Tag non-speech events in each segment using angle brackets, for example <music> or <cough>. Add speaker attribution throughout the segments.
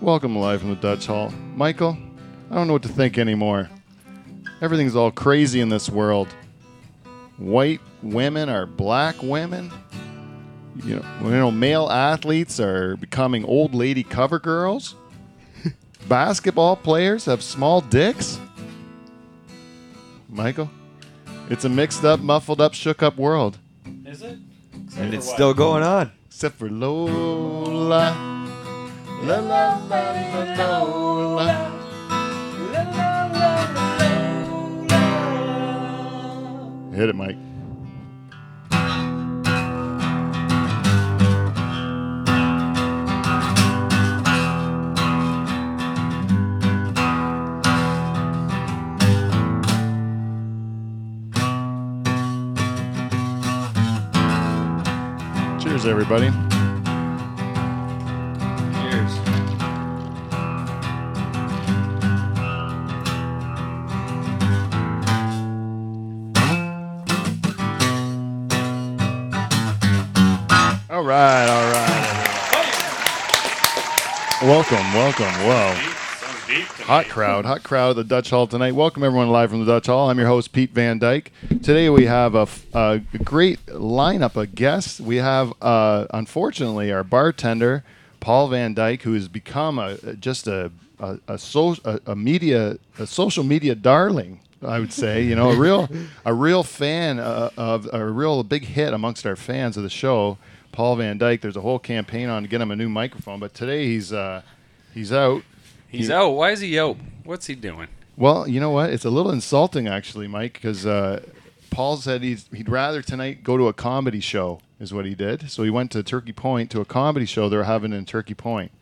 Speaker 1: Welcome live from the Dutch Hall. Michael, I don't know what to think anymore. Everything's all crazy in this world. White women are black women. You know, you know male athletes are becoming old lady cover girls. <laughs> Basketball players have small dicks. Michael, it's a mixed up, muffled up, shook up world.
Speaker 2: Is it?
Speaker 3: And it's still going on.
Speaker 1: Except for Lola. La la la la Lola. Hit it, Mike. Cheers, everybody.
Speaker 3: Cheers.
Speaker 1: All right, all right.
Speaker 2: Oh,
Speaker 1: Welcome, welcome. Whoa. Hot crowd, hot crowd at the Dutch Hall tonight. Welcome everyone live from the Dutch Hall. I'm your host Pete Van Dyke. Today we have a, f- a great lineup of guests. We have, uh, unfortunately, our bartender Paul Van Dyke, who has become a just a a, a, so, a, a media a social media darling. I would say, you know, a real a real fan uh, of a real big hit amongst our fans of the show. Paul Van Dyke. There's a whole campaign on to get him a new microphone, but today he's uh, he's out.
Speaker 2: He's out. Why is he out? What's he doing?
Speaker 1: Well, you know what? It's a little insulting, actually, Mike, because uh, Paul said he's, he'd rather tonight go to a comedy show, is what he did. So he went to Turkey Point to a comedy show they were having in Turkey Point.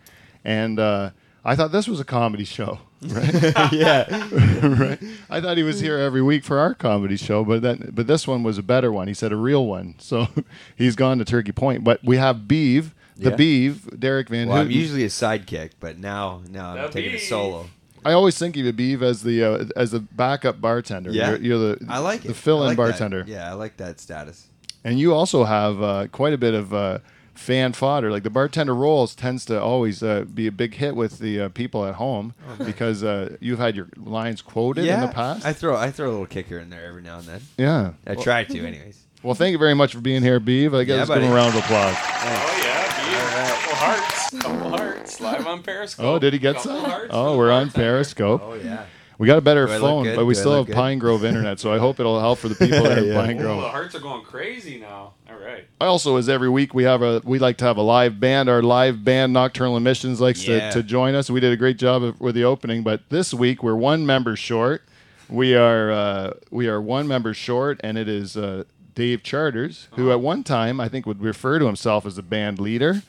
Speaker 1: And uh, I thought this was a comedy show, <laughs> right?
Speaker 3: <laughs> yeah.
Speaker 1: <laughs> right? I thought he was here every week for our comedy show, but that, but this one was a better one. He said a real one. So <laughs> he's gone to Turkey Point. But we have Beeve, the
Speaker 3: Yeah.
Speaker 1: Beeve, Derek Van
Speaker 3: Well, I'm
Speaker 1: Houten.
Speaker 3: usually a sidekick, but now now I'm
Speaker 2: That'd
Speaker 3: taking
Speaker 2: be-
Speaker 3: it solo.
Speaker 1: I always think of you, Beeve, as the uh, as the backup bartender.
Speaker 3: Yeah.
Speaker 1: You're, you're the
Speaker 3: I like it.
Speaker 1: the fill-in
Speaker 3: I like that.
Speaker 1: bartender.
Speaker 3: Yeah, I like that status.
Speaker 1: And you also have uh, quite a bit of uh, fan fodder. Like the bartender rolls tends to always uh, be a big hit with the uh, people at home because uh, you've had your lines quoted in the past.
Speaker 3: Oh, I throw I throw a little kicker in there every now and then.
Speaker 1: yeah.
Speaker 3: I
Speaker 1: <laughs>
Speaker 3: try to, anyways.
Speaker 1: Well, thank you very much for being here, Beeve. I
Speaker 3: Yeah,
Speaker 1: guess let's give him a
Speaker 3: buddy.
Speaker 1: round of applause.
Speaker 2: Oh yeah, couple hearts, couple hearts, live on Periscope.
Speaker 1: Oh, did he get
Speaker 2: Couple
Speaker 1: some?
Speaker 2: hearts
Speaker 1: Oh,
Speaker 2: for
Speaker 1: we're
Speaker 2: the
Speaker 1: on
Speaker 2: bartender.
Speaker 1: Periscope.
Speaker 3: Oh yeah.
Speaker 1: We got a better
Speaker 3: Do I look
Speaker 1: phone,
Speaker 3: good?
Speaker 1: but we
Speaker 3: Do I
Speaker 1: still
Speaker 3: look
Speaker 1: have
Speaker 3: good?
Speaker 1: Pine Grove internet, so I hope it'll help for the
Speaker 3: <laughs>
Speaker 1: people that are in
Speaker 3: Yeah.
Speaker 1: Pine
Speaker 2: Oh, the
Speaker 1: Grove.
Speaker 2: hearts are going crazy now. All right.
Speaker 1: Also, as every week, we have a we like to have a live band. Our live band, Nocturnal Emissions, likes
Speaker 3: Yeah.
Speaker 1: to, to join us. We did a great job of, with the opening, but this week we're one member short. We are uh, we are one member short, and it is uh, Dave Charters, who
Speaker 3: Uh-huh.
Speaker 1: at one time I think would refer to himself as the band leader,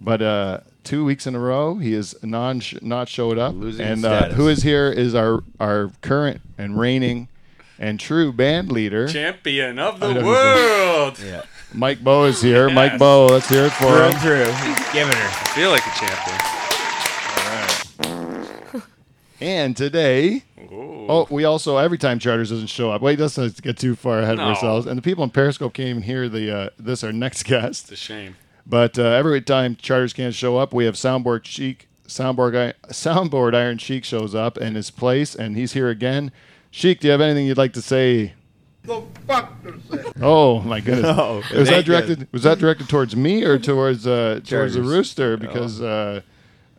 Speaker 1: but uh, two weeks in a row he is non sh- not showed up.
Speaker 3: Losing
Speaker 1: and
Speaker 3: his
Speaker 1: uh,
Speaker 3: status.
Speaker 1: who is here is our our current and reigning and true band leader.
Speaker 2: <laughs> Champion of the
Speaker 1: know who's
Speaker 2: world.
Speaker 1: <laughs>
Speaker 3: Yeah.
Speaker 1: Mike Bo is here.
Speaker 2: Yes.
Speaker 1: Mike Bo, let's hear it for
Speaker 3: Through
Speaker 1: him.
Speaker 3: and through. Giving her.
Speaker 2: I feel like a champion.
Speaker 1: And today,
Speaker 2: Ooh.
Speaker 1: oh, we also every time Charters doesn't show up. Wait, let's not get too far ahead
Speaker 2: No.
Speaker 1: of ourselves. And the people in Periscope can't even hear the uh, this our next <laughs>
Speaker 2: It's
Speaker 1: guest.
Speaker 2: a shame.
Speaker 1: But uh, every time Charters can't show up, we have Soundboard Chic, Soundboard guy, Soundboard Iron Chic shows up in his place, and he's here again. Chic, do you have anything you'd like to say?
Speaker 4: <laughs>
Speaker 1: Oh my goodness!
Speaker 3: <laughs> No, it
Speaker 1: was that
Speaker 3: ain't
Speaker 1: directed? Was that directed towards me or towards uh, towards the
Speaker 3: Charters.
Speaker 1: rooster? Because uh,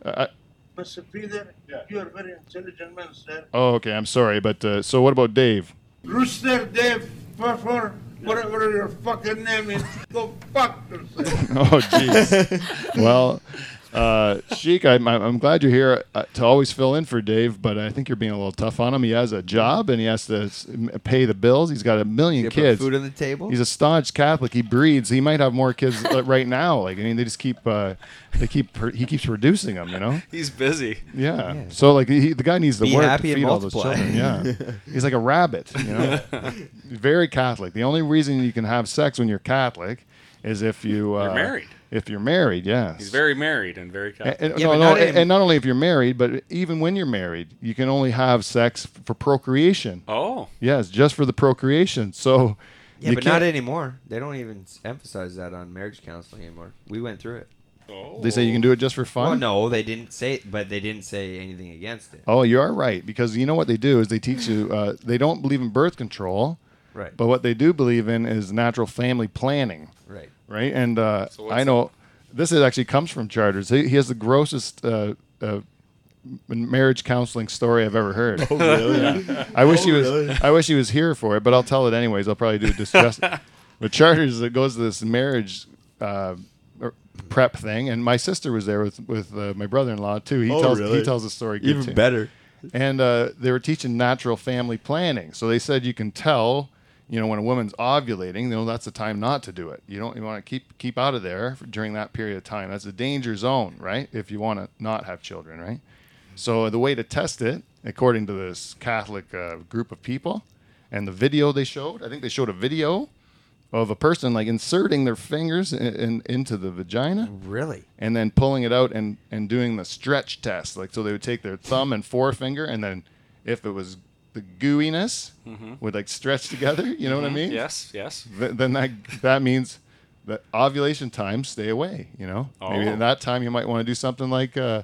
Speaker 1: I,
Speaker 4: Mr. Peter, you are very intelligent man, sir.
Speaker 1: oh, okay, I'm sorry, but uh, so what about Dave?
Speaker 4: Rooster Dave, for, for whatever your fucking name is, go fuck yourself.
Speaker 1: <laughs> Oh, jeez. well, uh, Sheik, I'm, I'm I'm glad you're here uh, to always fill in for Dave, but I think you're being a little tough on him. He has a job and he has to s- m- pay the bills. He's got a million
Speaker 3: You put
Speaker 1: kids.
Speaker 3: food on the table.
Speaker 1: He's a staunch Catholic. He breeds. He might have more kids uh, right now. Like I mean, they just keep uh, they keep pr- he keeps producing them. You know.
Speaker 2: He's busy.
Speaker 1: Yeah.
Speaker 3: Yeah.
Speaker 1: So like he, the guy needs to
Speaker 3: Be
Speaker 1: work
Speaker 3: happy
Speaker 1: to
Speaker 3: and
Speaker 1: feed all those
Speaker 3: multiply.
Speaker 1: children. Yeah.
Speaker 3: <laughs>
Speaker 1: He's like a rabbit, you
Speaker 2: <laughs>
Speaker 1: know. Very Catholic. The only reason you can have sex when you're Catholic is if you uh,
Speaker 2: You're married.
Speaker 1: If you're married, yes.
Speaker 2: He's very married and very
Speaker 1: And,
Speaker 2: Catholic.
Speaker 1: and-
Speaker 3: Yeah,
Speaker 1: no,
Speaker 3: but
Speaker 1: no,
Speaker 3: not
Speaker 1: and-
Speaker 3: in-
Speaker 1: and not only if you're married, but even when you're married, you can only have sex f- for procreation.
Speaker 2: Oh,
Speaker 1: Yes, just for the procreation. So
Speaker 3: yeah,
Speaker 1: you
Speaker 3: but not
Speaker 1: can't-
Speaker 3: anymore. They don't even s- emphasize that on marriage counseling anymore. We went through it.
Speaker 2: Oh.
Speaker 1: They say you can do it just for fun.
Speaker 3: Well, Oh, no, they didn't say, it, but they didn't say anything against it.
Speaker 1: Oh, you are right because you know what they do is they teach you. Uh, they don't believe in birth control,
Speaker 3: Right.
Speaker 1: but what they do believe in is natural family planning.
Speaker 3: right.
Speaker 1: right? And uh,
Speaker 2: So what's
Speaker 1: I know this is actually comes from Charters. He, he has the grossest uh, uh, m- marriage counseling story I've ever heard. Oh, <laughs> really? I wish
Speaker 5: Oh,
Speaker 1: he was. I wish he was here for it, but I'll tell it anyways. I'll probably do it
Speaker 5: <laughs>
Speaker 1: disgust. but Charters it goes to this marriage. Uh, er, prep thing and my sister was there with with uh, my brother-in-law too he
Speaker 5: Oh,
Speaker 1: tells
Speaker 5: really?
Speaker 1: he tells the story good
Speaker 5: Even
Speaker 1: too
Speaker 5: better.
Speaker 1: and uh, they were teaching natural family planning. So they said you can tell, you know, when a woman's ovulating, you know, that's the time not to do it. You don't you want to keep keep out of there during that period of time. That's a danger zone, right? If you want to not have children, right? So the way to test it, according to this Catholic uh, group of people, and the video they showed, I think they showed a video of a person like inserting their fingers in, in, into the vagina
Speaker 3: Really?
Speaker 1: and then pulling it out and and doing the stretch test. Like so, they would take their thumb and forefinger, and then if it was the gooiness would like stretch together. You know what I mean?
Speaker 2: Mm-hmm. Oh. Yes, yes.
Speaker 1: Th- then that that means that ovulation time stay away. You know, maybe
Speaker 2: Oh.
Speaker 1: at that time you might want to do something like. Uh,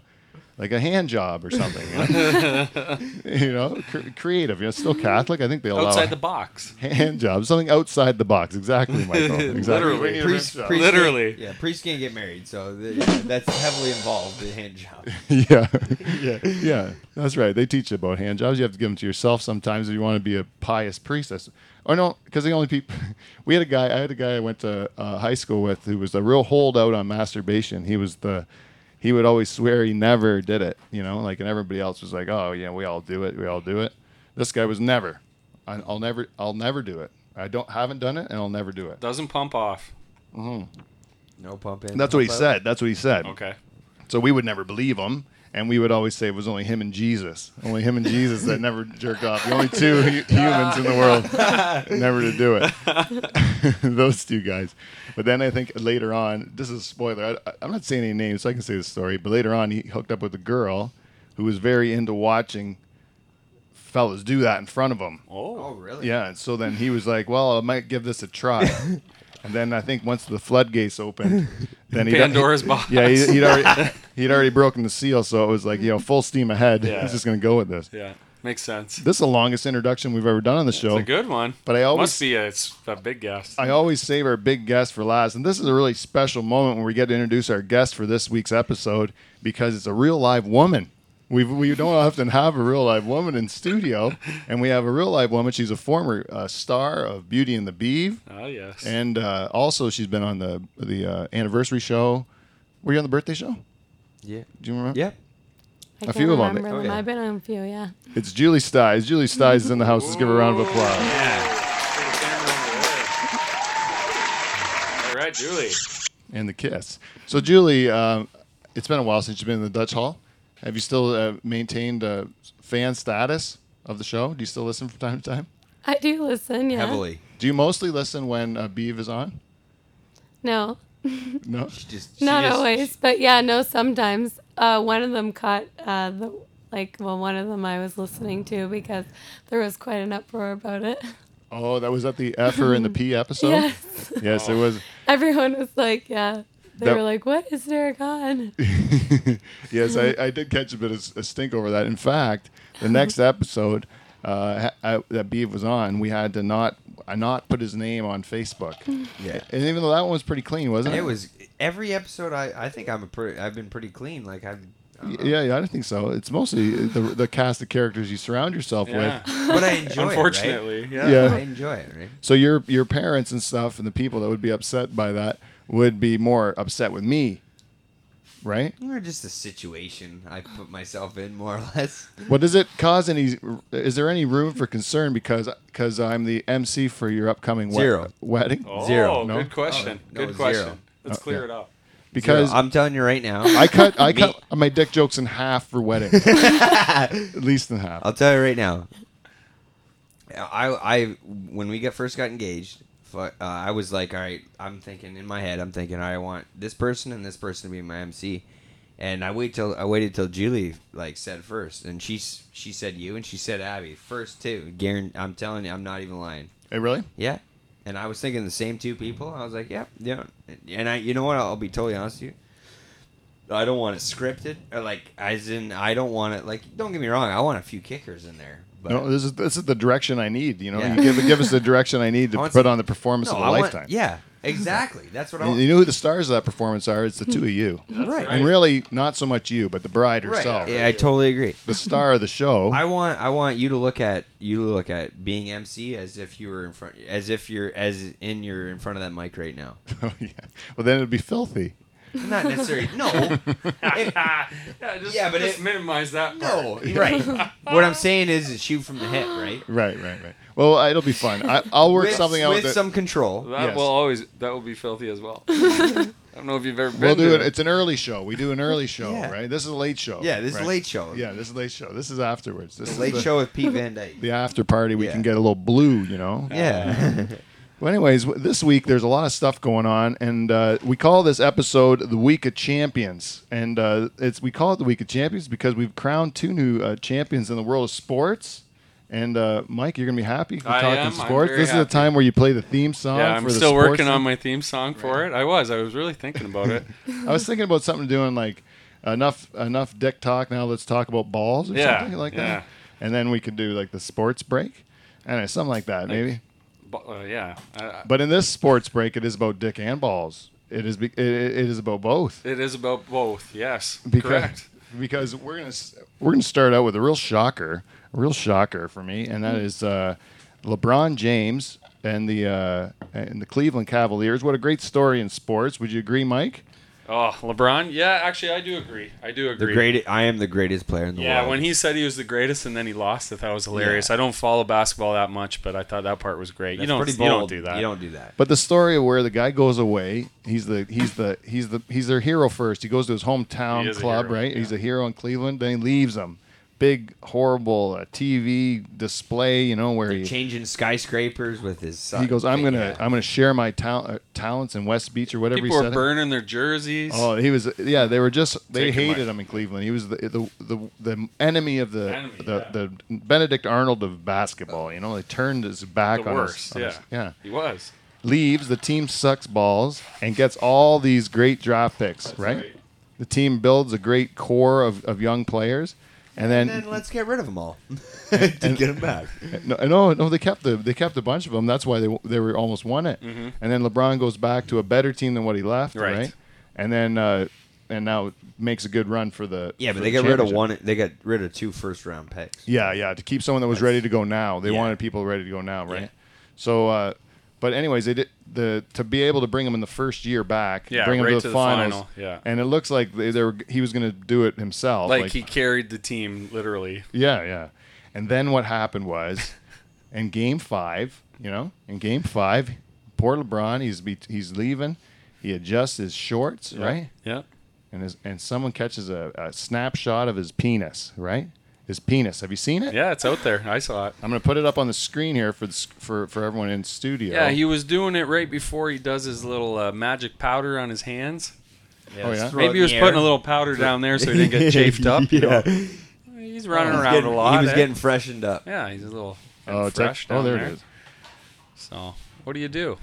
Speaker 1: like a hand job or something, you know,
Speaker 2: <laughs>
Speaker 1: you know cr- creative. You know, still Catholic. I think they allow
Speaker 2: Outside the box.
Speaker 1: hand job, something outside the box. Exactly,
Speaker 2: <laughs>
Speaker 1: Michael. Exactly.
Speaker 2: Literally.
Speaker 1: We need a
Speaker 3: Priest,
Speaker 1: wrist job.
Speaker 3: priest
Speaker 2: Literally.
Speaker 3: Can't, yeah, priest can't get married, so the, yeah, that's heavily involved the hand job.
Speaker 1: <laughs> yeah, yeah, yeah. That's right. They teach you about hand jobs. You have to give them to yourself sometimes if you want to be a pious priestess. Or no, because the only people <laughs> we had a guy. I had a guy I went to uh, high school with who was a real holdout on masturbation. He was the he would always swear he never did it. You know, like and everybody else was like, oh yeah, we all do it, we all do it. This guy was never. I- I'll never. I'll never do it. I don't haven't done it, and I'll never do it.
Speaker 2: Doesn't pump off.
Speaker 3: No pump in.
Speaker 1: That's what he
Speaker 3: pump out.
Speaker 1: said. That's what he said.
Speaker 2: Okay.
Speaker 1: So we would never believe him, and we would always say it was only him and Jesus, only him and Jesus that never jerk off. The only two hu- humans in the world never to do it. <laughs> Those two guys. But then I think later on, this is a spoiler. I, I- I'm not saying any names, so I can say this story. But later on, he hooked up with a girl who was very into watching fellas do that in front of him.
Speaker 3: Oh,
Speaker 2: Oh.
Speaker 3: really?
Speaker 1: Yeah, and so then he was like, "Well, I might give this a try." and then I think once the floodgates opened, then he'd-
Speaker 2: Pandora's box.
Speaker 1: Yeah, he'd, he'd already he'd already broken the seal, so it was like you know full steam ahead.
Speaker 2: Yeah.
Speaker 1: He's just gonna go with this.
Speaker 2: Yeah. Makes sense.
Speaker 1: This is the longest introduction we've ever done on the
Speaker 2: It's
Speaker 1: show.
Speaker 2: a good one.
Speaker 1: But I always-
Speaker 2: must be a, it's a big guess.
Speaker 1: I always save our big guest for last, and this is a really special moment when we get to introduce our guest for this week's episode because it's a real live woman. We we don't often have a real live woman in studio, and we have a real live woman. She's a former uh, star of Beauty and the Beeve,
Speaker 2: oh yes.
Speaker 1: and uh, also she's been on the the uh, anniversary show. Were you on the birthday show?
Speaker 3: Yeah.
Speaker 1: Do you remember?
Speaker 3: Yeah.
Speaker 1: A
Speaker 6: I
Speaker 1: few of 'em.
Speaker 6: remember
Speaker 3: Oh, yeah.
Speaker 6: I've been on a few, yeah.
Speaker 1: It's Julie Stiles. Julie Stiles is in the house. Let's give her a round of applause.
Speaker 2: All right, Julie.
Speaker 1: And the kiss. So, Julie, um, it's been a while since you've been in the Dutch Hall. Have you still uh, maintained uh, fan status of the show? Do you still listen from time to time?
Speaker 6: I do listen, yeah.
Speaker 3: Heavily.
Speaker 1: Do you mostly listen when uh, Beeve is on?
Speaker 6: No,
Speaker 1: No?
Speaker 3: She just. she
Speaker 6: not
Speaker 3: just-
Speaker 6: always, but yeah, no, sometimes. Uh, one of them caught uh, the, like, well, one of them I was listening to because there was quite an uproar about it.
Speaker 1: Oh, that was at the Effer and the P episode?
Speaker 6: <laughs> yes.
Speaker 1: Yes, it was.
Speaker 6: Everyone was like, yeah. They
Speaker 1: That-
Speaker 6: were like, what is
Speaker 1: <laughs>
Speaker 6: Derek on?
Speaker 1: yes, I, I did catch a bit of s- a stink over that. In fact, the next episode uh, ha- I, that Beav was on, we had to not uh, not put his name on Facebook.
Speaker 3: Yeah.
Speaker 1: And even though that one was pretty clean, wasn't it?
Speaker 3: It was every episode. I, I think I'm a pretty. I've been pretty clean. Like I've. uh, I
Speaker 1: Y-
Speaker 3: don't know.
Speaker 1: Yeah, yeah, I don't think so. It's mostly the, the cast of characters you surround yourself
Speaker 2: Yeah.
Speaker 1: with.
Speaker 3: But I enjoy
Speaker 2: Unfortunately,
Speaker 3: it.
Speaker 2: yeah.
Speaker 3: Right?
Speaker 1: Yeah.
Speaker 3: I enjoy it. Right.
Speaker 1: So your your parents and stuff and the people that would be upset by that would be more upset with me, right?
Speaker 3: Or just the situation I put myself in, more or less.
Speaker 1: Well, does it cause any? Is there any room for concern because because I'm the MC for your upcoming wed-
Speaker 3: Zero.
Speaker 1: wedding?
Speaker 2: Oh,
Speaker 3: Zero.
Speaker 1: No?
Speaker 2: good question.
Speaker 3: Oh, no,
Speaker 2: good question.
Speaker 3: zero.
Speaker 2: Let's
Speaker 1: Oh,
Speaker 2: clear
Speaker 1: yeah.
Speaker 2: it up.
Speaker 1: Because
Speaker 3: I'm telling you right now.
Speaker 1: I cut
Speaker 3: <laughs>
Speaker 1: I cut my dick jokes in half for wedding. At
Speaker 3: <laughs>
Speaker 1: least in half.
Speaker 3: I'll tell you right now. I I when we got first got engaged, fu- uh, I was like, all right, I'm thinking in my head, I'm thinking I want this person and this person to be my MC, and I wait till I waited till Julie like said first, and she s- she said you and she said Abby first too. Garen, I'm telling you, I'm not even lying.
Speaker 1: Hey, really?
Speaker 3: Yeah. And I was thinking the same two people. I was like, yeah, yeah. And I, you know what? I'll be totally honest with you. I don't want it scripted or like as in I don't want it like don't get me wrong I want a few kickers in there but
Speaker 1: No, this is this is the direction I need. You know,
Speaker 3: Yeah.
Speaker 1: you give give us the direction I need to
Speaker 3: I want
Speaker 1: put
Speaker 3: some-
Speaker 1: on the performance
Speaker 3: No,
Speaker 1: of a
Speaker 3: I want-
Speaker 1: lifetime.
Speaker 3: yeah exactly that's what I
Speaker 1: And
Speaker 3: want
Speaker 1: you know who the stars of that performance are? It's the two of you,
Speaker 3: right
Speaker 1: and really not so much you, but the bride herself,
Speaker 3: right yeah I totally agree
Speaker 1: the star of the show.
Speaker 3: I want I want you to look at you to look at being MC as if you were in front as if you're as in you're in front of that mic right now
Speaker 1: <laughs> Oh, yeah. Well, then it'd be filthy.
Speaker 3: not necessarily
Speaker 1: <laughs>
Speaker 3: no
Speaker 2: <laughs> yeah, just,
Speaker 3: Yeah, but
Speaker 2: just
Speaker 3: it-
Speaker 2: minimize that.
Speaker 3: no
Speaker 2: part.
Speaker 3: right what I'm saying is, is shoot from the hip right
Speaker 1: Right, right, right. Well, uh, it'll be fun. I, I'll work
Speaker 3: with,
Speaker 1: something out.
Speaker 3: with
Speaker 1: that-
Speaker 3: some control
Speaker 2: That
Speaker 1: Yes.
Speaker 2: will always that will be filthy as
Speaker 3: <laughs>
Speaker 2: well. I don't know if you've ever been.
Speaker 1: we'll do
Speaker 2: to
Speaker 1: it. It's an early show. We do an early show,
Speaker 3: Yeah.
Speaker 1: right? This is a late show.
Speaker 3: yeah this is
Speaker 1: right?
Speaker 3: late show
Speaker 1: Yeah, this is late show. This is afterwards. This
Speaker 3: The
Speaker 1: is
Speaker 3: late
Speaker 1: the,
Speaker 3: show with Pete Van <laughs> Dyke.
Speaker 1: The after party, we
Speaker 3: Yeah.
Speaker 1: can get a little blue, you know. <laughs>
Speaker 3: Yeah.
Speaker 1: Well, anyways, w- this week there's a lot of stuff going on, and uh, we call this episode the Week of Champions, and uh, it's we call it the Week of Champions because we've crowned two new uh, champions in the world of sports. And uh, Mike, you're gonna be happy. We're
Speaker 2: I
Speaker 1: talking
Speaker 2: am. I'm
Speaker 1: sports.
Speaker 2: very
Speaker 1: this is
Speaker 2: happy.
Speaker 1: the time where you play the theme song.
Speaker 2: Yeah, I'm
Speaker 1: for the
Speaker 2: still
Speaker 1: sports
Speaker 2: working
Speaker 1: team.
Speaker 2: on my theme song for it. I was. I was really thinking about it. <laughs>
Speaker 1: I was thinking about something doing like enough enough dick talk. Now let's talk about balls or
Speaker 2: Yeah,
Speaker 1: something like
Speaker 2: yeah.
Speaker 1: that. And then we could do like the sports break, and something like that maybe.
Speaker 2: But, uh, yeah, I- I-
Speaker 1: But in this sports break, it is about dick and balls. It is be- it, it is about both.
Speaker 2: it is about both. Yes,
Speaker 1: Because,
Speaker 2: correct.
Speaker 1: Because we're gonna s- we're gonna start out with a real shocker, a real shocker for me, and that is uh, LeBron James and the uh, and the Cleveland Cavaliers. What a great story in sports. Would you agree, Mike?
Speaker 2: Oh, LeBron. Yeah, actually, I do agree. I do
Speaker 3: the
Speaker 2: agree.
Speaker 3: great. I am the greatest player in the
Speaker 2: Yeah,
Speaker 3: world.
Speaker 2: when he said he was the greatest and then he lost, I thought it was hilarious.
Speaker 3: Yeah.
Speaker 2: I don't follow basketball that much, but I thought that part was great.
Speaker 3: That's
Speaker 2: you don't,
Speaker 3: pretty
Speaker 2: you don't
Speaker 3: bold.
Speaker 2: do that.
Speaker 3: You don't do that.
Speaker 1: But the story of where the guy goes away, he's the he's the he's the he's their hero first. He goes to his
Speaker 2: He
Speaker 1: hometown
Speaker 2: is a
Speaker 1: club,
Speaker 2: hero,
Speaker 1: right? He's
Speaker 2: yeah.
Speaker 1: a hero in Cleveland. Then he leaves them. Big horrible uh, TV display, you know, where he
Speaker 3: Changing skyscrapers with his son.
Speaker 1: he goes, "I'm gonna
Speaker 3: Yeah.
Speaker 1: I'm gonna share my tal- uh, talents in West Beach or whatever."
Speaker 2: People
Speaker 1: he
Speaker 2: were
Speaker 1: said.
Speaker 2: burning their jerseys.
Speaker 1: Oh, he was yeah. They were just they
Speaker 2: Taking
Speaker 1: hated
Speaker 2: my-
Speaker 1: him in Cleveland. He was the the the, the enemy of the
Speaker 2: Enemy,
Speaker 1: the, the Benedict Arnold of basketball. You know, they turned his
Speaker 2: the
Speaker 1: back on
Speaker 2: worst.
Speaker 1: us. on
Speaker 2: yeah.
Speaker 1: us. yeah
Speaker 2: He was.
Speaker 1: leaves, the team sucks balls and gets all these great draft picks, right?
Speaker 2: right.
Speaker 1: The team builds a great core of, of young players. And then,
Speaker 3: And then let's get rid of them <laughs> all to get them back.
Speaker 1: no, no, no, they kept the they kept a bunch of them. That's why they they were almost won it. And then LeBron goes back to a better team than what he left,
Speaker 2: Mm-hmm. Right.
Speaker 1: right? And then uh, and now makes a good run for the
Speaker 3: Yeah,
Speaker 1: for
Speaker 3: but they
Speaker 1: the
Speaker 3: got rid of
Speaker 1: championship.
Speaker 3: one. They got rid of two first round picks.
Speaker 1: Yeah, yeah. To keep someone that was ready to go now, they
Speaker 3: Yeah.
Speaker 1: wanted people ready to go now, right?
Speaker 3: Yeah.
Speaker 1: So, uh, but anyways, they did the to be able to bring him in the first year back,
Speaker 2: Yeah,
Speaker 1: bring him
Speaker 2: right
Speaker 1: to the
Speaker 2: to the
Speaker 1: finals,
Speaker 2: final, yeah.
Speaker 1: And it looks like they, they were he was going to do it himself,
Speaker 2: Like, he carried the team literally.
Speaker 1: yeah, yeah. And then what happened
Speaker 2: <laughs>
Speaker 1: was, in Game Five, you know, in Game Five, poor LeBron, he's be, he's leaving. He adjusts his shorts, right?
Speaker 2: Yeah.
Speaker 1: And his, and someone catches a, a snapshot of his penis, right? His penis. Have you seen it?
Speaker 2: Yeah, it's out there. I saw it.
Speaker 1: I'm gonna put it up on the screen here for the, s- for for everyone in studio.
Speaker 2: Yeah, he was doing it right before he does his little uh, magic powder on his hands.
Speaker 1: Oh,
Speaker 3: just
Speaker 1: yeah?
Speaker 3: throw it
Speaker 2: Maybe he
Speaker 3: in
Speaker 2: was
Speaker 3: the
Speaker 2: putting
Speaker 3: air.
Speaker 2: a little powder down there so he didn't
Speaker 1: <laughs>
Speaker 2: get
Speaker 3: <laughs>
Speaker 2: chafed up. you know. He's running
Speaker 3: He was
Speaker 2: around
Speaker 3: getting-
Speaker 2: a lot.
Speaker 3: He was
Speaker 2: eh?
Speaker 3: getting freshened up.
Speaker 2: yeah, he's a little
Speaker 1: oh,
Speaker 2: oh,
Speaker 1: it's up-
Speaker 2: fresh.
Speaker 1: oh,
Speaker 2: down
Speaker 1: there it is.
Speaker 2: So, what do you do?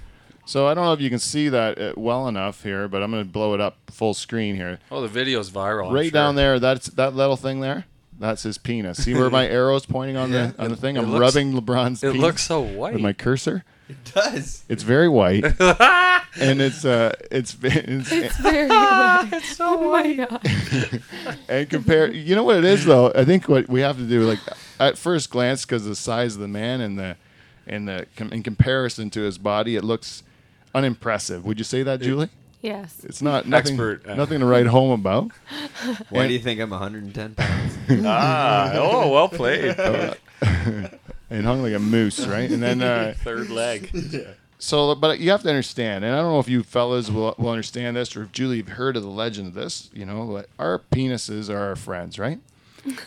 Speaker 1: So I don't know if you can see that uh, well enough here, but I'm gonna blow it up full screen here.
Speaker 2: Oh, the video's viral. I'm
Speaker 1: right
Speaker 2: sure.
Speaker 1: down there, that's that little thing there. That's his penis. See where
Speaker 2: <laughs>
Speaker 1: my arrow's pointing on the on the thing? I'm
Speaker 2: looks-
Speaker 1: rubbing LeBron's.
Speaker 2: It
Speaker 1: penis
Speaker 2: looks so white.
Speaker 1: with my cursor.
Speaker 3: It <laughs> does.
Speaker 1: It's very
Speaker 2: <laughs>
Speaker 1: white, and it's uh, it's, it's
Speaker 6: It's
Speaker 1: <laughs>
Speaker 6: very loud. It's so <laughs> oh my God.
Speaker 1: and compare. You know what it is though. I think what we have to do, like at first glance, because the size of the man and the and the com- in comparison to his body, it looks unimpressive. Would you say that, Julie?
Speaker 6: Yes.
Speaker 1: It's not nothing.
Speaker 2: Expert, uh.
Speaker 1: Nothing to write home about.
Speaker 3: Why
Speaker 1: And-
Speaker 3: do you think
Speaker 1: <laughs>
Speaker 3: I'm 110 pounds?
Speaker 2: Ah, oh, well <laughs> played.
Speaker 1: And hung like a moose, right? And
Speaker 2: <laughs>
Speaker 1: then uh,
Speaker 2: Third leg.
Speaker 1: so, but you have to understand, and I don't know if you fellas will, will understand this, or if Julie have heard of the legend of this. You know, but our penises are our friends, right?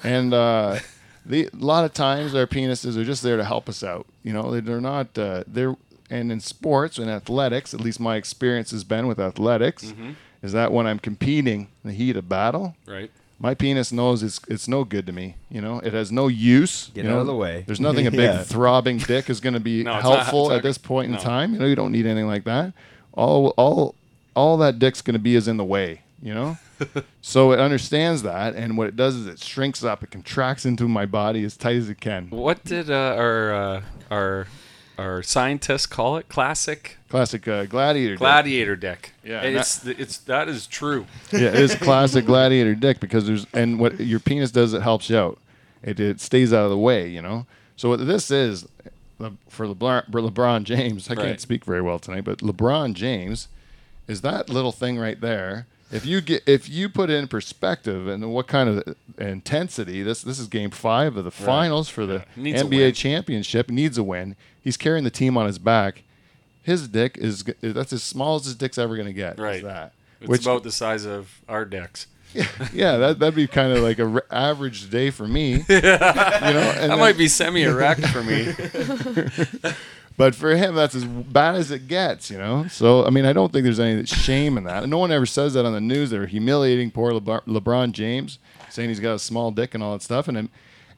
Speaker 1: And uh, the, a lot of times, our penises are just there to help us out. You know, they- they're not. Uh, they're and in sports and athletics, at least my experience has been with athletics, is that when I'm competing in the heat of battle,
Speaker 2: Right.
Speaker 1: my penis knows it's it's no good to me. You know, it has no use.
Speaker 3: Get
Speaker 1: you
Speaker 3: out
Speaker 1: know?
Speaker 3: of the way.
Speaker 1: There's
Speaker 3: <laughs>
Speaker 1: nothing a big
Speaker 3: Yeah.
Speaker 1: throbbing dick is going to be
Speaker 2: <laughs> No, it's not-
Speaker 1: helpful
Speaker 2: it's not-
Speaker 1: at this point in
Speaker 2: no.
Speaker 1: time. You know, you don't need anything like that. All all all that dick's going to be is in the way. you
Speaker 2: <laughs>
Speaker 1: know? so it understands that. And what it does is it shrinks up, it contracts into my body as tight as it can.
Speaker 2: What did uh, our uh, our our scientists call it? Classic
Speaker 1: Classic uh, gladiator. dick.
Speaker 2: gladiator deck.
Speaker 1: Yeah,
Speaker 2: And
Speaker 1: and
Speaker 2: it's it's that is true.
Speaker 1: <laughs> yeah, it is classic gladiator dick because there's and what your penis does, it helps you out. It, it stays out of the way, you know. So what this is uh, for LeBron, for LeBron James. I can't
Speaker 2: Right.
Speaker 1: speak very well tonight, but LeBron James is that little thing right there. If you get if you put in perspective and what kind of intensity this this is game five of the finals for the
Speaker 2: Needs a
Speaker 1: NBA
Speaker 2: win.
Speaker 1: championship needs a win. He's carrying the team on his back. His dick is g- that's as small as his dick's ever going to get. is
Speaker 2: Right.
Speaker 1: that.
Speaker 2: It's about the size of our decks. <laughs>
Speaker 1: <laughs> Yeah, that that'd be kind of like a re- average day for
Speaker 2: <laughs>
Speaker 1: me. You know, and
Speaker 2: That might be
Speaker 1: <laughs>
Speaker 2: semi erect for me.
Speaker 1: but for him, that's as bad as it gets. You know, so I mean, I don't think there's any shame in that. And no one ever says that on the news. They're humiliating poor LeBron, LeBron James, saying he's got a small dick and all that stuff. And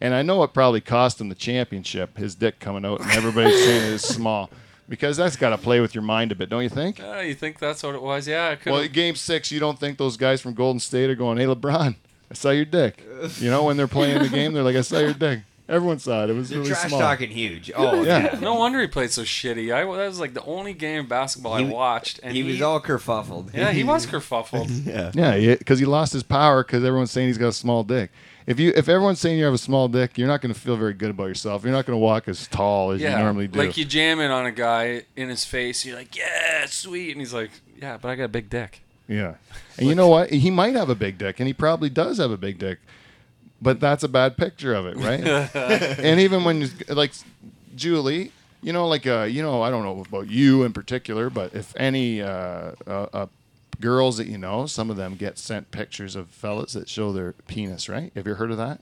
Speaker 1: and I know it probably cost him the championship, his dick coming out, and everybody's saying it's small because that's got to play with your mind a bit, don't you think?
Speaker 2: Oh, you think that's what it was? Yeah, it could.
Speaker 1: Well, game six, you don't think those guys from Golden State are going, "Hey, LeBron, I saw your dick." You know, when they're playing the game, they're like, "I saw your dick." Everyone saw it. It was
Speaker 3: They're
Speaker 1: really
Speaker 3: trash
Speaker 1: small.
Speaker 3: talking huge. Oh
Speaker 1: Yeah.
Speaker 2: <laughs>
Speaker 3: yeah.
Speaker 2: no wonder he played so shitty. I that was like the only game of basketball I
Speaker 3: He-
Speaker 2: watched, and
Speaker 3: He was all kerfuffled.
Speaker 2: yeah,
Speaker 3: <laughs>
Speaker 1: <laughs>
Speaker 2: he was kerfuffled.
Speaker 3: yeah.
Speaker 1: Yeah, because he lost his power because everyone's saying he's got a small dick. If you, if everyone's saying you have a small dick, you're not going to feel very good about yourself. You're not going to walk as tall as
Speaker 2: yeah,
Speaker 1: you normally do.
Speaker 2: like you jam it on a guy in his face, you're like, yeah, sweet, and he's like, yeah, but I got a big dick.
Speaker 1: Yeah. And you know what? He might have a big dick, and he probably does have a big dick, but that's a bad picture of it, right?
Speaker 2: <laughs>
Speaker 1: and even when, you- like, Julie, you know, like, uh, you know, I don't know about you in particular, but if any uh, uh, uh, girls that you know, some of them get sent pictures of fellas that show their penis, right? Have you heard of that?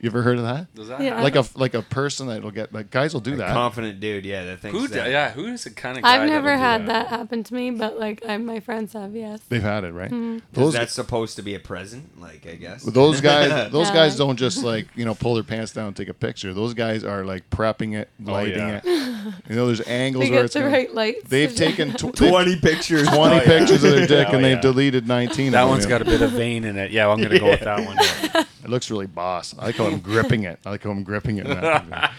Speaker 1: You ever heard of that?
Speaker 2: Does that
Speaker 6: Yeah.
Speaker 2: happen?
Speaker 1: Like a like a person that'll get like guys will do that.
Speaker 3: Confident dude. Yeah, that thinks
Speaker 2: Who?
Speaker 3: that.
Speaker 2: d yeah, who is the kind of guy?
Speaker 6: I've never
Speaker 2: that'll do
Speaker 6: had
Speaker 2: that?
Speaker 6: that happen to me, but like I, my friends have, yes.
Speaker 1: They've had it, right?
Speaker 3: 'Cause
Speaker 1: Those
Speaker 3: that's supposed to be a present, like I guess.
Speaker 1: Those guys, <laughs>
Speaker 3: <laughs>
Speaker 1: those
Speaker 6: Yeah.
Speaker 1: guys don't just like you know pull their pants down and take a picture. Those guys are like prepping it, lighting
Speaker 5: yeah.
Speaker 1: it. You know, there's angles
Speaker 6: They
Speaker 1: where
Speaker 6: get
Speaker 1: it's.
Speaker 6: the
Speaker 1: gonna-
Speaker 6: right lights. <laughs>
Speaker 1: they've taken tw- they've-
Speaker 3: <laughs> twenty Oh, pictures.
Speaker 1: 20 pictures
Speaker 3: <laughs>
Speaker 1: of their dick
Speaker 5: Oh,
Speaker 1: and they've
Speaker 5: yeah.
Speaker 1: deleted 19.
Speaker 2: That
Speaker 1: of
Speaker 2: one's
Speaker 1: them.
Speaker 2: got a bit of vein in it. Yeah, well, I'm gonna go with that one.
Speaker 1: It looks really boss. I call him gripping it. I call him gripping it. now.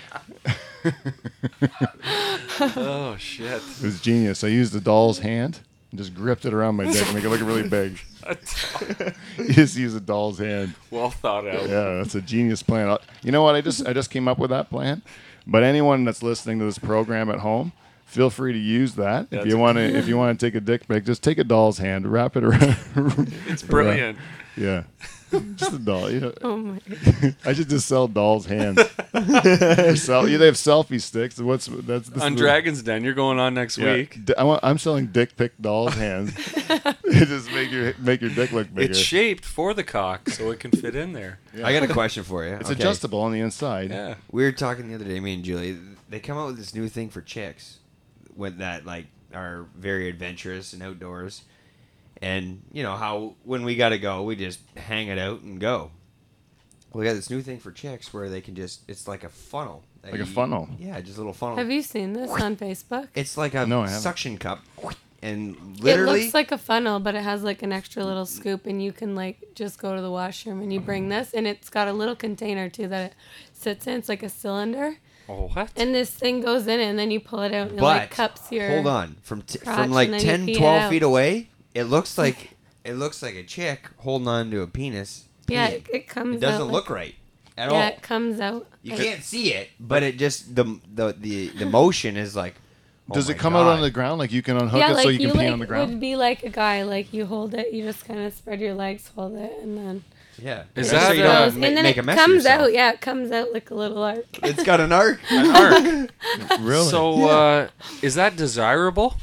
Speaker 2: oh shit! <laughs>
Speaker 1: it was genius. I used the doll's hand and just gripped it around my dick and make it look really big. <laughs> You just use a doll's hand.
Speaker 2: well thought out.
Speaker 1: Yeah, that's a genius plan. Uh, You know what? I just I just came up with that plan. But anyone that's listening to this program at home, feel free to use that. if
Speaker 2: That's
Speaker 1: you
Speaker 2: a-
Speaker 1: want to, if you want to take a dick pic, just take a doll's hand, wrap it around.
Speaker 2: <laughs> It's brilliant.
Speaker 1: yeah, just a doll. You know,
Speaker 6: Oh my!
Speaker 1: I should just sell doll's
Speaker 2: <laughs>
Speaker 1: hands. Or sell, yeah, they have selfie sticks. What's that's this
Speaker 2: On
Speaker 1: is-
Speaker 2: Dragon's Den, you're going on next
Speaker 1: Yeah,
Speaker 2: week.
Speaker 1: d- I want, I'm selling dick pic doll's
Speaker 2: <laughs>
Speaker 1: hands. <laughs> just make your make your dick look bigger.
Speaker 2: It's shaped for the cock, so it can fit in
Speaker 3: <laughs>
Speaker 2: there.
Speaker 3: I got a question for you.
Speaker 1: It's adjustable on the inside.
Speaker 2: Yeah.
Speaker 3: We were talking the other day, me and Julie. They come out with this new thing for chicks, with that like are very adventurous and outdoors, and you know how when we gotta go, we just hang it out and go. We got this new thing for chicks where they can just it's like a funnel,
Speaker 1: Like a funnel?
Speaker 3: Yeah, just a little funnel.
Speaker 6: Have you seen this on Facebook?
Speaker 3: It's like a
Speaker 1: No, I haven't.
Speaker 3: suction cup, and
Speaker 6: it
Speaker 3: literally
Speaker 6: looks like a funnel, but it has like an extra little scoop, and you can like just go to the washroom and you bring this, and it's got a little container too that it sits in. It's like a cylinder,
Speaker 2: Oh, what?
Speaker 6: and this thing goes in, and then you pull it out and it,
Speaker 3: but
Speaker 6: like cups your.
Speaker 3: hold on from t-
Speaker 6: crotch
Speaker 3: from like
Speaker 6: and then you
Speaker 3: 10,
Speaker 6: pee it
Speaker 3: 12
Speaker 6: out.
Speaker 3: feet away, it
Speaker 6: <laughs>
Speaker 3: looks like it looks like a chick holding on to a penis.
Speaker 6: Yeah,
Speaker 3: peeing.
Speaker 6: it, it comes.
Speaker 3: It doesn't
Speaker 6: out,
Speaker 3: look right at
Speaker 6: Like, yeah,
Speaker 3: all.
Speaker 6: it comes out.
Speaker 3: You
Speaker 6: like-
Speaker 3: can't see it, but it just the the the,
Speaker 6: <laughs>
Speaker 3: the motion is like. oh
Speaker 1: Does it
Speaker 3: my
Speaker 1: come out
Speaker 3: God.
Speaker 1: on the ground like you can unhook
Speaker 6: Yeah,
Speaker 1: it
Speaker 6: like
Speaker 1: so you can pee
Speaker 6: like,
Speaker 1: on the ground?
Speaker 6: would be like a guy. Like you hold it, you just kind of spread your legs, hold it, and then
Speaker 3: Yeah.
Speaker 2: Is
Speaker 3: Yeah,
Speaker 2: that,
Speaker 3: you
Speaker 2: uh,
Speaker 3: don't
Speaker 6: goes,
Speaker 3: ma-
Speaker 6: and then
Speaker 3: make
Speaker 6: it
Speaker 3: a mess of
Speaker 6: comes
Speaker 3: yourself.
Speaker 6: out. Yeah, it comes out like a little arc.
Speaker 3: It's got an
Speaker 6: <laughs>
Speaker 3: arc.
Speaker 2: An arc.
Speaker 1: Really? <laughs>
Speaker 2: So, uh, is that desirable?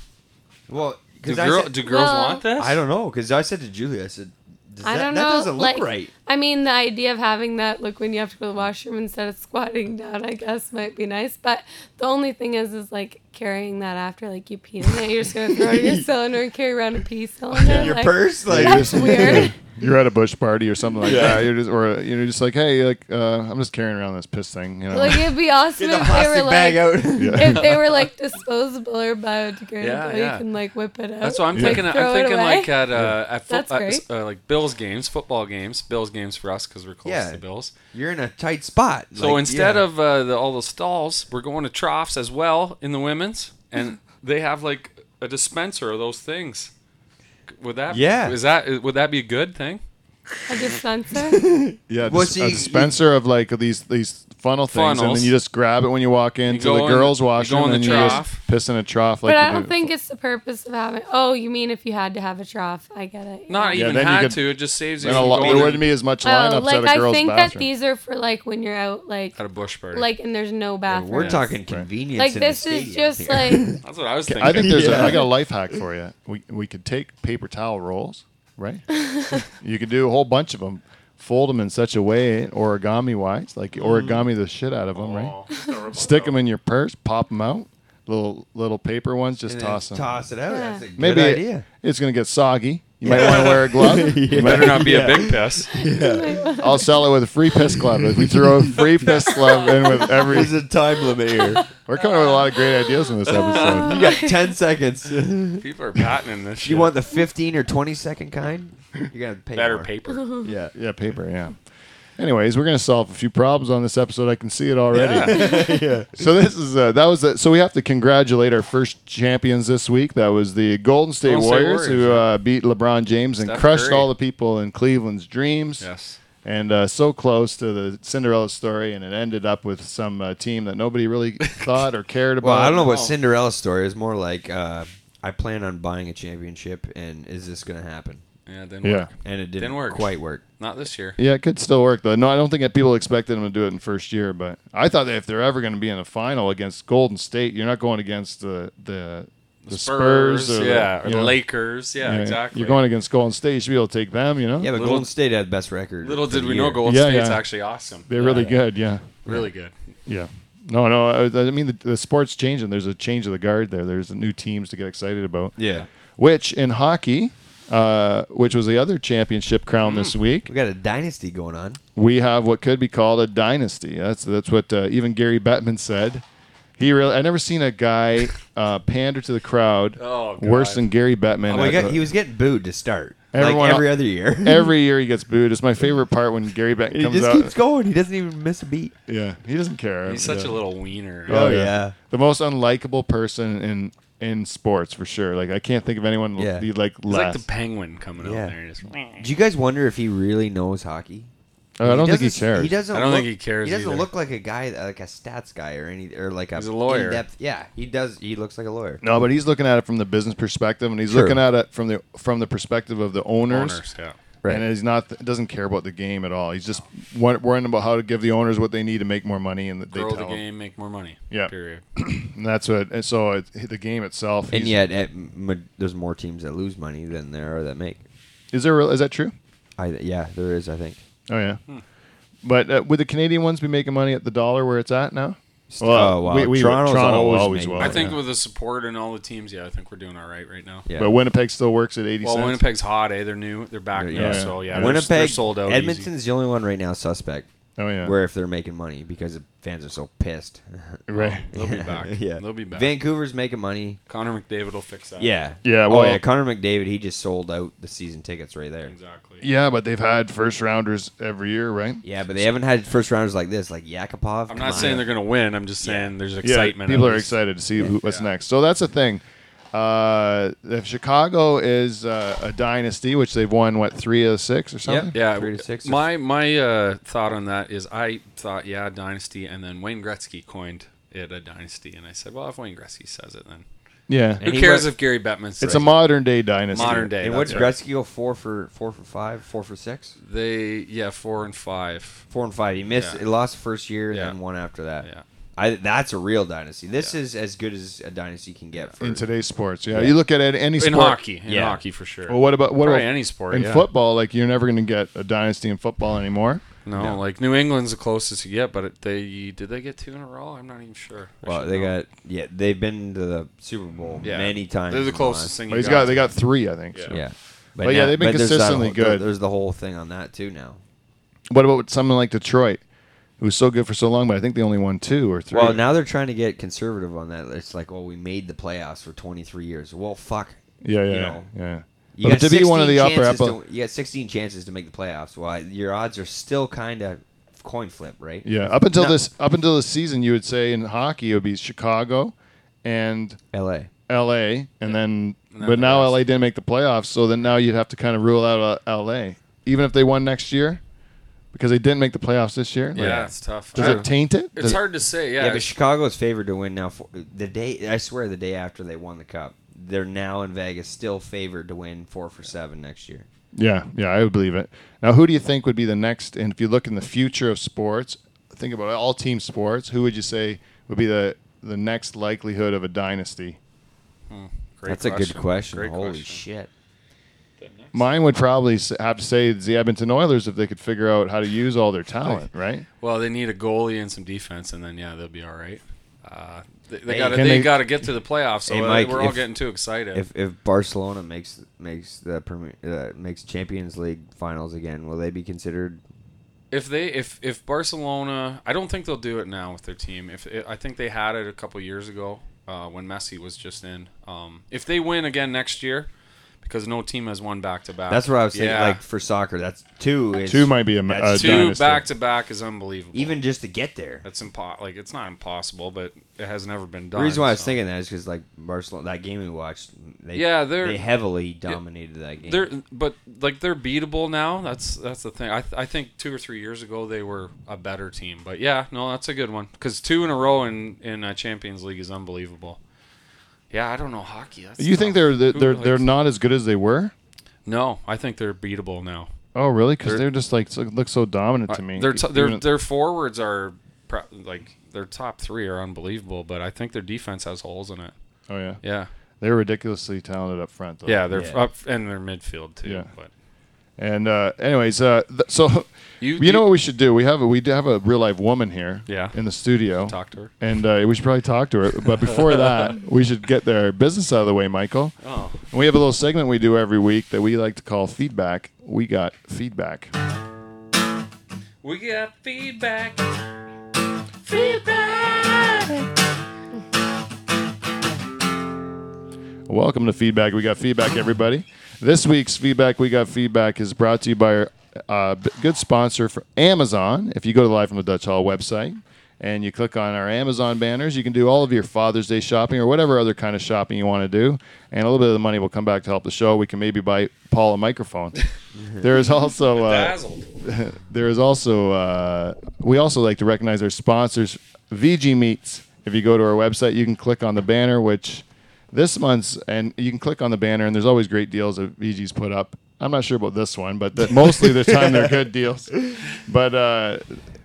Speaker 3: Well,
Speaker 2: Do,
Speaker 3: because I,
Speaker 2: girl,
Speaker 3: said-
Speaker 2: do girls
Speaker 6: Well-
Speaker 2: want this?
Speaker 3: I don't know. Because I said to Julie, I said, Does
Speaker 6: I
Speaker 3: that,
Speaker 6: don't
Speaker 3: that
Speaker 6: know,
Speaker 3: doesn't look
Speaker 6: like-
Speaker 3: right.
Speaker 6: I mean, the idea of having that, like when you have to go to the washroom instead of squatting down, I guess might be nice. But the only thing is, is like carrying that after, like you pee in it, you're just gonna throw it in your cylinder and carry around a pee cylinder.
Speaker 3: your
Speaker 6: like,
Speaker 3: purse, like
Speaker 1: You're
Speaker 3: <laughs>
Speaker 6: That's weird. <laughs>
Speaker 1: <laughs> You're at a bush party or something like
Speaker 2: Yeah.
Speaker 1: that. You're just or uh, you're just like, hey, like uh, I'm just carrying around this piss thing. You know, <laughs>
Speaker 6: Like it'd be awesome
Speaker 3: get the
Speaker 6: if they were
Speaker 3: plastic
Speaker 6: like
Speaker 3: bag out.
Speaker 1: yeah.
Speaker 6: <laughs> if they were like disposable or biodegradable,
Speaker 2: Yeah, yeah.
Speaker 6: you can like whip it out.
Speaker 2: That's what I'm
Speaker 6: like,
Speaker 2: thinking.
Speaker 6: throw
Speaker 2: I'm
Speaker 6: it
Speaker 2: thinking
Speaker 6: away.
Speaker 2: like at uh, at fo-
Speaker 6: That's
Speaker 2: uh,
Speaker 6: great.
Speaker 2: uh, like Bills games, football games, Bills games for us because we're close
Speaker 3: Yeah.
Speaker 2: to the Bills.
Speaker 3: You're in a tight spot.
Speaker 2: So
Speaker 3: Like,
Speaker 2: instead
Speaker 3: yeah.
Speaker 2: of uh, the, all the stalls, we're going to troughs as well in the women's, and
Speaker 3: <laughs>
Speaker 2: they have like a dispenser of those things. Would that
Speaker 3: Yeah.
Speaker 2: Is that would that be a good thing?
Speaker 6: a dispenser.
Speaker 1: yeah,
Speaker 3: Well,
Speaker 1: just
Speaker 3: see,
Speaker 1: a
Speaker 3: you-
Speaker 1: dispenser of like these these funnel things, and
Speaker 2: Funnels.
Speaker 1: then you just grab it when you walk into
Speaker 2: go
Speaker 1: the
Speaker 2: in-
Speaker 1: girls'
Speaker 2: you go
Speaker 1: washroom,
Speaker 2: in the
Speaker 1: and you just
Speaker 2: trough.
Speaker 1: piss in a trough. Like
Speaker 6: but
Speaker 1: you
Speaker 6: I don't
Speaker 1: do.
Speaker 6: think it's the purpose of having. Oh, you mean if you had to have a trough? I get it.
Speaker 2: Not
Speaker 1: Yeah,
Speaker 2: even
Speaker 1: then you
Speaker 2: had
Speaker 1: could-
Speaker 2: to. It just saves you
Speaker 1: And a
Speaker 2: from
Speaker 1: lot, there
Speaker 2: going
Speaker 1: wouldn't
Speaker 2: in-
Speaker 1: be as much lineups
Speaker 6: Oh, like
Speaker 1: at a
Speaker 6: I
Speaker 1: girls'
Speaker 6: think that
Speaker 1: bathroom.
Speaker 6: these are for like when you're out, like
Speaker 2: at a bush party.
Speaker 6: like and there's no bathroom.
Speaker 3: we're talking convenience.
Speaker 6: like
Speaker 3: in the
Speaker 6: this is
Speaker 3: stadium
Speaker 6: just
Speaker 3: here.
Speaker 6: like <laughs>
Speaker 2: That's what I was thinking.
Speaker 1: I think there's. A,
Speaker 3: Yeah.
Speaker 1: I
Speaker 2: <laughs>
Speaker 1: got a life hack for you. We we could take paper towel rolls,
Speaker 2: <laughs>
Speaker 1: right? you could do a whole bunch of them, fold them in such a way origami wise, like
Speaker 2: Mm.
Speaker 1: origami the shit out of them,
Speaker 2: Oh.
Speaker 1: right? Stick them in your purse, pop them out, little little paper ones, just
Speaker 3: And then
Speaker 1: toss them.
Speaker 3: Toss it out.
Speaker 6: Yeah.
Speaker 3: That's a good
Speaker 1: Maybe it-
Speaker 3: idea.
Speaker 1: it's gonna get soggy. You might want to wear a
Speaker 3: <laughs>
Speaker 1: glove.
Speaker 2: It better not be
Speaker 1: <laughs>
Speaker 2: a big piss.
Speaker 1: I'll sell it with a free piss glove. If we throw a
Speaker 2: <laughs>
Speaker 1: free piss glove in with every,
Speaker 3: There's a time limit
Speaker 6: <laughs>
Speaker 3: here.
Speaker 1: we're coming up with a lot of great ideas in this
Speaker 2: <laughs>
Speaker 1: episode.
Speaker 3: You got ten seconds. <laughs>
Speaker 2: People are patenting this. Shit.
Speaker 3: You want the 15 or 20 second kind? You gotta pay
Speaker 2: better
Speaker 3: more.
Speaker 2: paper?
Speaker 1: Yeah, yeah, paper, yeah. Anyways, we're gonna solve a few problems on this episode. I can see it already. <laughs>
Speaker 2: <laughs>
Speaker 1: So this is uh, that was the, so we have to congratulate our first champions this week. That was the Golden State,
Speaker 2: Golden State
Speaker 1: Warriors,
Speaker 2: Warriors,
Speaker 1: who
Speaker 2: yeah.
Speaker 1: uh, beat LeBron James and
Speaker 2: Steph
Speaker 1: crushed
Speaker 2: Curry.
Speaker 1: all the people in Cleveland's dreams.
Speaker 2: Yes.
Speaker 1: And uh, so close to the Cinderella story, and it ended up with some uh, team that nobody
Speaker 2: <laughs>
Speaker 1: really thought or cared about.
Speaker 3: Well, I don't know what
Speaker 2: Oh.
Speaker 3: Cinderella story is. More like uh, I plan on buying a championship, and is this gonna happen?
Speaker 2: Yeah. Then
Speaker 1: Yeah,
Speaker 3: And it didn't,
Speaker 2: Didn't work.
Speaker 3: quite work.
Speaker 2: Not this year.
Speaker 1: yeah, it could still work though. No, I don't think that people expected them to do it in first year, but I thought that if they're ever going to be in the final against Golden State, you're not going against the the, the Spurs, or
Speaker 2: yeah,
Speaker 1: the,
Speaker 2: or
Speaker 1: you
Speaker 2: the
Speaker 1: know,
Speaker 2: Lakers, yeah,
Speaker 1: yeah,
Speaker 2: exactly.
Speaker 1: You're going against Golden State, you should be able to take them. You know,
Speaker 3: Yeah, but
Speaker 2: Little-
Speaker 3: Golden State had best record.
Speaker 2: Little
Speaker 3: for
Speaker 2: did
Speaker 3: the
Speaker 2: we
Speaker 3: year.
Speaker 2: know Golden
Speaker 1: Yeah,
Speaker 2: State's
Speaker 1: yeah.
Speaker 2: actually awesome.
Speaker 1: They're really good. Yeah.
Speaker 2: really good.
Speaker 1: Yeah. No, no. I, I mean, the, the sport's changing. There's a change of the guard there. There's new teams to get excited about.
Speaker 3: Yeah,
Speaker 1: Which in hockey, uh, which was the other championship crown this
Speaker 2: Mm.
Speaker 1: week,
Speaker 3: we got a dynasty going on.
Speaker 1: we have what could be called a dynasty. That's that's what uh, even Gary Bettman said. He really, I never seen a guy uh, pander to the crowd
Speaker 2: Oh, God.
Speaker 1: worse than Gary Bettman.
Speaker 3: Oh my
Speaker 1: at
Speaker 3: god,
Speaker 1: the-
Speaker 3: he was getting booed to start.
Speaker 1: Everyone-
Speaker 3: like every other
Speaker 1: <laughs>
Speaker 3: year.
Speaker 1: every year he gets booed. It's my favorite part when Gary Bettman
Speaker 3: He
Speaker 1: comes
Speaker 3: just
Speaker 1: out.
Speaker 3: keeps going. He doesn't even miss a beat.
Speaker 1: Yeah, he doesn't care.
Speaker 2: He's such
Speaker 1: Yeah.
Speaker 2: a little wiener.
Speaker 1: Oh,
Speaker 3: Oh,
Speaker 1: yeah.
Speaker 3: yeah.
Speaker 1: the most unlikable person in in sports for sure. Like I can't think of anyone
Speaker 3: Yeah.
Speaker 1: be like
Speaker 2: He's like
Speaker 1: less.
Speaker 2: the penguin coming
Speaker 3: Yeah.
Speaker 2: out there. Just,
Speaker 3: Do you guys wonder if he really knows hockey?
Speaker 1: Uh, I don't think he
Speaker 3: doesn't-
Speaker 1: cares.
Speaker 3: He doesn't.
Speaker 2: I don't
Speaker 3: look,
Speaker 2: think he cares
Speaker 3: He doesn't
Speaker 2: either.
Speaker 3: look like a guy, like a stats guy, or any, or like a.
Speaker 2: He's a lawyer.
Speaker 3: in-depth- Yeah, he does. He looks like a lawyer.
Speaker 1: no, but he's looking at it from the business perspective, and he's
Speaker 3: Sure.
Speaker 1: looking at it from the from the perspective of the owners.
Speaker 2: Owners, yeah.
Speaker 3: Right.
Speaker 1: And he's not doesn't care about the game at all. He's just wor- worrying about how to give the owners what they need to make more money, and that they
Speaker 2: Grow
Speaker 1: tell
Speaker 2: the
Speaker 1: him.
Speaker 2: game, make more money.
Speaker 1: Yeah.
Speaker 2: Period.
Speaker 1: And that's what. And so it, the game itself.
Speaker 3: And
Speaker 1: he's-
Speaker 3: yet, at, ma- there's more teams that lose money than there are that make.
Speaker 1: is there real- is that true?
Speaker 3: I yeah, there is. I think.
Speaker 1: Oh yeah.
Speaker 2: Hmm.
Speaker 1: But uh, would the Canadian ones be making money at the dollar where it's at now?
Speaker 3: Oh, wow. Toronto's always making
Speaker 1: will,
Speaker 2: I think
Speaker 1: Oh, yeah.
Speaker 2: with the support and all the teams, yeah, I think we're doing all right right now.
Speaker 3: Yeah.
Speaker 1: But Winnipeg still works at eighty
Speaker 2: Well,
Speaker 1: cents.
Speaker 2: Winnipeg's hot, eh? They're new. They're back
Speaker 3: Yeah.
Speaker 2: now,
Speaker 1: Yeah.
Speaker 2: so yeah, they're,
Speaker 3: Winnipeg,
Speaker 2: they're sold out. easy.
Speaker 3: Edmonton's the only one right now suspect.
Speaker 1: Oh yeah.
Speaker 3: Where if they're making money because the fans are so pissed.
Speaker 1: right.
Speaker 2: <laughs> they'll
Speaker 3: <laughs>
Speaker 2: be back.
Speaker 3: yeah,
Speaker 2: they'll be back.
Speaker 3: Vancouver's making money.
Speaker 2: Connor McDavid will fix that.
Speaker 3: Yeah.
Speaker 1: Yeah,
Speaker 3: oh
Speaker 1: well-
Speaker 3: yeah, Connor McDavid. He just sold out the season tickets right there.
Speaker 2: exactly.
Speaker 1: Yeah, but they've had first rounders every year, right?
Speaker 3: Yeah, but they haven't had first rounders like this, like Yakupov.
Speaker 2: I'm not saying they're gonna win. I'm just saying there's
Speaker 1: Yeah,
Speaker 2: excitement.
Speaker 1: people
Speaker 2: at
Speaker 1: are
Speaker 2: least.
Speaker 1: excited to see who, what's
Speaker 2: Yeah.
Speaker 1: next. So that's the thing. Uh, if Chicago is uh, a dynasty, which they've won what three of six or something.
Speaker 2: Yeah,
Speaker 3: Three to six or-
Speaker 2: My my uh, thought on that is I thought yeah dynasty, and then Wayne Gretzky coined it a dynasty, and I said well if Wayne Gretzky says it then
Speaker 1: Yeah,
Speaker 3: And
Speaker 2: who
Speaker 3: he
Speaker 2: cares
Speaker 3: went-
Speaker 2: if Gary Bettman says
Speaker 1: it's a
Speaker 2: it?
Speaker 1: modern day dynasty.
Speaker 2: modern day.
Speaker 3: And
Speaker 2: that's
Speaker 3: what's
Speaker 2: right.
Speaker 3: Gretzky go four for four for five, four for six,
Speaker 2: They yeah four and five.
Speaker 3: four and five. He missed.
Speaker 2: Yeah.
Speaker 3: He lost first year
Speaker 2: Yeah.
Speaker 3: and then one after that.
Speaker 2: Yeah.
Speaker 3: I that's a real dynasty. This is as good as a dynasty can get for
Speaker 1: in today's sports. Yeah, you look at it, any
Speaker 2: in
Speaker 1: sport.
Speaker 2: hockey, in
Speaker 3: Yeah.
Speaker 2: hockey for sure.
Speaker 1: Well, what about what
Speaker 2: Probably
Speaker 1: about
Speaker 2: any sport,
Speaker 1: in
Speaker 2: yeah.
Speaker 1: football? Like you're never going to get a dynasty in football anymore.
Speaker 2: no, like New England's the closest you get, but it, they did they get two in a row? I'm not even sure. I
Speaker 3: Well,
Speaker 2: should
Speaker 3: they
Speaker 2: know.
Speaker 3: got yeah, they've been to the Super Bowl
Speaker 2: Yeah.
Speaker 3: many times.
Speaker 2: They're the
Speaker 3: in
Speaker 2: closest thing.
Speaker 1: But
Speaker 2: You
Speaker 1: he's
Speaker 2: got.
Speaker 1: got they got three, I think. so.
Speaker 3: last- Yeah.
Speaker 1: But yeah, they've been
Speaker 3: there's that
Speaker 1: consistently
Speaker 3: whole- there-
Speaker 1: good.
Speaker 3: There's the whole thing on that too now.
Speaker 1: What about someone like Detroit, who was so good for so long, but I think they only won two or three.
Speaker 3: Well, now they're trying to get conservative on that. It's like, well, we made the playoffs for 23 years. Well, fuck.
Speaker 1: yeah, yeah,
Speaker 3: you know,
Speaker 1: yeah.
Speaker 3: You
Speaker 1: But
Speaker 3: got
Speaker 1: to be one of
Speaker 3: 16
Speaker 1: the upper
Speaker 3: chances
Speaker 1: upper,
Speaker 3: to- you got 16 chances to make the playoffs. Well, your odds are still kind of coin flip, right?
Speaker 1: yeah, up until
Speaker 3: No.
Speaker 1: this up until this season, you would say in hockey it would be Chicago and
Speaker 3: L.A.
Speaker 1: L.A. and then,
Speaker 2: then
Speaker 1: but
Speaker 2: the
Speaker 1: now
Speaker 2: rest.
Speaker 1: L.A. didn't make the playoffs, so then now you'd have to kind of rule out uh, L.A. even if they won next year, because they didn't make the playoffs this year. Like,
Speaker 2: Yeah, it's tough.
Speaker 1: does
Speaker 2: I-
Speaker 1: it taint it?
Speaker 2: It's
Speaker 1: Does-
Speaker 2: hard to say.
Speaker 3: Yeah,
Speaker 2: Yeah,
Speaker 3: but Chicago's favored to win now. For, the day, I swear, the day after they won the cup, they're now in Vegas, still favored to win four for seven next year.
Speaker 1: Yeah, yeah, I would believe it. Now, who do you think would be the next? And if you look in the future of sports, think about all team sports. Who would you say would be the the next likelihood of a dynasty?
Speaker 2: Great
Speaker 3: That's a good question.
Speaker 2: Great
Speaker 3: Holy
Speaker 2: question.
Speaker 3: shit!
Speaker 1: Mine would probably s- have to say the Edmonton Oilers if they could figure out how to use all their talent, right?
Speaker 2: Well, they need a goalie and some defense, and then yeah, they'll be all right. Uh, they
Speaker 3: Hey,
Speaker 2: got to
Speaker 1: can
Speaker 2: they,
Speaker 1: they-
Speaker 2: got to get to the playoffs. So
Speaker 3: Hey,
Speaker 2: uh,
Speaker 3: Mike,
Speaker 2: we're all
Speaker 3: if-
Speaker 2: getting too excited.
Speaker 3: If if Barcelona makes makes the Premier uh, makes Champions League finals again, will they be considered?
Speaker 2: if they if if Barcelona, I don't think they'll do it now with their team. If I think they had it a couple years ago uh, when Messi was just in. Um, if they win again next year, because no team has won back to back.
Speaker 3: That's what I was saying.
Speaker 2: Uh, Yeah.
Speaker 3: Like for soccer, that's two. Is,
Speaker 1: Two might be a, ma- a
Speaker 3: That's
Speaker 2: two
Speaker 1: dynasty.
Speaker 2: back to back is unbelievable.
Speaker 3: even just to get there.
Speaker 2: that's impo- like it's not impossible, but it has never been
Speaker 3: The
Speaker 2: done.
Speaker 3: reason why I was
Speaker 2: so.
Speaker 3: thinking that is because like Barcelona, that game we watched, they
Speaker 2: Yeah, they're-
Speaker 3: they heavily dominated that game.
Speaker 2: They're but like they're beatable now. That's that's the thing. I, I think two or three years ago they were a better team. But yeah, no, that's a good one because two in a row in in uh, Champions League is unbelievable. Yeah, I don't know hockey. That's
Speaker 1: You think
Speaker 2: tough.
Speaker 1: they're they're
Speaker 2: Who
Speaker 1: they're,
Speaker 2: really-
Speaker 1: they're not as good as they were?
Speaker 2: No, I think they're beatable now.
Speaker 1: Oh, really? Because they're Uh, just like so- look so dominant to me.
Speaker 2: Their t- their
Speaker 1: Even-
Speaker 2: their forwards are pro- like their top three are unbelievable, but I think their defense has holes in it.
Speaker 1: oh yeah,
Speaker 2: Yeah,
Speaker 1: they're ridiculously talented up front. Though.
Speaker 2: yeah, they're
Speaker 3: Yeah.
Speaker 2: up and their midfield too.
Speaker 1: Yeah.
Speaker 2: But
Speaker 1: And uh, anyways, uh, th- <laughs> so
Speaker 2: You-
Speaker 1: you, know
Speaker 2: you-
Speaker 1: what we should do? We have a, we do have a real life woman here,
Speaker 2: Yeah.
Speaker 1: in the studio.
Speaker 2: Talk to her.
Speaker 1: and uh, we should probably talk to her. But before <laughs> that, we should get their business out of the way, Michael.
Speaker 2: oh,
Speaker 1: And we have a little segment we do every week that we like to call feedback. We got feedback.
Speaker 2: we got feedback.
Speaker 1: Uh, Welcome to feedback. We got feedback, everybody. This week's feedback we got feedback is brought to you by our uh, b- good sponsor for Amazon. If you go to the Live from the Dutch Hall website and you click on our Amazon banners, you can do all of your Father's Day shopping or whatever other kind of shopping you want to do, and a little bit of the money will come back to help the show. We can maybe buy Paul a microphone. <laughs> there is also uh,
Speaker 2: Dazzled.
Speaker 1: <laughs> there is also uh, we also like to recognize our sponsors vg meats if you go to our website you can click on the banner which this month's and you can click on the banner and there's always great deals that vg's put up i'm not sure about this one but that mostly the time they're good
Speaker 3: <laughs>
Speaker 1: deals but uh,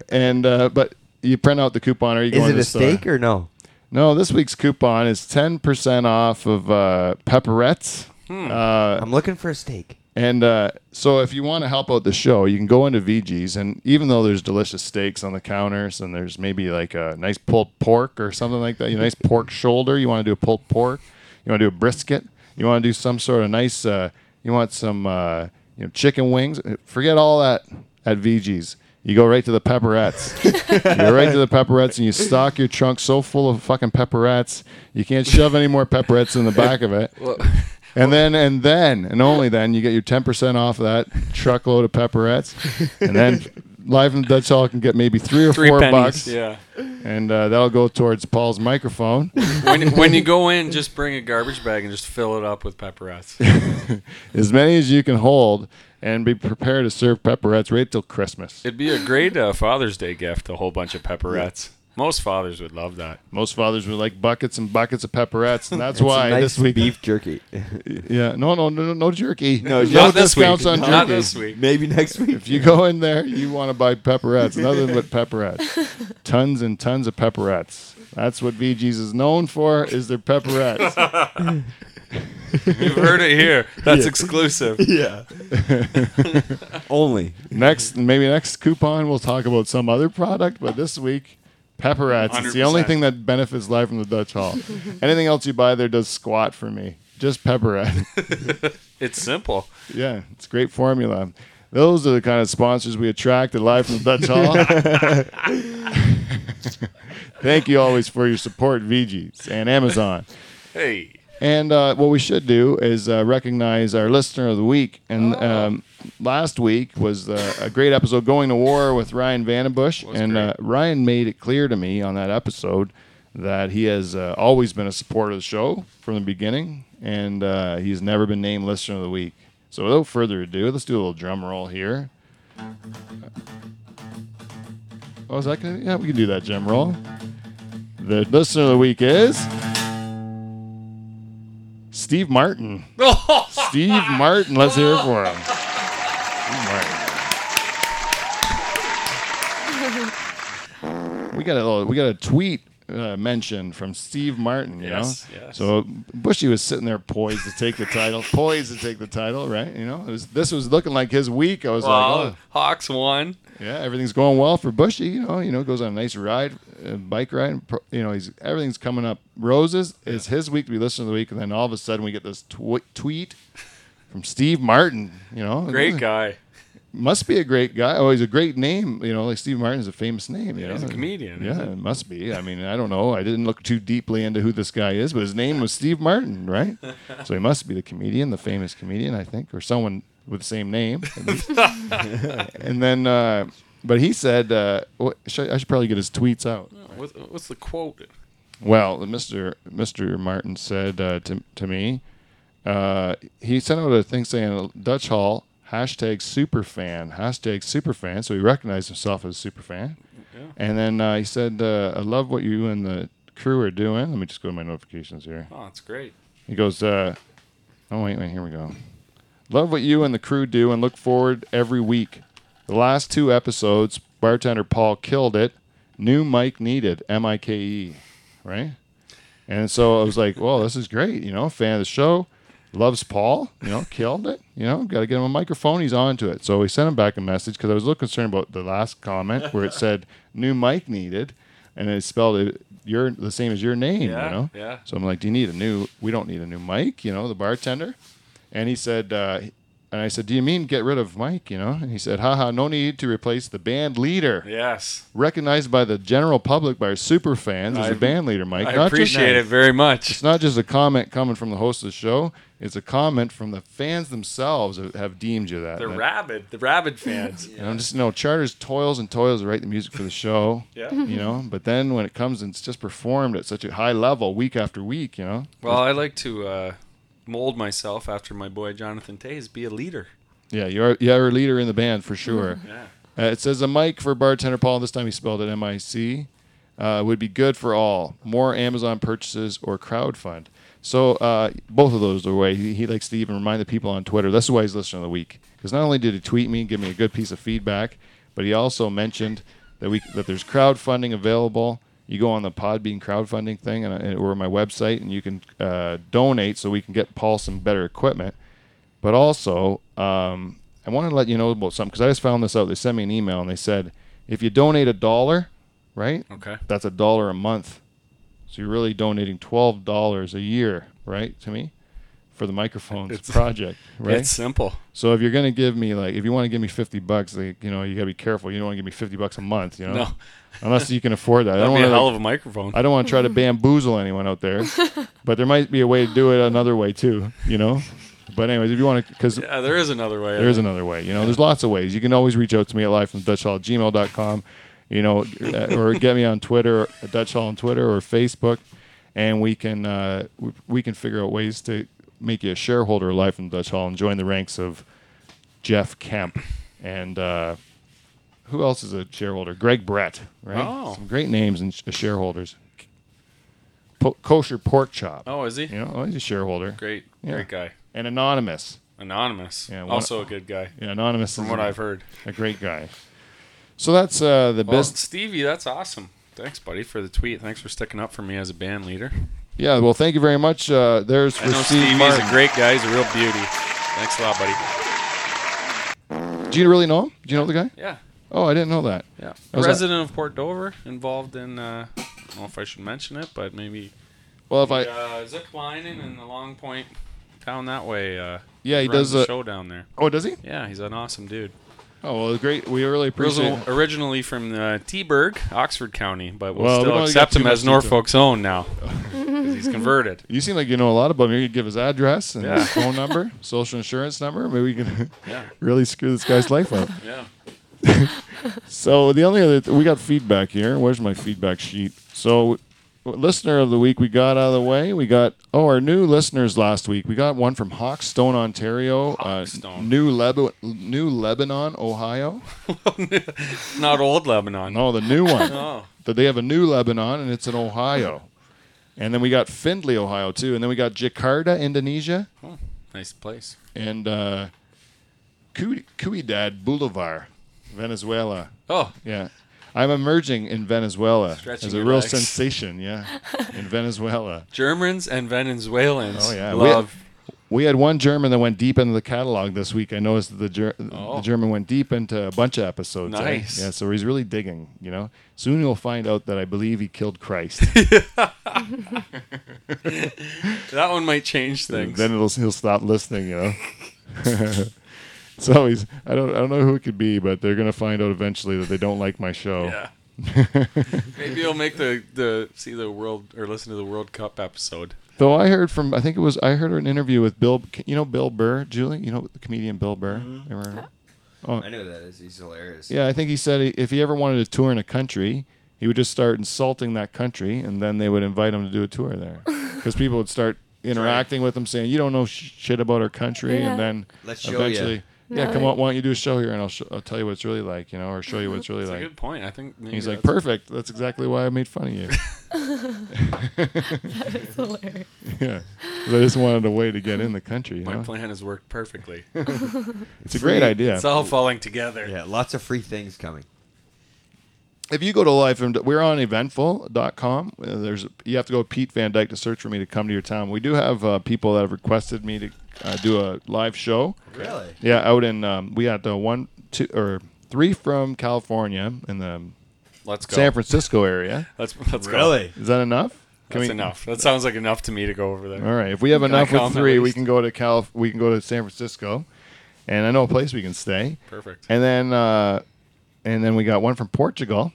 Speaker 1: and uh, but you print out the coupon or you go
Speaker 3: is
Speaker 1: on
Speaker 3: it a
Speaker 1: this, uh,
Speaker 3: steak or no?
Speaker 1: no this week's coupon is 10% off of uh, pepperettes uh,
Speaker 3: I'm looking for a steak.
Speaker 1: and uh, so, if you want to help out the show, you can go into VG's, and even though there's delicious steaks on the counters, and there's maybe like a nice pulled pork or something like that, you know, nice pork shoulder. You want to do a pulled pork. You want to do a brisket. You want to do some sort of nice. Uh, you want some, uh, you know, chicken wings. Forget all that at VG's. You go right to the pepperettes. you go right to the pepperettes, and you stock your trunk so full of fucking pepperettes, you can't shove any more pepperettes in the back of it. And then, and then, and only then, you get your ten percent off that truckload of pepperettes, and then live in the Dutch Hall can get maybe three or
Speaker 2: <laughs> Three
Speaker 1: four
Speaker 2: pennies.
Speaker 1: bucks,
Speaker 2: Yeah.
Speaker 1: and uh, that'll go towards Paul's microphone.
Speaker 2: when, when you go in, just bring a garbage bag and just fill it up
Speaker 1: <laughs>
Speaker 2: with pepperettes.
Speaker 1: as many as you can hold, and be prepared to serve pepperettes right till Christmas.
Speaker 2: It'd be a great uh, Father's Day gift, a whole bunch of pepperettes. Most fathers would love that.
Speaker 1: Most fathers would like buckets and buckets of pepperettes, and that's
Speaker 3: It's a
Speaker 1: why
Speaker 3: nice
Speaker 1: this week. <laughs>
Speaker 3: beef jerky.
Speaker 1: Yeah, no, no, no, no jerky.
Speaker 3: No,
Speaker 1: no
Speaker 3: not
Speaker 2: this
Speaker 1: discounts
Speaker 2: week.
Speaker 1: on jerky.
Speaker 2: Not this week.
Speaker 3: Maybe next week.
Speaker 1: If you go in there, you want to buy pepperettes, nothing but pepperettes. Tons and tons of pepperettes. That's what VG's is known for, is their pepperettes.
Speaker 2: You've heard
Speaker 1: <laughs>
Speaker 2: it here. That's
Speaker 1: Yeah.
Speaker 2: exclusive.
Speaker 3: yeah. Only.
Speaker 1: next, maybe next coupon, we'll talk about some other product, but this week, pepperettes. It's the only
Speaker 2: 100%.
Speaker 1: thing that benefits life from the Dutch Hall. Anything else you buy there does squat for me. Just pepperette.
Speaker 2: It's simple.
Speaker 1: Yeah, it's a great formula. Those are the kind of sponsors we attract at Live from the Dutch Hall. <laughs> Thank you always for your support, VGs and Amazon.
Speaker 2: Hey.
Speaker 1: And uh, what we should do is uh, recognize our listener of the week. And um, last week was uh, a great episode, Going to War with Ryan Vandenbush. And uh, Ryan made it clear to me on that episode that he has uh, always been a supporter of the show from the beginning, and uh, he's never been named listener of the week. So without further ado, let's do a little drum roll here. Oh, is that gonna? Yeah, we can do that drum roll. The listener of the week is Steve Martin.
Speaker 2: <laughs>
Speaker 1: Steve Martin, let's hear it for him. Steve Martin. We got a little, we got a tweet uh, mention from Steve Martin. You
Speaker 2: Yes,
Speaker 1: know,
Speaker 2: yes.
Speaker 1: so Bushy was sitting there poised to take the title, poised to take the title, right? You know, it was, this was looking like his week. I was like,
Speaker 2: Well,
Speaker 1: oh,
Speaker 2: Hawks won.
Speaker 1: yeah, everything's going well for Bushy. You know, you know, goes on a nice ride, uh, bike ride. pro- You know, he's everything's coming up roses. It's his week to be listening to the week, and then all of a sudden we get this tw- tweet from Steve Martin. You know,
Speaker 2: Great guy.
Speaker 1: Must be a great guy. Oh, he's a great name. You know, like Steve Martin is a famous name. You know?
Speaker 2: He's a comedian,
Speaker 1: Yeah,
Speaker 2: isn't
Speaker 1: it must be. I mean, I don't know. I didn't look too deeply into who this guy is, but his name was Steve Martin, right? So he must be the comedian, the famous comedian, I think, or someone with the same
Speaker 2: <laughs>
Speaker 1: name. at least. and then, uh, but he said, uh, what, should, I should probably get his tweets out.
Speaker 2: What, what's the quote?
Speaker 1: Well, Mr. Mr. Martin said uh, to to me, uh, he sent out a thing saying Dutch Hall hashtag superfan hashtag superfan. So he recognized himself as a superfan, and then uh, he said, uh, "I love what you and the crew are doing." Let me just go to my notifications here.
Speaker 2: Oh, it's great.
Speaker 1: He goes, uh, "Oh wait, wait, here we go. Love what you and the crew do, and look forward every week. The last two episodes, bartender Paul killed it. New Mike needed, M I K E, right? And so I was like, "Well, this is great. You know, fan of the show, loves Paul. You know, killed it. You know, got to get him a microphone. He's on to it." So we sent him back a message because I was a little concerned about the last comment
Speaker 2: <laughs>
Speaker 1: where it said "new mic needed," and it spelled it your the same as your name.
Speaker 2: Yeah,
Speaker 1: you know,
Speaker 2: yeah.
Speaker 1: So I'm like, "Do you need a new? We don't need a new mic." You know, the bartender, and he said. Uh, and I said, "Do you mean get rid of Mike?" You know, and he said, "Haha, no need to replace the band leader,
Speaker 2: <laughs> Yes.
Speaker 1: recognized by the general public by our super fans as a
Speaker 2: I-
Speaker 1: band leader, Mike.
Speaker 2: I
Speaker 1: Not just-
Speaker 2: appreciate it very much.
Speaker 1: it's not just a comment coming from the host of the show. It's a comment from the fans themselves who have deemed you that.
Speaker 2: The
Speaker 1: And
Speaker 2: rabid, the rabid fans.
Speaker 1: I- and I'm just you know charters toils and toils to write the music for the show.
Speaker 2: <laughs> Yeah.
Speaker 1: You know, but then when it comes and it's just performed at such a high level week after week, you know.
Speaker 2: Well, I like to uh, mold myself after my boy Jonathan Tays, be a leader.
Speaker 1: Yeah, you're you're a leader in the band for sure.
Speaker 2: Yeah.
Speaker 1: Uh, it says a mic for bartender Paul. This time he spelled it M I C. Uh, would be good for all. More Amazon purchases or crowdfund. So uh, both of those are the way he, he likes to even remind the people on Twitter. That's why he's listening to the week because not only did he tweet me and give me a good piece of feedback, but he also mentioned that we that there's crowdfunding available. You go on the Podbean crowdfunding thing and, and- or my website, and you can uh, donate so we can get Paul some better equipment. But also, um, I want to let you know about something because I just found this out. They sent me an email and they said if you donate a dollar, right?
Speaker 2: Okay.
Speaker 1: That's a dollar a month. So you're really donating twelve dollars a year, right, to me, for the microphones
Speaker 2: It's- <laughs>
Speaker 1: project, right?
Speaker 2: It's simple.
Speaker 1: So if you're gonna give me like, if you want to give me fifty bucks, like you know, you gotta be careful. You don't want to give me fifty bucks a month, you know,
Speaker 2: No.
Speaker 1: unless you can afford that. I
Speaker 2: <laughs> That'd
Speaker 1: Oh. don't
Speaker 2: be a
Speaker 1: want
Speaker 2: hell of a microphone.
Speaker 1: I don't want to try to bamboozle anyone out there, but there might be a way to do it another way too, you know. But anyways, if you want to, because
Speaker 2: yeah, there is another way.
Speaker 1: there is another way. You know, there's lots of ways. You can always reach out to me at livefromdutchhall@gmail.com. You know, uh, or get me on Twitter, at Dutch Hall on Twitter or Facebook, and we can uh, we, we can figure out ways to make you a shareholder of Life from Dutch Hall and join the ranks of Jeff Kemp and uh, who else is a shareholder? Greg Brett, right?
Speaker 2: Oh.
Speaker 1: Some great names and sh- uh, shareholders. Po- kosher pork chop.
Speaker 2: Oh, is he?
Speaker 1: You know, oh, he's a shareholder.
Speaker 2: Great,
Speaker 1: Yeah.
Speaker 2: great guy.
Speaker 1: And anonymous.
Speaker 2: Anonymous,
Speaker 1: Yeah, one-
Speaker 2: also a good guy,
Speaker 1: Yeah, anonymous
Speaker 2: from
Speaker 1: is
Speaker 2: what
Speaker 1: a-
Speaker 2: I've heard.
Speaker 1: a great guy. So that's uh, the
Speaker 2: Well,
Speaker 1: best.
Speaker 2: Stevie, that's awesome. Thanks, buddy, for the tweet. Thanks for sticking up for me as a band leader.
Speaker 1: Yeah. Well, thank you very much. Uh, there's
Speaker 2: I
Speaker 1: for
Speaker 2: know
Speaker 1: Steve
Speaker 2: Stevie's
Speaker 1: Martin.
Speaker 2: a great guy. He's a real beauty. Thanks a lot, buddy.
Speaker 1: Do you really know him? Do you know the guy?
Speaker 2: Yeah,
Speaker 1: Oh, I didn't know that.
Speaker 2: yeah.
Speaker 1: How's that?
Speaker 2: resident of Port Dover, involved in. Uh, I don't know if I should mention it, but maybe
Speaker 1: Well, if I
Speaker 2: uh, Zip lining and the Long Point down that way. Uh,
Speaker 1: yeah, he
Speaker 2: runs
Speaker 1: does.
Speaker 2: the
Speaker 1: Uh,
Speaker 2: show down there.
Speaker 1: oh, does he?
Speaker 2: Yeah, he's an awesome dude.
Speaker 1: Oh, well, great. We really appreciate.
Speaker 2: Original,
Speaker 1: it.
Speaker 2: originally from uh, Teaburg, Oxford County, but we'll
Speaker 1: Well, we
Speaker 2: still
Speaker 1: don't
Speaker 2: accept
Speaker 1: get too
Speaker 2: him as
Speaker 1: much detail.
Speaker 2: Norfolk's
Speaker 1: <laughs>
Speaker 2: own now 'cause he's converted.
Speaker 1: You seem like you know a lot about him. You could give his address and
Speaker 2: Yeah.
Speaker 1: his phone number, <laughs> social insurance number. Maybe we can
Speaker 2: <laughs> Yeah.
Speaker 1: <laughs> really screw this guy's life up.
Speaker 2: Yeah.
Speaker 1: So the only other th- we got feedback here. Where's my feedback sheet? So w- listener of the week we got out of the way. We got oh our new listeners last week. We got one from Hawkstone, Ontario, Uh,
Speaker 2: Hawkstone.
Speaker 1: new Leb- new Lebanon, Ohio.
Speaker 2: Not old Lebanon.
Speaker 1: No, the new one.
Speaker 2: <laughs> Oh.
Speaker 1: That they have a new Lebanon and it's in Ohio. And then we got Findlay, Ohio too. And then we got Jakarta, Indonesia,
Speaker 2: Oh, nice place.
Speaker 1: and uh, Cu- Cuidad Boulevard, Venezuela.
Speaker 2: Oh,
Speaker 1: Yeah. I'm emerging in Venezuela
Speaker 2: Stretching
Speaker 1: as a
Speaker 2: your
Speaker 1: real
Speaker 2: legs.
Speaker 1: sensation,
Speaker 2: <laughs>
Speaker 1: yeah, in Venezuela.
Speaker 2: Germans and Venezuelans.
Speaker 1: Oh, yeah. We-
Speaker 2: Love.
Speaker 1: We had one German that went deep into the catalog this week. I noticed that the, ger-
Speaker 2: Oh.
Speaker 1: the German went deep into a bunch of episodes. eh?
Speaker 2: Nice.
Speaker 1: Yeah, so he's really digging, you know. Soon you'll find out that I believe he killed
Speaker 2: <laughs>
Speaker 1: Christ.
Speaker 2: that one might change things.
Speaker 1: Then it'll he'll stop listening, you know. <laughs> so he's I don't I don't know who it could be, but they're gonna find out eventually that they don't like my show. <laughs>
Speaker 2: yeah. Maybe he'll make the, the see the world or listen to the World Cup episode.
Speaker 1: Though I heard from I think it was I heard an interview with Bill you know Bill Burr, Julie, you know the comedian Bill Burr.
Speaker 2: Mm-hmm.
Speaker 1: Remember?
Speaker 3: I know who that is. He's hilarious.
Speaker 1: Yeah, I think he said if he ever wanted to tour in a country, he would just start insulting that country, and then they would invite him to do a tour
Speaker 2: <laughs>
Speaker 1: there, because people would start interacting with him, saying, "You don't know sh- shit about our country,"
Speaker 6: Yeah.
Speaker 1: and then
Speaker 3: Let's show ya.
Speaker 1: eventually, yeah,
Speaker 6: No,
Speaker 1: come
Speaker 6: they-
Speaker 1: on, why don't you do a show here, and I'll, sh- I'll tell you what it's really like, you know, or show you what it's really
Speaker 2: That's
Speaker 1: like.
Speaker 2: a good point. I think maybe
Speaker 1: And he's like,
Speaker 2: that's-
Speaker 1: "Perfect. That's exactly why I made fun of
Speaker 2: <laughs>
Speaker 1: you." <laughs>
Speaker 6: That's hilarious.
Speaker 1: yeah, 'Cause I just wanted a way to get in the country. You
Speaker 2: My
Speaker 1: know?
Speaker 2: plan has worked perfectly.
Speaker 1: <laughs> It's a great idea.
Speaker 2: It's all falling together.
Speaker 3: Yeah, lots of free things coming.
Speaker 1: if you go to life and we're on eventful.com Uh, there's you have to go pete van dyke to search for me to come to your town we do have uh, people that have requested me to uh, do a live show
Speaker 3: Really?
Speaker 1: yeah out in um, we had uh, one two or three from california in the
Speaker 2: Let's go.
Speaker 1: san francisco area
Speaker 2: Let's let's go.
Speaker 1: is that enough Can
Speaker 2: That's
Speaker 1: we-
Speaker 2: enough. That sounds like enough to me to go over there.
Speaker 1: all right if we have enough
Speaker 2: come
Speaker 1: with
Speaker 2: at
Speaker 1: three we
Speaker 2: least?
Speaker 1: can go to cal we can go to san francisco and i know a place we can stay
Speaker 2: Perfect.
Speaker 1: And then uh, and then we got one from Portugal,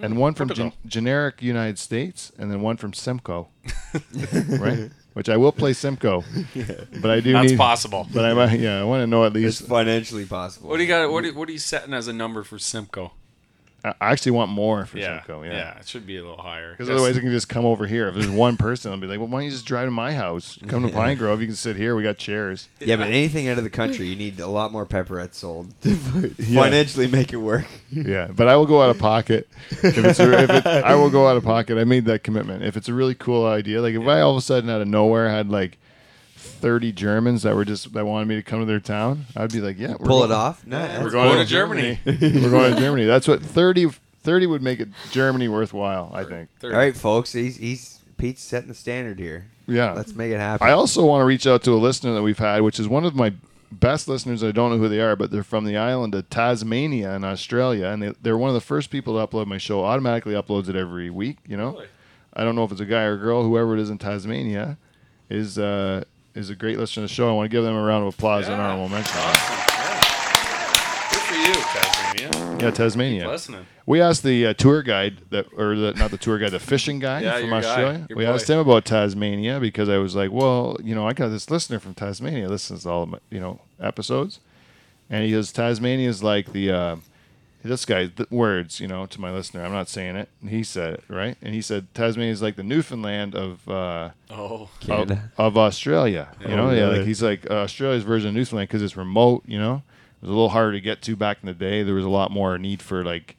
Speaker 1: and one from
Speaker 2: Hmm, Portugal.
Speaker 1: gen- generic United States, and then one from Simcoe,
Speaker 2: <laughs>
Speaker 1: right? Which I will play Simcoe, but I do
Speaker 2: That's
Speaker 1: need.
Speaker 2: possible.
Speaker 1: But I might, yeah, I want to know at
Speaker 3: It's
Speaker 1: least.
Speaker 3: financially possible.
Speaker 2: What do you got? What are, what are you setting as a number for Simcoe?
Speaker 1: I I actually want more for Simcoe, yeah.
Speaker 2: it should be a little higher.
Speaker 1: Because
Speaker 2: Yes.
Speaker 1: otherwise, I can just come over here. If there's one person, I'll be like, "Well, why don't you just drive to my house? Come
Speaker 2: <laughs>
Speaker 1: to Pine Grove. You can sit here. We got chairs."
Speaker 3: Yeah, but anything out of the country, you need a lot more pepperettes sold <laughs> to financially make it work.
Speaker 1: Yeah, but I will go out of pocket. If it's a, if it, I will go out of pocket. I made that commitment. If it's a really cool idea, like if I all of a sudden out of nowhere had like thirty Germans that were just that wanted me to come to their town, I'd be like, yeah, we're
Speaker 3: Pull
Speaker 1: going-
Speaker 3: it off? No, that's
Speaker 2: We're
Speaker 3: cool.
Speaker 2: going to Germany.
Speaker 1: we're going to Germany. That's what 30, 30 would make it Germany worthwhile. I think.
Speaker 2: Third.
Speaker 3: All right, folks. He's he's Pete's setting the standard here.
Speaker 1: Yeah.
Speaker 3: Let's make it happen.
Speaker 1: I also want to reach out to a listener that we've had, which is one of my best listeners. I don't know who they are, but they're from the island of Tasmania in Australia, and they, they're one of the first people to upload my show. Automatically uploads it every week. You know,
Speaker 2: Really?
Speaker 1: I don't know if it's a guy or a girl. Whoever it is in Tasmania is uh, is a great listener to the show. I want to give them a round of applause and
Speaker 2: Yeah.
Speaker 1: honorable mention.
Speaker 2: Awesome. Yeah. Good for you, Tasmania.
Speaker 1: Yeah, Tasmania.
Speaker 2: Listening.
Speaker 1: We asked the uh, tour guide that, or the, not the tour guide, the fishing guy
Speaker 2: Yeah,
Speaker 1: from
Speaker 2: your guy,
Speaker 1: Australia.
Speaker 2: your
Speaker 1: we
Speaker 2: boy.
Speaker 1: asked him about Tasmania because I was like, well, you know, I got this listener from Tasmania. Listens to all of my, you know, episodes, and he goes, Tasmania is like the. Uh, this guy's th- words, you know, to my listener. I'm not saying it. He said it, right? And he said Tasmania is like the Newfoundland of uh,
Speaker 2: Oh,
Speaker 1: of, of Australia. You know, yeah, like he's like uh, Australia's version of Newfoundland because it's remote. You know, It was a little harder to get to back in the day. There was a lot more need for like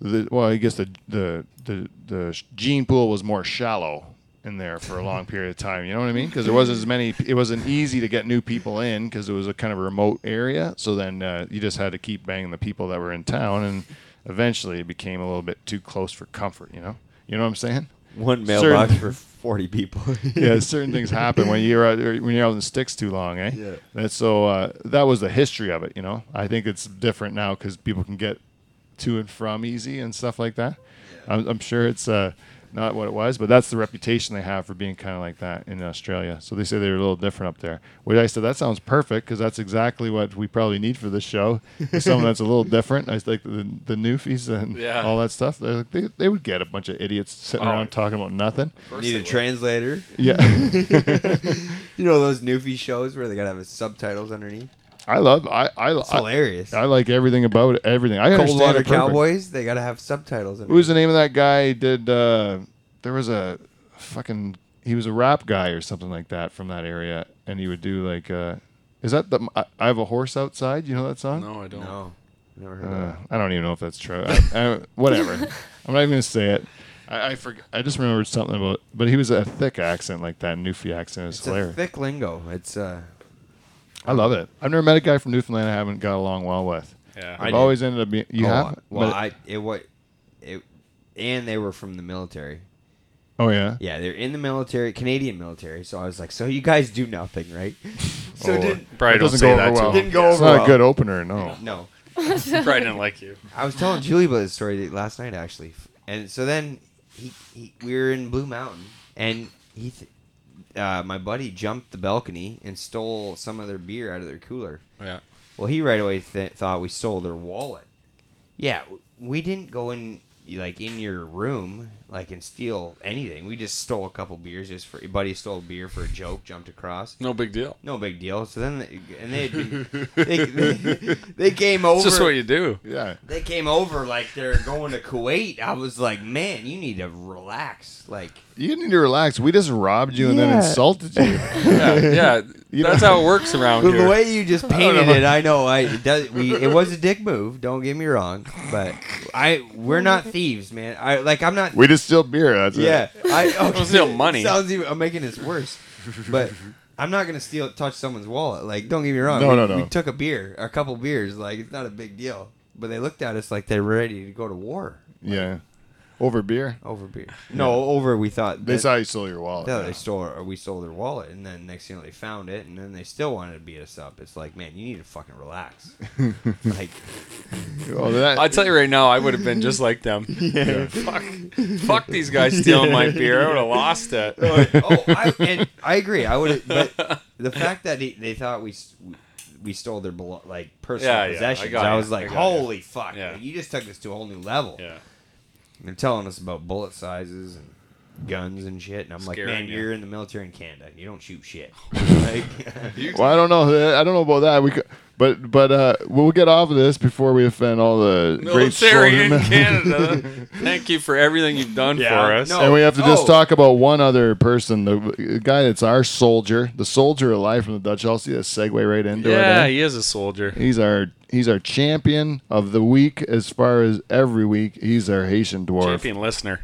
Speaker 1: the well, I guess the the the, the sh- gene pool was more shallow in there for a long period of time. You know what I mean? Because there wasn't as many. It wasn't easy to get new people in because it was a kind of remote area. So then uh, you just had to keep banging the people that were in town, and eventually it became a little bit too close for comfort. You know? You know what I'm saying?
Speaker 3: <laughs> One
Speaker 1: Certain-
Speaker 3: mailbox for
Speaker 1: <laughs>
Speaker 3: 40 people.
Speaker 1: yeah, certain things happen when you're out, or when you're out in the sticks too long, eh?
Speaker 3: Yeah.
Speaker 1: That's so uh, that was the history of it. You know, I think it's different now because people can get to and from easy and stuff like that. I'm, I'm sure it's uh, not what it was, but that's the reputation they have for being kind of like that in Australia. So they say they're a little different up there. Which I said that sounds perfect because that's exactly what we probably need for this show. is Someone that's a
Speaker 2: <laughs>
Speaker 1: little different. I think the the newfies and
Speaker 2: Yeah.
Speaker 1: all that stuff. They, they they would get a bunch of idiots sitting
Speaker 2: Oh.
Speaker 1: around talking about
Speaker 2: <laughs>
Speaker 1: nothing.
Speaker 2: First
Speaker 3: <laughs> Need a
Speaker 1: <laughs>
Speaker 2: they
Speaker 3: translator.
Speaker 1: Yeah.
Speaker 3: You know those newfie shows where they gotta have subtitles underneath?
Speaker 1: I love I I,
Speaker 3: It's
Speaker 1: I,
Speaker 3: hilarious.
Speaker 1: I like everything about it, everything. I
Speaker 3: Cold
Speaker 1: understand
Speaker 3: Water
Speaker 1: it perfect.
Speaker 3: Cowboys, they gotta have subtitles
Speaker 1: What was the
Speaker 3: underneath.
Speaker 1: name of that guy? Did uh, there was a fucking he was a rap guy or something like that from that area, and he would do like uh, is that the I, I have a horse outside? You know that song?
Speaker 2: No, I don't.
Speaker 3: No. Never heard of
Speaker 1: Uh,
Speaker 3: that.
Speaker 1: I don't even know if that's true. I, I,
Speaker 3: <laughs>
Speaker 1: whatever. I'm not even gonna say it. I I, forg I just remembered something about, but he was a thick accent like that, Newfie accent. It's,
Speaker 3: It's a
Speaker 1: hilarious.
Speaker 3: thick lingo. It's uh
Speaker 1: I love it. I've never met a guy from Newfoundland I haven't got along well with.
Speaker 2: Yeah. <laughs>
Speaker 1: I've
Speaker 3: do.
Speaker 1: always ended up being you
Speaker 3: oh,
Speaker 1: have
Speaker 3: Well
Speaker 1: But-
Speaker 3: I it what it and they were from the military.
Speaker 1: oh yeah
Speaker 3: Yeah, they're in the military, Canadian military. So I was like, so you guys do nothing, right? <laughs> so
Speaker 1: Oh,
Speaker 3: did
Speaker 2: Probably
Speaker 1: It
Speaker 2: don't
Speaker 1: doesn't
Speaker 2: say
Speaker 1: go
Speaker 2: that
Speaker 1: over well.
Speaker 2: to him.
Speaker 3: Didn't go
Speaker 1: it's
Speaker 3: over
Speaker 1: not
Speaker 3: well.
Speaker 1: a good opener, no.
Speaker 3: no.
Speaker 2: Probably didn't like you.
Speaker 3: I was telling Julie about this story last night actually, and so then he, he we were in Blue Mountain, and he, th- uh, my buddy jumped the balcony and stole some of their beer out of their cooler.
Speaker 2: Yeah.
Speaker 3: Well, he right away th- thought we stole their wallet. Yeah, w- we didn't go in like in your room like and steal anything. We just stole a couple beers just for buddy stole a beer for a joke, jumped across.
Speaker 2: No big deal.
Speaker 3: No big deal. So then, they, and they, had
Speaker 2: <laughs>
Speaker 3: been- they, they they came over.
Speaker 2: It's just what
Speaker 1: <laughs>
Speaker 2: you do.
Speaker 1: Yeah.
Speaker 3: They came over like they're going to Kuwait. I was like, man, you need to relax. Like,
Speaker 1: You need to relax. We just robbed you and then
Speaker 3: Yeah.
Speaker 1: insulted you.
Speaker 2: Yeah,
Speaker 1: You
Speaker 2: that's
Speaker 1: know-
Speaker 2: how it works around
Speaker 3: from the
Speaker 2: here.
Speaker 3: way
Speaker 1: <laughs>
Speaker 3: you just painted it, I know I it does. We it was a dick move. Don't get me wrong, but I we're not thieves, man. I like I'm
Speaker 1: <laughs>
Speaker 3: not.
Speaker 1: we just steal beer. That's
Speaker 3: yeah,
Speaker 1: it. <laughs>
Speaker 3: I okay,
Speaker 2: was still money.
Speaker 3: Sounds even. I'm making this worse, but. I'm not gonna steal, touch someone's wallet. Like, don't get me wrong.
Speaker 1: No,
Speaker 3: we,
Speaker 1: no, no.
Speaker 3: We took a beer, a couple beers. Like, it's not a big deal. But they looked at us like they were ready to go to war
Speaker 1: Yeah. Over beer.
Speaker 3: over beer. No, over. We thought
Speaker 1: They
Speaker 3: that-
Speaker 1: saw you stole your wallet.
Speaker 3: Yeah,
Speaker 1: yeah.
Speaker 3: they stole or we stole their wallet, and then next thing you know, they found it, and then they still wanted to beat us up. It's like, man, you need to fucking
Speaker 2: <laughs>
Speaker 3: relax. like,
Speaker 1: Oh, that-
Speaker 2: I tell you right now, I would have been just like them.
Speaker 1: yeah.
Speaker 2: Fuck, fuck these guys stealing my beer. I would have lost <laughs> it.
Speaker 3: oh, I, and I agree. I would, but the fact that he, they thought we s- we stole their belo- like personal
Speaker 2: Yeah, yeah, I
Speaker 3: possessions,
Speaker 2: got
Speaker 3: I,
Speaker 2: you,
Speaker 3: was like,
Speaker 2: I got you.
Speaker 3: holy fuck,
Speaker 2: Yeah.
Speaker 3: like, you just took this to a whole new level.
Speaker 2: Yeah,
Speaker 3: They're telling us about bullet sizes and guns and shit, and I'm
Speaker 2: Scaring
Speaker 3: like, man,
Speaker 2: you.
Speaker 3: you. are in the military in Canada, you don't
Speaker 2: <laughs>
Speaker 3: shoot shit. like, <laughs>
Speaker 1: Well, I don't know. I don't know about that. We could, but but uh, we'll get off of this before we offend all the great
Speaker 2: military in
Speaker 1: soldier-
Speaker 2: Canada. Thank you for everything you've done for us.
Speaker 1: <laughs>
Speaker 3: no.
Speaker 1: And we have to just
Speaker 3: Oh.
Speaker 1: talk about one other person, the guy that's our soldier, the soldier alive from the Dutch Hall. See that segue right into it. eh?
Speaker 2: Yeah, he is a soldier.
Speaker 1: He's our he's our champion of the week as far as every week. He's our Haitian dwarf.
Speaker 2: Champion listener.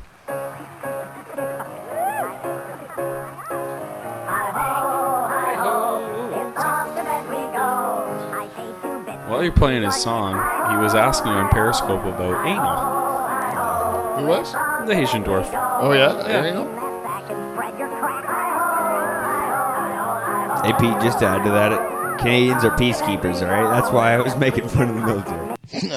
Speaker 2: While you're playing his song, he was asking on Periscope about anal.
Speaker 1: Who was?
Speaker 2: The Haitian dwarf.
Speaker 1: Oh yeah,
Speaker 2: Yeah.
Speaker 1: Ariel?
Speaker 3: Hey Pete, just to add to that, Canadians are peacekeepers, all right? That's why I was making fun of the military.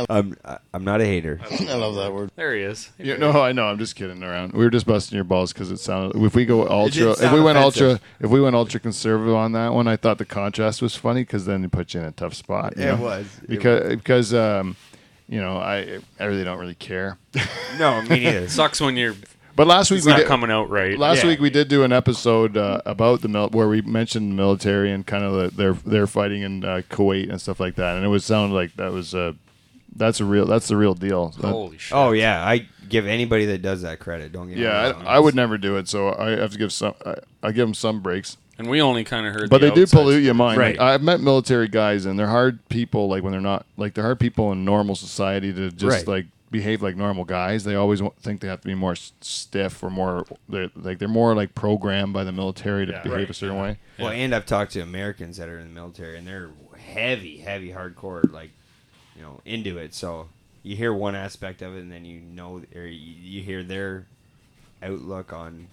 Speaker 3: I'm I- I'm not a hater.
Speaker 5: I love that word.
Speaker 2: There he is.
Speaker 1: Yeah, no, I know. I'm just kidding around. We were just busting your balls because it sounded. If we go ultra, if
Speaker 3: sound
Speaker 1: we went ultra,
Speaker 3: offensive.
Speaker 1: if we went ultra conservative on that one, I thought the contrast was funny because then it put you in a tough spot. you
Speaker 3: It
Speaker 1: know?
Speaker 3: was. It
Speaker 1: because because um, you know I I really don't really care.
Speaker 3: No, me neither.
Speaker 2: Sucks when you're.
Speaker 1: But last week
Speaker 2: It's
Speaker 1: we
Speaker 2: not
Speaker 1: did,
Speaker 2: coming out right.
Speaker 1: Last
Speaker 3: Yeah.
Speaker 1: week we did do an episode uh, about the mil- where we mentioned the military and kind of the, their their fighting in uh, Kuwait and stuff like that, and it was sounded like that was uh, that's a real that's the real deal. That-
Speaker 2: Holy shit.
Speaker 3: <laughs> Oh yeah, I give anybody that does that credit. Don't get me
Speaker 1: yeah,
Speaker 3: wrong.
Speaker 1: I, I would never do it, so I have to give some I, I give them some breaks.
Speaker 2: and we only kind of heard.
Speaker 1: But
Speaker 2: the
Speaker 1: they do
Speaker 2: outside
Speaker 1: pollute your mind.
Speaker 5: Right.
Speaker 1: Like, I've met military guys, and they're hard people. Like when they're not, like they're hard people in normal society to just
Speaker 5: Right.
Speaker 1: like behave like normal guys. They always wa- think they have to be more s- stiff or more they're, like they're more like programmed by the military to
Speaker 2: Yeah.
Speaker 1: behave a
Speaker 2: Right.
Speaker 1: certain way.
Speaker 3: Well, and I've talked to Americans that are in the military, and they're heavy, heavy, hardcore, like you know, into it. So you hear one aspect of it, and then you know, or you, you hear their outlook on.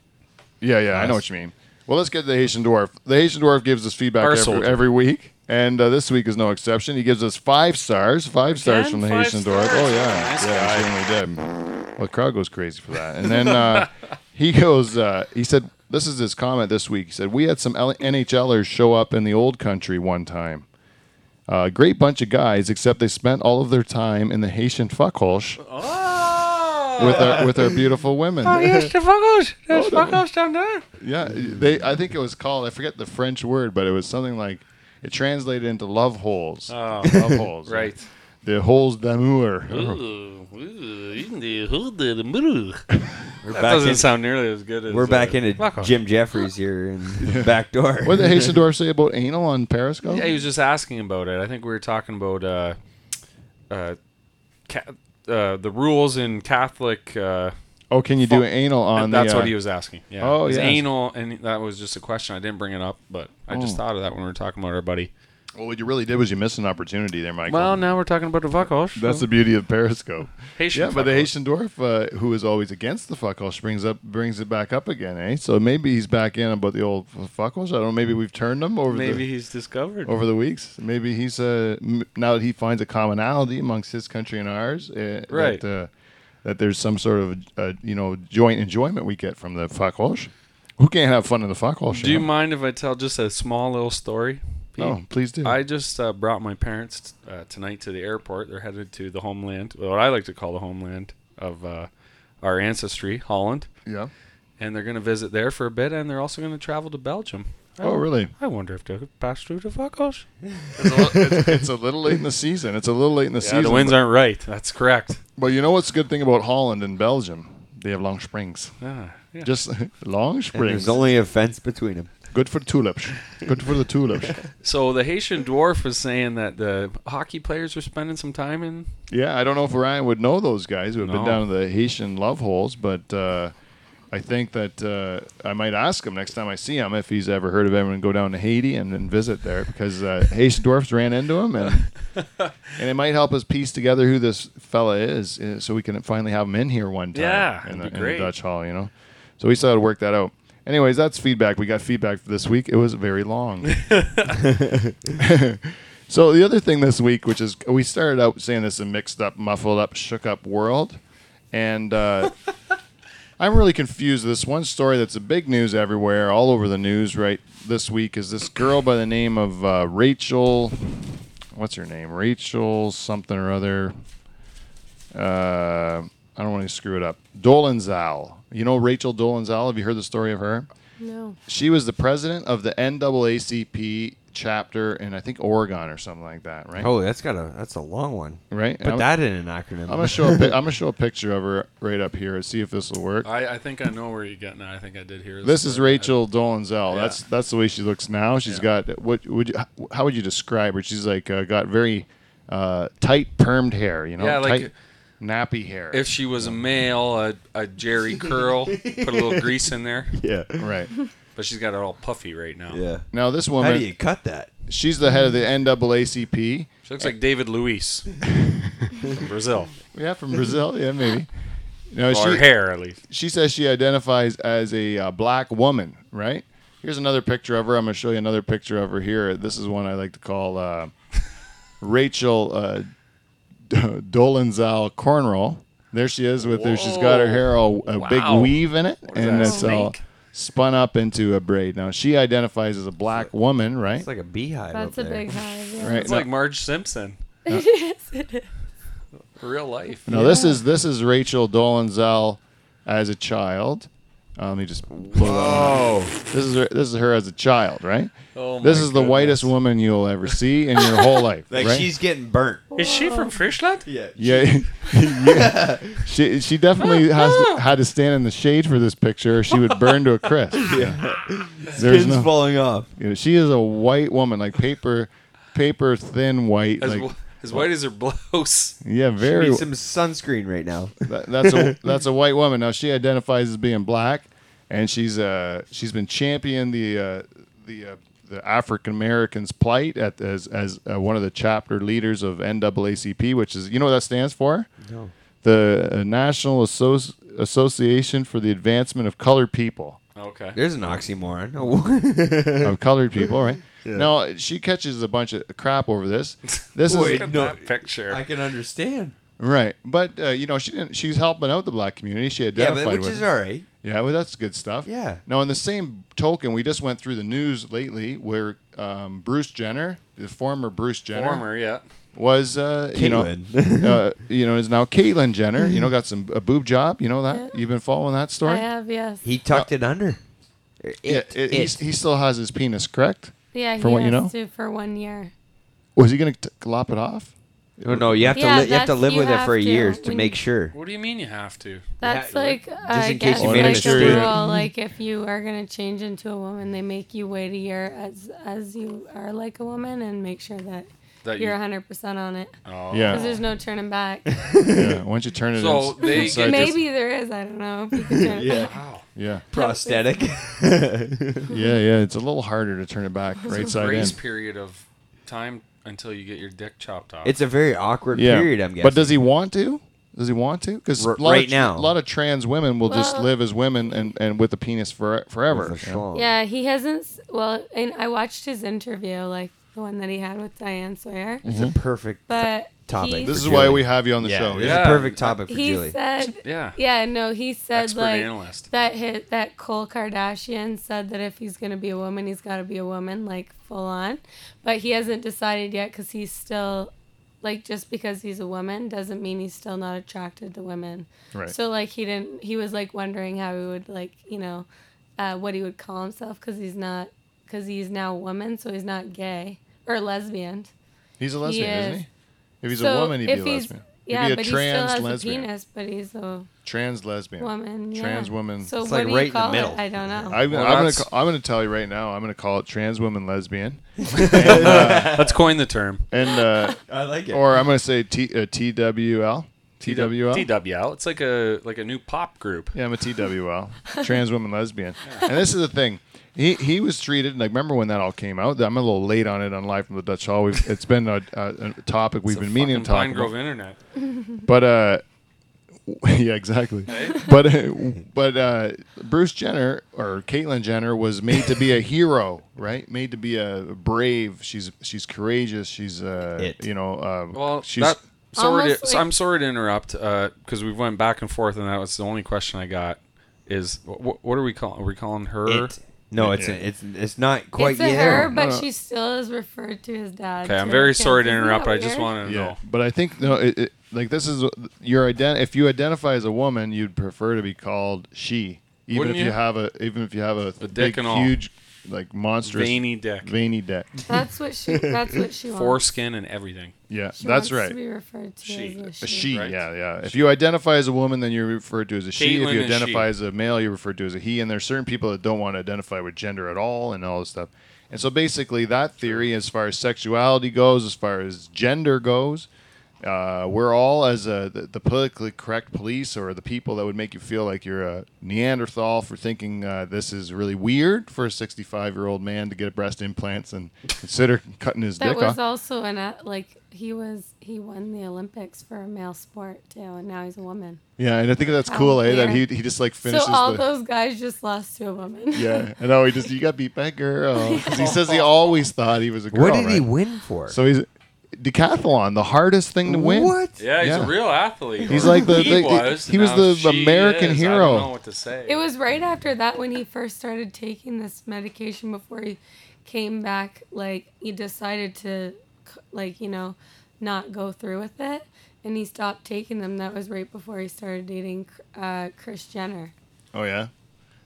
Speaker 1: Yeah, yeah, I know what
Speaker 3: Yes.
Speaker 1: you mean. Well, let's get to the Haitian dwarf. The Haitian dwarf gives us feedback
Speaker 2: Our
Speaker 1: every,
Speaker 2: soldier.
Speaker 1: every week, and uh, this week is no exception. He gives us five stars, five stars
Speaker 2: Again?
Speaker 1: from the
Speaker 2: Five
Speaker 1: Haitian dwarf.
Speaker 2: stars?
Speaker 1: Oh yeah,
Speaker 2: Nice
Speaker 1: yeah, he certainly did. Well, the crowd goes crazy for that. And then <laughs> uh, he goes, uh, he said, "This is his comment this week." He said, "We had some L- NHLers show up in the old country one time." A great bunch of guys, except they spent all of their time in the Haitian fuckholes
Speaker 2: Oh.
Speaker 1: with our with our beautiful women. <laughs>
Speaker 2: the fuckers. There's fuckers down there.
Speaker 1: Yeah, they. I think it was called. I forget the French word, but it was something like it translated into love holes.
Speaker 2: Oh,
Speaker 1: love holes. <laughs>
Speaker 2: <laughs> Right.
Speaker 1: The holes d'amour.
Speaker 2: Ooh, ooh, in the hood of the moon.
Speaker 3: We're
Speaker 2: That
Speaker 3: back
Speaker 2: doesn't
Speaker 3: in-
Speaker 2: sound nearly as good as.
Speaker 3: We're back
Speaker 2: uh,
Speaker 3: into
Speaker 2: fuck off.
Speaker 3: Jim Jeffries here in the back door.
Speaker 1: What did
Speaker 3: <laughs>
Speaker 1: Haitian Dwarf say about anal on Periscope?
Speaker 2: Yeah, he was just asking about it. I think we were talking about uh, uh, ca- uh, the rules in Catholic. Uh,
Speaker 1: oh, can you do
Speaker 2: Fuck.
Speaker 1: anal on?
Speaker 2: and that's
Speaker 1: the, uh,
Speaker 2: what he was asking. Yeah.
Speaker 1: Oh,
Speaker 2: It was
Speaker 1: yes.
Speaker 2: Anal, and that was just a question. I didn't bring it up, but I just
Speaker 1: Oh.
Speaker 2: thought of that when we were talking about our buddy.
Speaker 1: Well, what you really did was you missed an opportunity there, Michael.
Speaker 2: Well, now we're talking about the fuckers.
Speaker 1: that's the beauty of Periscope.
Speaker 2: Haitian
Speaker 1: yeah, but the
Speaker 2: fuckholes.
Speaker 1: Haitian dwarf, uh, who is always against the fuckholes, brings up brings it back up again, eh? So maybe he's back in about the old fuckholes. I don't know. Maybe we've turned them over. the,
Speaker 2: maybe he's discovered.
Speaker 1: over the weeks. Maybe he's uh, m- now that he finds a commonality amongst his country and ours, uh,
Speaker 2: Right.
Speaker 1: That, uh, that there's some sort of uh, you know joint enjoyment we get from the fuckwash. Who can't have fun in the fuckwash?
Speaker 2: Do you mind if I tell just a small little story? Pete?
Speaker 1: No, please do.
Speaker 2: I just uh, brought my parents uh, tonight to the airport. They're headed to the homeland, what I like to call the homeland of uh, our ancestry, Holland.
Speaker 1: yeah.
Speaker 2: And they're going to visit there for a bit, and they're also going to travel to Belgium. I-
Speaker 1: Oh, really?
Speaker 2: I wonder if they'll pass through the fuckers.
Speaker 1: it's a little late in the season. It's a little late in the
Speaker 2: Yeah,
Speaker 1: season.
Speaker 2: the winds aren't right. That's correct.
Speaker 1: but you know what's a good thing about Holland and Belgium? They have long springs.
Speaker 2: Ah, yeah.
Speaker 1: Just <laughs> long
Speaker 3: And
Speaker 1: springs.
Speaker 3: there's only a fence between them.
Speaker 1: good for tulips. Good for the tulips.
Speaker 3: <laughs>
Speaker 2: So the Haitian dwarf was saying that the hockey players were spending some time in.
Speaker 1: Yeah, I don't know if Ryan would know those guys who have been
Speaker 2: No.
Speaker 1: down to the Haitian love holes, but uh, I think that uh, I might ask him next time I see him if he's ever heard of anyone go down to Haiti and then visit there because
Speaker 2: <laughs>
Speaker 1: uh, Haitian dwarfs ran into him, and and it might help us piece together who this fella is, uh, so we can finally have him in here one time.
Speaker 2: Yeah,
Speaker 1: in the,
Speaker 2: that'd be
Speaker 1: in the
Speaker 2: great.
Speaker 1: Dutch Hall, you know. So we still had to work that out. Anyways, that's feedback. We got feedback for this week. It was very long.
Speaker 2: <laughs>
Speaker 1: So the other thing this week, which is we started out saying this a mixed up, muffled up, shook up world, and uh, I'm really confused. This one story that's a big news everywhere, all over the news right this week, is this girl by the name of uh, Rachel. What's her name? Rachel something or other. Uh, I don't want to screw it up. Dolenzal. You know Rachel Dolenzal? Have you heard the story of her?
Speaker 6: No.
Speaker 1: She was the president of the NAACP chapter in I think Oregon or something like that, right?
Speaker 3: Oh, that's got a that's a long one.
Speaker 1: right.
Speaker 3: Put
Speaker 1: I'm,
Speaker 3: that in an acronym.
Speaker 1: I'm gonna show. A, pic- I'm gonna show a picture of her right up here. See if this will work.
Speaker 2: I, I think I know where you're getting at. I think I did hear
Speaker 1: This is
Speaker 2: story.
Speaker 1: Rachel Dolenzel.
Speaker 2: Yeah.
Speaker 1: That's that's the way she looks now. She's got what would you, how would you describe her? She's like uh, got very uh, tight permed hair, you know,
Speaker 2: Yeah, like-
Speaker 1: tight nappy hair.
Speaker 2: If she was a male, a, a Jerry curl, put a <laughs> little grease in there.
Speaker 3: yeah,
Speaker 1: <laughs>
Speaker 3: <laughs>
Speaker 1: right
Speaker 2: But she's got it all puffy right now.
Speaker 3: yeah.
Speaker 1: now, this
Speaker 3: How
Speaker 1: woman,
Speaker 3: do you cut that?
Speaker 1: she's the head of the NAACP.
Speaker 2: She looks like David Luis from Brazil.
Speaker 1: Yeah, from <laughs> Brazil. Yeah,
Speaker 2: <laughs>
Speaker 1: maybe. No,
Speaker 2: Or her hair, at least.
Speaker 1: she says she identifies as a uh, black woman, right? Here's another picture of her. I'm going to show you another picture of her here. This is one I like to call
Speaker 2: <laughs>
Speaker 1: uh, Rachel uh, Dolenzal Cornroll. There she is with her. She's got her hair all a
Speaker 2: Wow.
Speaker 1: big weave in it,
Speaker 2: is
Speaker 1: and
Speaker 2: that,
Speaker 1: it's all
Speaker 2: snake?
Speaker 1: spun up into a braid. Now she identifies as a black woman, right?
Speaker 3: It's like a beehive.
Speaker 6: That's a
Speaker 3: up there.
Speaker 6: big high. Yeah.
Speaker 1: right.
Speaker 2: It's
Speaker 1: now,
Speaker 2: like Marge Simpson. Real life.
Speaker 1: now this is this is Rachel Dolenzal as a child. Uh, let me just pull it up. This is her, this is her as a child, right?
Speaker 2: Oh
Speaker 1: this
Speaker 2: my
Speaker 1: is the
Speaker 2: goodness.
Speaker 1: whitest woman you'll ever see in your whole life,
Speaker 3: Like
Speaker 1: right?
Speaker 3: she's getting burnt.
Speaker 2: Is she from Frischland?
Speaker 3: Yeah.
Speaker 1: yeah, <laughs> yeah. She she definitely has had to stand in the shade for this picture. or She would burn to a crisp. Yeah. <laughs> There's
Speaker 3: Skin's
Speaker 1: no,
Speaker 3: falling off.
Speaker 1: you know, she is a white woman, like paper, paper thin white.
Speaker 2: As,
Speaker 1: like
Speaker 2: wh- as white as her blouse.
Speaker 1: yeah,
Speaker 3: She
Speaker 1: very.
Speaker 3: needs some sunscreen right now.
Speaker 1: That, that's
Speaker 3: <laughs>
Speaker 1: a that's a white woman. Now she identifies as being black, and she's uh she's been championing the uh, the uh, the African Americans' plight at as as uh, one of the chapter leaders of NAACP, which is you know what that stands for? No. The uh, National Associ- Association for the Advancement of Colored
Speaker 3: <laughs>
Speaker 1: People
Speaker 2: Okay.
Speaker 3: There's an oxymoron. <laughs> Oh,
Speaker 1: of colored people, right? Now she catches a bunch of crap over this. This
Speaker 3: Boy,
Speaker 1: is
Speaker 2: Look at
Speaker 3: no.
Speaker 2: that picture.
Speaker 3: I can understand.
Speaker 1: right, but uh, you know she didn't. She's helping out the black community. She
Speaker 3: Yeah,
Speaker 1: identified
Speaker 3: but which
Speaker 1: with
Speaker 3: is
Speaker 1: it.
Speaker 3: all right.
Speaker 1: Yeah, well, that's good stuff.
Speaker 3: Yeah.
Speaker 1: Now, in the same token, we just went through the news lately where um, Bruce Jenner, the former Bruce Jenner,
Speaker 2: Former, yeah.
Speaker 1: was uh, you know, <laughs>
Speaker 3: Caitlyn.
Speaker 1: uh, you know, is now Caitlyn Jenner. You know, got some a boob job. You know that you've been following that
Speaker 6: I uh,
Speaker 1: story.
Speaker 6: have, yes.
Speaker 3: <laughs> He tucked it under. It,
Speaker 1: yeah, it- he's- he still has his penis, correct?
Speaker 6: yeah, he
Speaker 1: for what you
Speaker 6: has
Speaker 1: know?
Speaker 6: to for one year.
Speaker 1: Was he gonna t- lop it off?
Speaker 3: Oh, no, you have
Speaker 6: Yeah,
Speaker 3: to li- you have to
Speaker 6: that's-
Speaker 3: live
Speaker 6: you
Speaker 3: with it for
Speaker 6: have to
Speaker 3: years to
Speaker 6: when
Speaker 3: make
Speaker 6: you-
Speaker 3: sure.
Speaker 2: What do you mean you have to?
Speaker 6: That's
Speaker 3: Yeah,
Speaker 6: like I
Speaker 3: in case
Speaker 6: guess
Speaker 3: you
Speaker 1: made a
Speaker 6: like a
Speaker 1: mistake.
Speaker 6: rule. Like if you are gonna change into a woman, they make you wait a year as as you are like a woman and make sure that
Speaker 2: That
Speaker 6: you're
Speaker 2: you,
Speaker 6: 100 percent on it.
Speaker 2: oh.
Speaker 1: Yeah.
Speaker 6: Because there's no turning back.
Speaker 1: yeah. Once you turn it
Speaker 2: So
Speaker 1: ins-
Speaker 2: they
Speaker 1: inside,
Speaker 2: get-
Speaker 1: just-
Speaker 6: Maybe there is. I don't know. If you can turn it back.
Speaker 2: Wow.
Speaker 1: yeah,
Speaker 3: Prosthetic. <laughs>
Speaker 1: yeah, yeah. It's a little harder to turn it back right side in.
Speaker 2: Grace period of time until you get your dick chopped off.
Speaker 3: it's a very awkward
Speaker 1: Yeah.
Speaker 3: period. I'm guessing.
Speaker 1: But does he want to? Does he want to? Because
Speaker 3: R-
Speaker 1: lot
Speaker 3: right
Speaker 1: of,
Speaker 3: now.
Speaker 1: a lot of trans women will just
Speaker 6: Well-
Speaker 1: live as women and, and with a penis for, forever.
Speaker 3: With a
Speaker 1: you know?
Speaker 3: schlong.
Speaker 6: Yeah, he hasn't. s- Well, and I watched his interview, like the one that he had with Diane Sawyer.
Speaker 3: It's a perfect.
Speaker 6: But
Speaker 3: Topic.
Speaker 6: he-
Speaker 1: This is
Speaker 3: For
Speaker 1: why
Speaker 3: Julie.
Speaker 1: we have you on the
Speaker 3: yeah,
Speaker 1: show.
Speaker 3: It's
Speaker 1: Oh, Yeah.
Speaker 2: Yeah.
Speaker 3: a perfect topic for
Speaker 6: he
Speaker 3: Julie.
Speaker 6: said
Speaker 2: <laughs> yeah.
Speaker 6: Yeah, no, he said
Speaker 2: Expert
Speaker 6: like
Speaker 2: analyst.
Speaker 6: that hit that Cole Kardashian said that if he's gonna be a woman, he's got to be a woman like full on, but he hasn't decided yet because he's still like just because he's a woman doesn't mean he's still not attracted to women.
Speaker 1: Right.
Speaker 6: So like he didn't. He was like wondering how he would like you know uh, what he would call himself because he's not because he's now a woman, so he's not gay or lesbian.
Speaker 1: He's a lesbian,
Speaker 6: He
Speaker 1: isn't
Speaker 6: is.
Speaker 1: he? If he's
Speaker 6: So
Speaker 1: a woman, he'd be
Speaker 6: if
Speaker 1: a
Speaker 6: he's-
Speaker 1: lesbian.
Speaker 6: Yeah,
Speaker 1: he'd be
Speaker 6: but
Speaker 1: a
Speaker 6: he still
Speaker 1: trans
Speaker 6: has
Speaker 1: lesbian.
Speaker 6: a penis, but he's a
Speaker 1: Trans lesbian.
Speaker 6: woman. Yeah.
Speaker 1: Trans woman.
Speaker 6: So
Speaker 3: It's
Speaker 6: what
Speaker 3: like
Speaker 6: do
Speaker 3: right in
Speaker 6: you
Speaker 3: the
Speaker 6: call
Speaker 3: middle.
Speaker 6: it? I don't know.
Speaker 1: I'm,
Speaker 2: Well,
Speaker 1: I'm gonna
Speaker 2: that's-
Speaker 1: ca- I'm gonna tell you right now. I'm gonna call it trans woman lesbian,
Speaker 2: Let's coin the term.
Speaker 1: and uh,
Speaker 3: <laughs> I like it.
Speaker 1: or I'm gonna say T, uh, TWL. TWL.
Speaker 2: TWL. It's like a like a new pop group.
Speaker 1: Yeah, I'm a TWL, trans woman lesbian. And this is the thing. He he was treated like remember when that all came out. I'm a little late on it on live from the Dutch Hall. We've, it's been a, a, a topic we've
Speaker 2: It's a
Speaker 1: been meaning
Speaker 2: fucking
Speaker 1: to talk
Speaker 2: Pine Grove
Speaker 1: about.
Speaker 2: Internet.
Speaker 1: But uh, <laughs> yeah, exactly. But uh, but uh, Bruce Jenner or Caitlyn Jenner was made to be a hero, right? Made to be a brave. She's she's courageous. She's uh,
Speaker 3: It.
Speaker 1: you know uh,
Speaker 2: Well,
Speaker 1: she's
Speaker 2: that, sorry
Speaker 6: Almost
Speaker 2: to,
Speaker 6: like-
Speaker 2: so- I'm sorry to interrupt because we went back and forth, and that was the only question I got. Is what, what are we calling? Are we calling her?
Speaker 3: It. No, it's a, it's it's not quite
Speaker 6: it's a
Speaker 3: yet.
Speaker 6: her, but
Speaker 1: no.
Speaker 6: she still is referred to as dad.
Speaker 2: Okay, I'm
Speaker 6: too.
Speaker 2: very
Speaker 6: Okay,
Speaker 2: sorry to
Speaker 6: isn't
Speaker 2: interrupt.
Speaker 6: that
Speaker 2: I just
Speaker 6: weird?
Speaker 2: want to
Speaker 1: Yeah,
Speaker 2: know.
Speaker 1: but I think no, it, it, like this is your ident. If you identify as a woman, you'd prefer to be called she, even
Speaker 2: Wouldn't
Speaker 1: if you?
Speaker 2: you?
Speaker 1: have a even if you have a, big,
Speaker 2: dick and all.
Speaker 1: huge, like monstrous
Speaker 2: Veiny dick,
Speaker 1: veiny dick.
Speaker 6: That's what she. That's
Speaker 2: <laughs>
Speaker 6: what she wants.
Speaker 2: foreskin, and everything.
Speaker 1: Yeah,
Speaker 6: She
Speaker 1: that's
Speaker 6: wants To
Speaker 1: right.
Speaker 6: be referred to
Speaker 2: She.
Speaker 6: as a
Speaker 1: A
Speaker 6: she.
Speaker 1: she,
Speaker 2: right?
Speaker 1: yeah, yeah. If you identify as a woman, then you're referred to as a she.
Speaker 2: Caitlyn
Speaker 1: if you
Speaker 2: is
Speaker 1: identify
Speaker 2: she.
Speaker 1: as a male, you're referred to as a he. And there's certain people that don't want to identify with gender at all, and all this stuff. And so basically, that theory, as far as sexuality goes, as far as gender goes, uh, we're all as a, the, the politically correct police or the people that would make you feel like you're a Neanderthal for thinking uh, this is really weird for a 65 year old man to get breast implants and consider <laughs> cutting his
Speaker 6: That
Speaker 1: dick
Speaker 6: was
Speaker 1: off.
Speaker 6: also an a- like he was he won the Olympics for a male sport too, and now he's a woman.
Speaker 1: yeah, and I think that's cool, eh? That he,
Speaker 6: weird.
Speaker 1: he just like finishes
Speaker 6: so all
Speaker 1: the.
Speaker 6: those guys just lost to a woman. <laughs>
Speaker 1: yeah, and now he just you got beat by a girl. 'Cause He says he
Speaker 6: Oh.
Speaker 1: always thought he was a girl.
Speaker 3: What did he
Speaker 1: right?
Speaker 3: win for?
Speaker 1: So he's decathlon, the hardest thing to win.
Speaker 3: What?
Speaker 2: Yeah, he's
Speaker 1: Yeah.
Speaker 2: a real athlete.
Speaker 1: He's
Speaker 2: Or
Speaker 1: like the-
Speaker 2: he
Speaker 1: the-
Speaker 2: was.
Speaker 1: he was
Speaker 2: now
Speaker 1: the
Speaker 2: she
Speaker 1: American
Speaker 2: is. I
Speaker 1: hero.
Speaker 2: don't know what to say.
Speaker 6: It was right after that when he first started taking this medication before he came back. Like he decided to, c- like you know, not go through with it, and he stopped taking them. That was right before he started dating uh, Chris Jenner.
Speaker 1: Oh yeah.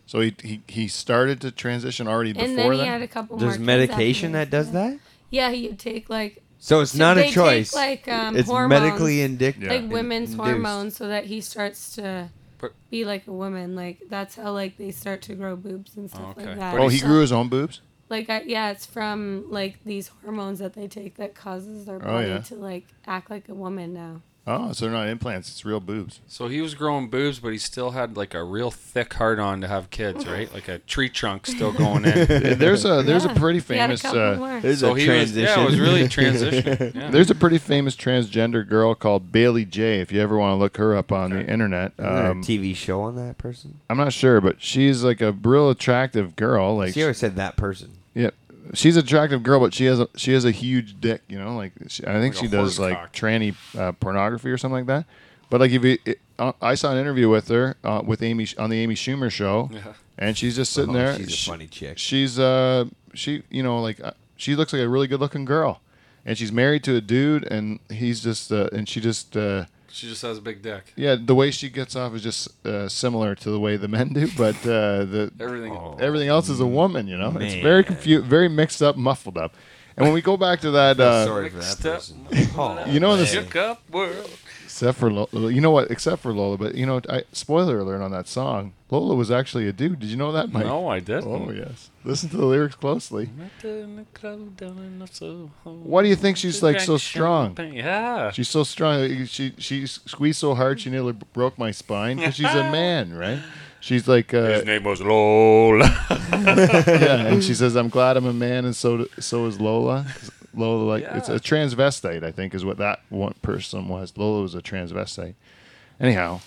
Speaker 1: So he, he, he started to transition already
Speaker 6: And then
Speaker 1: before
Speaker 6: he
Speaker 1: that.
Speaker 6: had a couple more.
Speaker 3: There's
Speaker 6: kids
Speaker 3: medication
Speaker 6: after
Speaker 3: that does that.
Speaker 6: Yeah, you take like
Speaker 3: So it's
Speaker 6: So
Speaker 3: not
Speaker 6: they
Speaker 3: a
Speaker 6: take,
Speaker 3: choice.
Speaker 6: like, um,
Speaker 3: it's
Speaker 6: hormones,
Speaker 3: medically indic-
Speaker 1: Yeah.
Speaker 6: like women's
Speaker 3: induced.
Speaker 6: hormones, so that he starts to
Speaker 2: But-
Speaker 6: be like a woman. Like that's how like they start to grow boobs and stuff
Speaker 2: Okay.
Speaker 6: like that.
Speaker 1: oh, he
Speaker 6: So,
Speaker 1: grew his own boobs.
Speaker 6: Like I, yeah, it's from like these hormones that they take that causes their body
Speaker 1: Oh, yeah.
Speaker 6: to like act like a woman now.
Speaker 1: Oh, so they're not implants; it's real boobs.
Speaker 2: So he was growing boobs, but he still had like a real thick hard on to have kids, right? Like a tree trunk still going in.
Speaker 1: <laughs> There's a there's
Speaker 6: Yeah,
Speaker 1: a pretty
Speaker 6: he had a
Speaker 1: famous
Speaker 6: couple
Speaker 1: uh,
Speaker 6: more.
Speaker 3: There's
Speaker 2: so
Speaker 3: a
Speaker 2: he
Speaker 3: transition.
Speaker 2: was yeah, it was
Speaker 3: <laughs>
Speaker 1: <laughs>
Speaker 2: really transitioning. Yeah.
Speaker 1: there's a pretty famous transgender girl called Bailey J. If you ever want to look her up on the internet,
Speaker 3: Isn't there a
Speaker 1: um,
Speaker 3: TV show on that person.
Speaker 1: I'm not sure, but she's like a real attractive girl. Like
Speaker 3: She always said that person.
Speaker 1: Yeah, she's an attractive girl, but she has a she has a huge dick. You know, like she, I think
Speaker 2: Like a
Speaker 1: she does
Speaker 2: horse
Speaker 1: like
Speaker 2: cock.
Speaker 1: tranny uh, pornography or something like that. But like if you, it, uh, I saw an interview with her uh, with Amy on the Amy Schumer show,
Speaker 2: Yeah.
Speaker 1: and she's just sitting
Speaker 3: Oh,
Speaker 1: there.
Speaker 3: she's a
Speaker 1: She-
Speaker 3: funny chick.
Speaker 1: She's uh she you know like uh, she looks like a really good looking girl, and she's married to a dude, and he's just uh, and she just. Uh,
Speaker 2: She just has a big dick.
Speaker 1: yeah, the way she gets off is just uh, similar to the way the men do, but
Speaker 2: <laughs>
Speaker 1: uh, the
Speaker 2: Everything.
Speaker 1: everything else
Speaker 2: Mm.
Speaker 1: is a woman. You know, it's
Speaker 3: Man.
Speaker 1: very confused, very mixed up, muffled up. And when we go back to
Speaker 2: <laughs>
Speaker 1: that, uh,
Speaker 3: Sorry for that
Speaker 2: Step-
Speaker 3: person. <laughs> Oh,
Speaker 1: you know, in this,
Speaker 2: Shook up world.
Speaker 1: uh, except for Lola, you know what, except for Lola, but you know, I, spoiler alert on that song, Lola was actually a dude. Did you know that, Mike?
Speaker 2: No, I didn't.
Speaker 1: Oh yes. Listen to the lyrics closely.
Speaker 2: Met her in the club down in Soho.
Speaker 1: Why do you think she's like so
Speaker 2: Drank
Speaker 1: strong?
Speaker 2: champagne. Yeah.
Speaker 1: She's so strong. She she squeezed so hard she nearly broke my spine because she's <laughs> a man, right? She's like uh,
Speaker 2: His name was Lola.
Speaker 1: yeah, <laughs> and she says, "I'm glad I'm a man, and so so is Lola." Lola, like it's a
Speaker 2: Yeah.
Speaker 1: transvestite, I think, is what that one person was. Lola was a transvestite. Anyhow,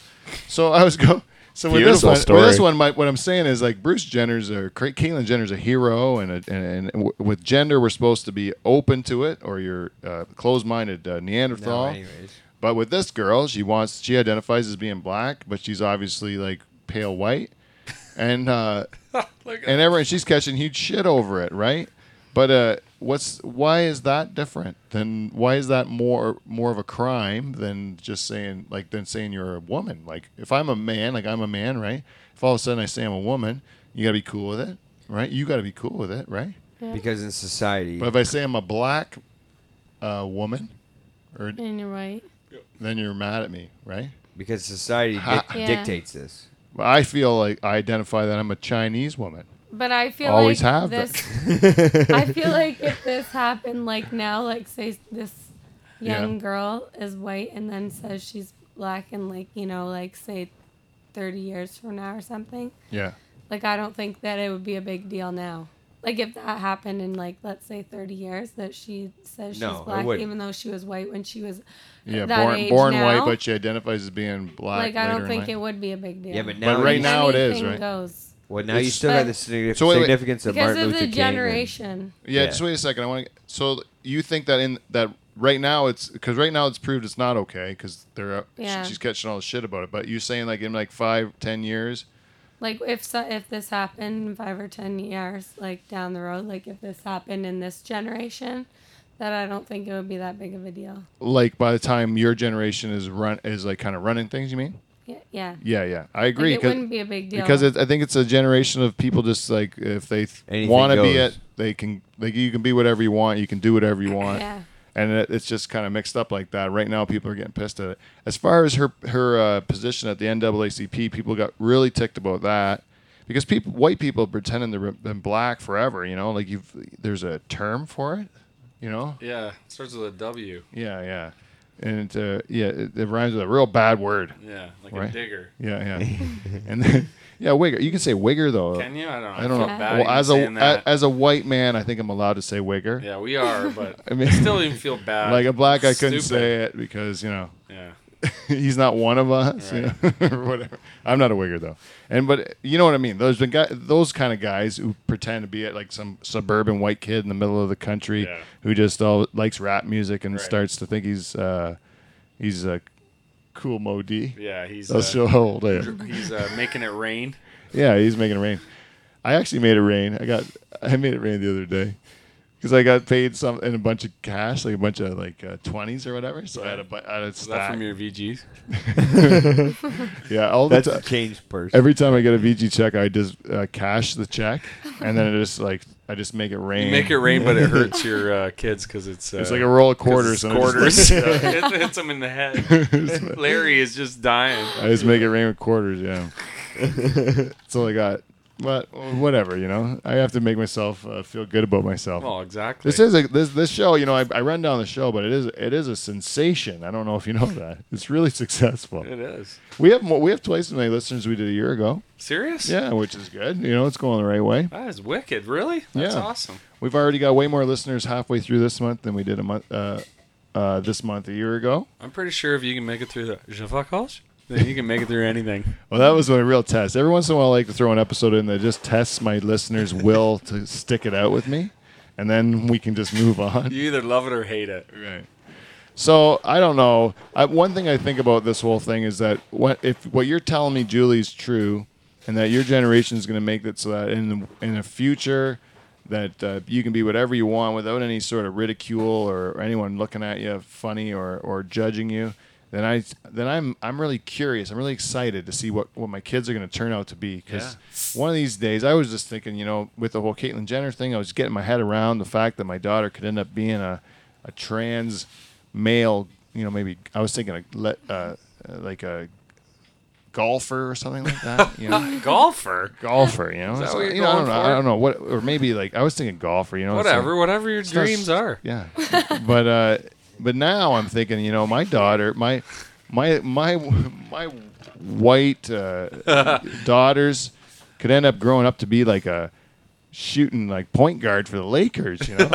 Speaker 1: so I was go. So with this
Speaker 5: Beautiful
Speaker 1: one,
Speaker 5: story.
Speaker 1: with this one, my, what I'm saying is like Bruce Jenner's or Kra- Caitlyn Jenner's a hero, and, a, and and w- with gender we're supposed to be open to it, or you're uh, closed-minded uh,
Speaker 3: No,
Speaker 1: Neanderthal.
Speaker 3: anyways.
Speaker 1: But with this girl, she wants she identifies as being black, but she's obviously like pale white, and uh,
Speaker 2: Look at-
Speaker 1: and everyone she's catching huge shit over it, right? But uh, what's why is that different than why is that more more of a crime than just saying like than saying you're a woman? Like if I'm a man, like I'm a man, right? If all of a sudden I say I'm a woman, you gotta be cool with it, right? You gotta be cool with it, right?
Speaker 3: Because in society,
Speaker 1: But if I say I'm a black uh, woman, or
Speaker 6: And you're right.
Speaker 1: then you're mad at me, right?
Speaker 3: because society dic-
Speaker 1: Ha-
Speaker 6: Yeah.
Speaker 3: dictates this.
Speaker 1: But I feel like I identify that I'm a Chinese woman.
Speaker 6: But I feel
Speaker 1: Always
Speaker 6: like
Speaker 1: have
Speaker 6: this. I feel like if this happened, like now, like say this young
Speaker 1: Yeah.
Speaker 6: girl is white and then says she's black, and like you know, like say thirty years from now or something,
Speaker 1: <laughs> Yeah.
Speaker 6: like I don't think that it would be a big deal now. Like if that happened in like let's say thirty years that she says she's
Speaker 3: No, it
Speaker 6: black,
Speaker 3: wouldn't.
Speaker 6: even though she was white when she was
Speaker 1: Yeah,
Speaker 6: that
Speaker 1: born
Speaker 6: age
Speaker 1: born
Speaker 6: now,
Speaker 1: white, but she identifies as being black.
Speaker 6: like I
Speaker 1: later
Speaker 6: don't
Speaker 1: in
Speaker 6: think
Speaker 1: life.
Speaker 6: it would be a big deal.
Speaker 3: Yeah, but now
Speaker 1: But right
Speaker 3: you-
Speaker 1: now it is,
Speaker 6: Anything
Speaker 1: right?
Speaker 6: goes.
Speaker 3: Well, now you
Speaker 1: It's-
Speaker 3: still
Speaker 6: But-
Speaker 3: have the signific-
Speaker 1: So wait, wait.
Speaker 3: significance of
Speaker 6: Because
Speaker 3: Martin
Speaker 6: of
Speaker 3: Luther
Speaker 6: the
Speaker 3: King. and-
Speaker 6: generation.
Speaker 1: Yeah,
Speaker 3: Yeah.
Speaker 1: just wait a second. I want to. So you think that in that right now it's because right now it's proved it's not okay because they're uh, sh-
Speaker 6: Yeah.
Speaker 1: she's catching all the shit about it. But you're saying like in like five, ten years,
Speaker 6: Like if so, if this happened in five or ten years, like down the road, like if this happened in this generation, that I don't think it would be that big of a deal.
Speaker 1: like by the time your generation is run is like kind of running things. You mean?
Speaker 6: Yeah, yeah.
Speaker 1: Yeah, yeah, I agree.
Speaker 6: like it
Speaker 1: 'cause-
Speaker 6: wouldn't be a big deal
Speaker 1: because it, I think it's a generation of people just like if they
Speaker 3: Anything
Speaker 1: want to be
Speaker 3: goes.
Speaker 1: it, they can like you can be whatever you want, you can do whatever you want,
Speaker 6: Yeah.
Speaker 1: and it, it's just kind of mixed up like that. Right now, people are getting pissed at it. As far as her her uh, position at the NAACP, people got really ticked about that because people white people have pretending they've been black forever. You know, like you've there's a term for it. You know,
Speaker 2: yeah. it Starts with a W.
Speaker 1: yeah, yeah, and uh, yeah, it, it rhymes with a real bad word.
Speaker 2: Yeah. Like
Speaker 1: Right.
Speaker 2: a digger.
Speaker 3: <laughs>
Speaker 1: Yeah, yeah, and <laughs> then, yeah, wigger. You can say wigger though.
Speaker 2: Can you? I don't know.
Speaker 1: I don't
Speaker 2: feel
Speaker 1: know.
Speaker 6: Yeah.
Speaker 2: bad
Speaker 1: Well,
Speaker 2: even
Speaker 1: as a
Speaker 2: saying that.
Speaker 1: as a white man, I think I'm allowed to say wigger.
Speaker 2: yeah,
Speaker 1: <laughs>
Speaker 2: we are, but
Speaker 1: I mean-
Speaker 2: I still even feel bad.
Speaker 1: Like a black, I couldn't
Speaker 2: Stupid.
Speaker 1: say it because you know <laughs>
Speaker 2: Yeah.
Speaker 1: he's not one of us. you know, <laughs> or whatever. I'm not a wigger though, and but you know what I mean. There's been guy, those kind of guys who pretend to be at like some suburban white kid in the middle of the country
Speaker 2: Yeah.
Speaker 1: who just all likes rap music and
Speaker 2: Right.
Speaker 1: starts to think he's uh, he's a cool Modi.
Speaker 2: Yeah. He's
Speaker 1: That's
Speaker 2: uh,
Speaker 1: so old. Yeah.
Speaker 2: he's uh, making it rain.
Speaker 1: Yeah, he's making it rain. I actually made it rain. I got I made it rain the other day. because I got paid some in a bunch of cash, like a bunch of like uh, twenties or whatever. So I had a, bu- I had a
Speaker 2: Is that
Speaker 1: stack.
Speaker 2: from your VGs?
Speaker 1: <laughs>
Speaker 3: <laughs>
Speaker 1: yeah, all the
Speaker 3: That's
Speaker 1: time.
Speaker 3: a changed person.
Speaker 1: Every time I get a VG check, I just uh, cash the check, and then I just like I just make it rain.
Speaker 2: You make it rain, but
Speaker 1: <laughs>
Speaker 2: it hurts your uh, kids because it's uh,
Speaker 1: It's like a roll of quarters. and I just, <laughs>
Speaker 2: Quarters.
Speaker 1: like,
Speaker 2: <laughs> it hits him in the head. Larry is just dying.
Speaker 1: I just make it rain with quarters. Yeah, that's all I got. But whatever, you know, I have to make myself uh, feel good about myself.
Speaker 2: Well, Oh, exactly.
Speaker 1: This is a, this this show. You know, I, I run down the show, but it is it is a sensation. I don't know if you know that. It's really successful.
Speaker 2: It is
Speaker 1: We have more, we have twice as many listeners we did a year ago.
Speaker 2: serious.
Speaker 1: Yeah, which is good. You know, it's going the right way.
Speaker 2: That is wicked. Really? That's
Speaker 1: Yeah.
Speaker 2: awesome.
Speaker 1: We've already got way more listeners halfway through this month than we did a month uh, uh, this month a year ago.
Speaker 2: I'm pretty sure if you can make it through the Java College, then you can make it through anything.
Speaker 1: <laughs> Well, that was a real test. Every once in a while, I like to throw an episode in that just tests my listeners' will to stick it out with me, and then we can just move on.
Speaker 2: You either love it or hate it.
Speaker 1: Right. So I don't know. I, one thing I think about this whole thing is that what if what you're telling me, Julie's true, and that your generation is going to make it so that in the, in the future that uh, you can be whatever you want without any sort of ridicule or, or anyone looking at you funny or, or judging you. Then I then I'm I'm really curious. I'm really excited to see what, what my kids are going to turn out to be because one of these days I was just thinking, you know, with the whole Caitlyn Jenner thing, I was getting my head around the fact that my daughter could end up being a a trans male, you know, maybe I was thinking a le- uh, like a golfer or something like that, you
Speaker 2: <laughs>
Speaker 1: know,
Speaker 2: Ah, Golfer.
Speaker 1: golfer, you know,
Speaker 2: that
Speaker 1: So,
Speaker 2: what you're
Speaker 1: you know, I
Speaker 2: going
Speaker 1: don't know, I
Speaker 2: for?
Speaker 1: don't know what, or maybe like I was thinking golfer, you know, it's
Speaker 2: Whatever.
Speaker 1: like-
Speaker 2: Whatever your
Speaker 1: it's not-
Speaker 2: dreams are.
Speaker 1: yeah, <laughs> but uh, but now I'm thinking, you know, my daughter, my my my my white
Speaker 2: <laughs>
Speaker 1: uh, daughters could end up growing up to be like a shooting like point guard for the Lakers, you
Speaker 2: <laughs>
Speaker 1: know,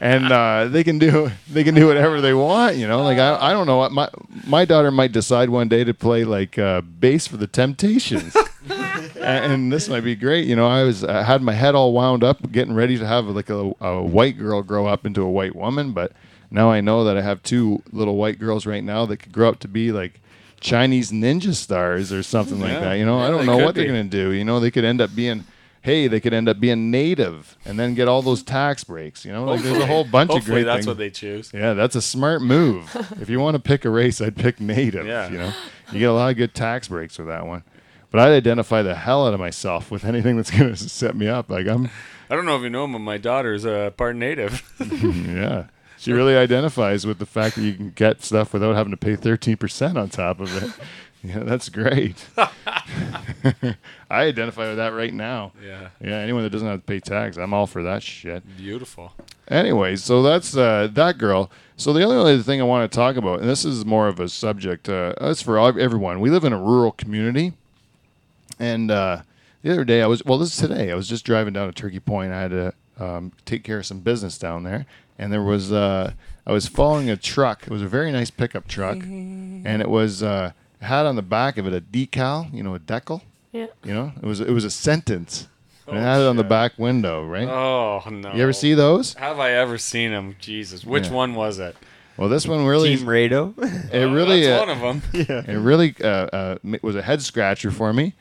Speaker 1: and uh, they can do they can do whatever they want, you know. Like I, I don't know, my my daughter might decide one day to play like uh, bass for the Temptations, <laughs> A- and, this might be great, you know. I was I had my head all wound up, getting ready to have like a, a white girl grow up into a white woman, but now I know that I have two little white girls right now that could grow up to be like. Chinese ninja stars or something like
Speaker 2: Yeah.
Speaker 1: that. You know,
Speaker 2: Yeah,
Speaker 1: I don't
Speaker 2: they
Speaker 1: know
Speaker 2: could
Speaker 1: what they're
Speaker 2: be.
Speaker 1: going to to do. You know, they could end up being, hey, they could end up being native and then get all those tax breaks. You know, like there's a whole bunch of
Speaker 2: Hopefully
Speaker 1: great
Speaker 2: that's
Speaker 1: things.
Speaker 2: what they choose.
Speaker 1: yeah, that's a smart
Speaker 2: <laughs>
Speaker 1: move. if you want to pick a race, I'd pick native.
Speaker 2: Yeah.
Speaker 1: You know, you get a lot of good tax breaks with that one. But I'd identify the hell out of myself with anything that's going to <laughs> set me up. Like I'm,
Speaker 2: I don't know if you know him, but my daughter's uh, part native.
Speaker 1: <laughs> yeah. She really identifies with the fact that you can get stuff without having to pay 13% on top of it. <laughs> Yeah, that's
Speaker 2: <laughs>
Speaker 1: great. <laughs> I identify with that right now.
Speaker 2: yeah.
Speaker 1: Yeah, anyone that doesn't have to pay tax, I'm all for that shit.
Speaker 2: Beautiful.
Speaker 1: Anyway, so that's uh, that girl. So the only other thing I want to talk about, and this is more of a subject, uh, that's for all, everyone. We live in a rural community, and uh, the other day I was well, this is today. I was just driving down to Turkey Point. I had to um, take care of some business down there, and there was uh, I was following a truck. It was a very nice pickup truck, and it was uh, had on the back of it a decal, you know, a decal.
Speaker 6: Yeah.
Speaker 1: You know, it was it was a sentence. and it had it on the back window, right?
Speaker 2: Oh no.
Speaker 1: you ever see those?
Speaker 2: Have I ever seen him? Jesus. Which
Speaker 1: Yeah.
Speaker 2: one was it? Oh,
Speaker 1: Well, this one really,
Speaker 3: Team Rado.
Speaker 1: it really,
Speaker 2: That's
Speaker 1: uh,
Speaker 2: one of them.
Speaker 1: <laughs> it really uh, uh, m- was a head scratcher for me.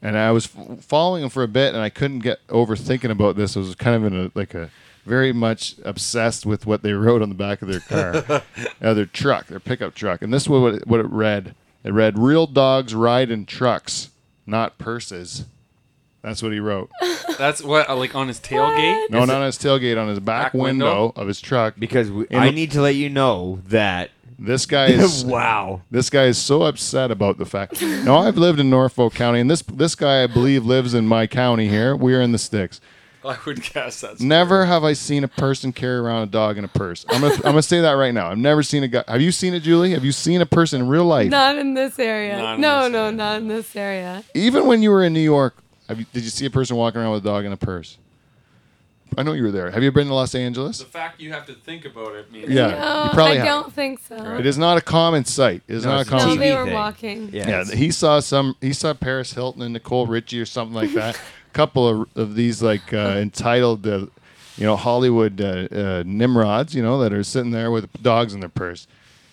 Speaker 1: And I was f- following him for a bit, and I couldn't get over thinking about this. I was kind of in a like a very much obsessed with what they <laughs> wrote on the back of their
Speaker 2: <laughs>
Speaker 1: car, uh, their truck, their pickup truck. And this was what it, what it read. It read, "Real dogs ride in trucks, not purses." That's what he wrote.
Speaker 2: That's what uh, like on his tailgate.
Speaker 1: No, not on his tailgate, on his back,
Speaker 2: Back window?
Speaker 1: window of his truck.
Speaker 3: because we,
Speaker 1: In
Speaker 3: I
Speaker 1: the-
Speaker 3: need to let you know
Speaker 1: <laughs>
Speaker 3: that.
Speaker 1: This guy
Speaker 2: <laughs>
Speaker 1: is
Speaker 3: wow.
Speaker 1: This guy is so upset about the fact. now I've lived in Norfolk County, and this this guy I believe lives in my county here. We are in the sticks.
Speaker 2: I would guess that's
Speaker 1: Never have I seen a person carry around a dog in a purse. I'm gonna, I'm gonna say that right now. I've never seen a guy. Have you seen it, Julie? Have you seen a person in real life?
Speaker 6: Not in this area.
Speaker 2: Not in
Speaker 6: no,
Speaker 2: this
Speaker 6: no,
Speaker 2: area.
Speaker 6: not in this area.
Speaker 1: Even when you were in New York, have you, did you see a person walking around with a dog in a purse? I know you were there. Have you been to Los Angeles?
Speaker 2: The fact you have to think about it means
Speaker 1: Yeah. You
Speaker 6: No,
Speaker 1: probably
Speaker 6: I
Speaker 1: have.
Speaker 6: don't think so.
Speaker 1: It is not a common sight. It is
Speaker 3: No,
Speaker 1: not a
Speaker 3: it's
Speaker 1: common.
Speaker 6: No,
Speaker 1: sight.
Speaker 3: TV
Speaker 6: they were
Speaker 3: thing.
Speaker 6: walking.
Speaker 3: Yeah.
Speaker 1: Yeah,
Speaker 3: it's-
Speaker 1: he saw some. He saw Paris Hilton and Nicole Richie or something like that. A couple of, of these like uh, entitled, uh, you know, Hollywood uh, uh, nimrods, you know, that are sitting there with dogs in their purse.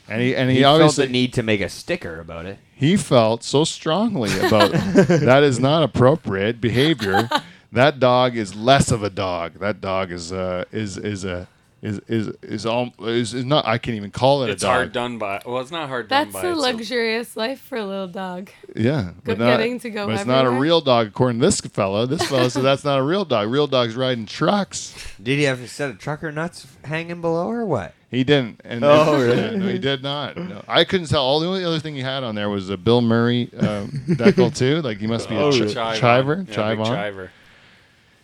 Speaker 1: And he and he,
Speaker 3: he felt
Speaker 1: obviously
Speaker 3: the need to make a sticker about it.
Speaker 1: he felt so strongly about that is not appropriate behavior that dog is less of a dog. That dog is uh, is is a is is is all is, is not. I can't even call it
Speaker 2: It's
Speaker 1: a dog.
Speaker 2: hard done by. Well, it's not hard
Speaker 6: That's
Speaker 2: done by.
Speaker 6: a
Speaker 2: it's
Speaker 6: luxurious life for a little dog.
Speaker 1: Yeah,
Speaker 6: Good getting to go
Speaker 1: But it's not a
Speaker 6: everywhere.
Speaker 1: real dog, according to this fella.
Speaker 6: <laughs>
Speaker 1: This fella said that's not a real dog. Real dogs riding trucks.
Speaker 3: Did he have a set of trucker nuts hanging below or what?
Speaker 1: He didn't. And
Speaker 3: Oh,
Speaker 1: Yeah, no, he did not. No. I couldn't tell. All the only other thing he had on there was a Bill Murray uh,
Speaker 3: <laughs>
Speaker 1: deckle too. Like he must be
Speaker 3: Oh,
Speaker 1: a chi- Oh, chiver,
Speaker 2: Yeah, big
Speaker 1: chive on.
Speaker 2: chiver.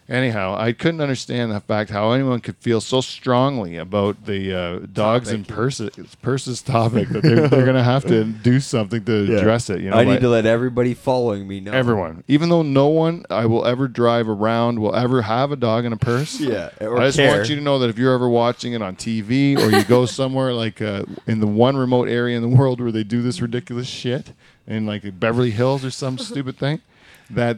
Speaker 1: Anyhow, I couldn't understand the fact how anyone could feel so strongly about the uh, dogs and purses, purses topic that they're, they're going to have
Speaker 3: <laughs>
Speaker 1: to do something to address it. You know,
Speaker 3: I
Speaker 1: like-
Speaker 3: need to let everybody following me know.
Speaker 1: everyone, even though no one I will ever drive around will ever have a dog in a purse.
Speaker 3: <laughs> Yeah. Or
Speaker 1: I just
Speaker 3: care.
Speaker 1: want you to know that if you're ever watching it on TV or you
Speaker 3: <laughs>
Speaker 1: go somewhere like uh, in the one remote area in the world where they do this ridiculous shit, in like Beverly Hills or some stupid thing, that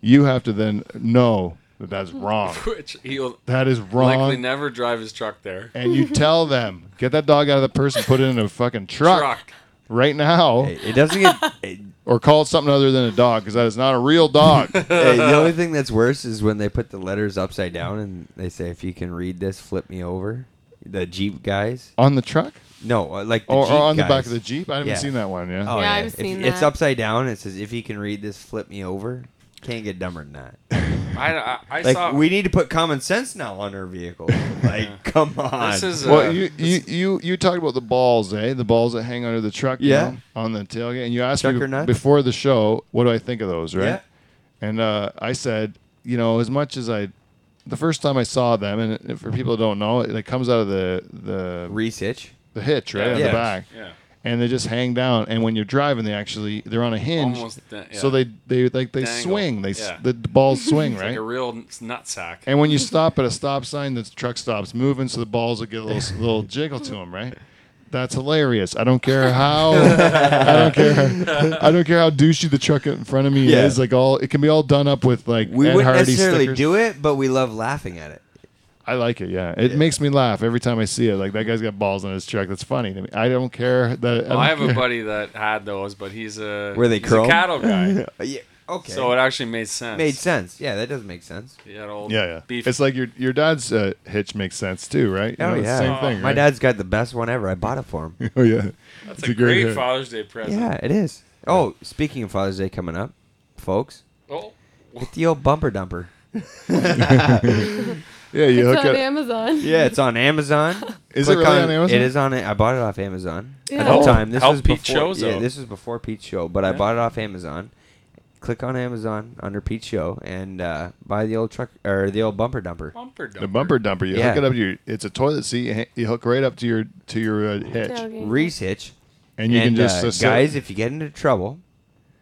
Speaker 1: you have to then know that that's wrong.
Speaker 2: <laughs> Which he'll
Speaker 1: That is
Speaker 2: likely
Speaker 1: wrong.
Speaker 2: never drive his truck there.
Speaker 1: and you tell them, get that dog out of the purse and put it in a fucking truck,
Speaker 2: Truck.
Speaker 1: right now,
Speaker 3: Hey, it
Speaker 1: <laughs>
Speaker 3: doesn't get. hey,
Speaker 1: or call it something other than a dog because that is not a real
Speaker 3: <laughs>
Speaker 1: dog.
Speaker 3: hey, the only thing that's worse is when they put the letters upside down and they say, "If you can read this, flip me over." The Jeep guys.
Speaker 1: on the truck
Speaker 3: No, uh, like the
Speaker 1: or,
Speaker 3: Jeep
Speaker 1: or on the back
Speaker 3: guys.
Speaker 1: of the Jeep? I haven't
Speaker 3: Yeah.
Speaker 1: seen that one, yeah.
Speaker 3: Oh,
Speaker 6: Yeah,
Speaker 3: yeah,
Speaker 6: I've
Speaker 3: If-
Speaker 6: seen
Speaker 3: It's
Speaker 6: that.
Speaker 3: upside down. It says, "If you can read this, flip me over." Can't get dumber than that.
Speaker 2: I, I, I
Speaker 3: Like
Speaker 2: saw.
Speaker 3: we need to put common sense now on
Speaker 2: <laughs>
Speaker 3: our vehicle. Like, come on.
Speaker 2: this is uh,
Speaker 1: Well, you, you you you talked about the balls, eh? The balls that hang under the truck, you
Speaker 3: Yeah.
Speaker 1: know, on the tailgate. And you asked
Speaker 3: Trucker
Speaker 1: me
Speaker 3: nuts?
Speaker 1: before the show, what do I think of those, right?
Speaker 3: Yeah.
Speaker 1: And uh, I said, you know, as much as I, the first time I saw them, and it- for people that don't know, it, it comes out of the the,
Speaker 3: Reese Hitch.
Speaker 1: the hitch right
Speaker 2: Yeah.
Speaker 1: at the
Speaker 3: Yeah.
Speaker 1: back,
Speaker 2: yeah.
Speaker 1: and they just hang down. And when you're driving, they actually they're on a hinge,
Speaker 2: Almost da- yeah.
Speaker 1: so they they like they
Speaker 2: Dangle.
Speaker 1: swing, they s
Speaker 2: Yeah.
Speaker 1: the balls
Speaker 2: <laughs>
Speaker 1: swing, right?
Speaker 2: Like a real nutsack.
Speaker 1: And when you stop at a stop sign, the truck stops moving, so the balls will get a little little jiggle to them, right? That's hilarious. I don't care how I don't care I don't care how douchey the truck in front of me
Speaker 3: Yeah.
Speaker 1: is. Like all it can be all done up with like
Speaker 3: We
Speaker 1: Ed
Speaker 3: wouldn't
Speaker 1: Hardy
Speaker 3: necessarily
Speaker 1: stickers.
Speaker 3: do it, but we love laughing at it.
Speaker 1: I like it. Yeah, it makes me laugh every time I see it. Like that guy's got balls on his truck. That's funny to me. I don't care that.
Speaker 2: Well, Oh, I have a
Speaker 1: don't
Speaker 2: buddy that had those, but he's a
Speaker 3: Were they
Speaker 2: he's
Speaker 3: chrome?
Speaker 2: a cattle guy,
Speaker 3: Uh, yeah. Okay.
Speaker 2: so it actually made sense.
Speaker 3: made sense. Yeah, that does make sense.
Speaker 2: He had old
Speaker 1: <laughs> yeah, yeah.
Speaker 2: beef.
Speaker 1: It's like your your dad's uh, hitch makes sense too, right? You
Speaker 3: Oh
Speaker 1: know, it's
Speaker 3: yeah.
Speaker 1: the same thing.
Speaker 3: My
Speaker 1: right?
Speaker 3: dad's got the best one ever. I bought it for him.
Speaker 1: <laughs> Oh yeah,
Speaker 2: That's
Speaker 1: It's
Speaker 2: a great,
Speaker 1: hit.
Speaker 2: Father's Day present.
Speaker 3: yeah, it is. Oh, speaking of Father's Day coming up, folks,
Speaker 2: Oh,
Speaker 3: get the old bumper dumper.
Speaker 1: Yeah, you
Speaker 6: it's
Speaker 1: hook
Speaker 6: on
Speaker 1: it.
Speaker 6: Amazon. <laughs>
Speaker 3: Yeah, it's on Amazon.
Speaker 1: <laughs> Is it
Speaker 3: Click
Speaker 1: really on Amazon?
Speaker 3: It is on. I bought it off Amazon
Speaker 6: Yeah.
Speaker 3: at the
Speaker 6: Help-
Speaker 3: time. This
Speaker 2: help
Speaker 3: was
Speaker 2: Pete
Speaker 3: before.
Speaker 2: Show's
Speaker 3: yeah,
Speaker 2: out.
Speaker 3: this was before Pete's show, but I
Speaker 2: Yeah.
Speaker 3: bought it off Amazon. Click on Amazon under Pete's show and uh, buy the old truck or the old bumper dumper.
Speaker 2: bumper dumper.
Speaker 1: The bumper dumper. You
Speaker 3: Yeah.
Speaker 1: hook it up to your. It's a toilet seat. You h- You hook right up to your to your uh, hitch,
Speaker 6: Tailgate.
Speaker 3: Reese hitch.
Speaker 1: and you can
Speaker 3: And,
Speaker 1: just
Speaker 3: uh,
Speaker 1: uh, sit-
Speaker 3: guys, if you get into trouble,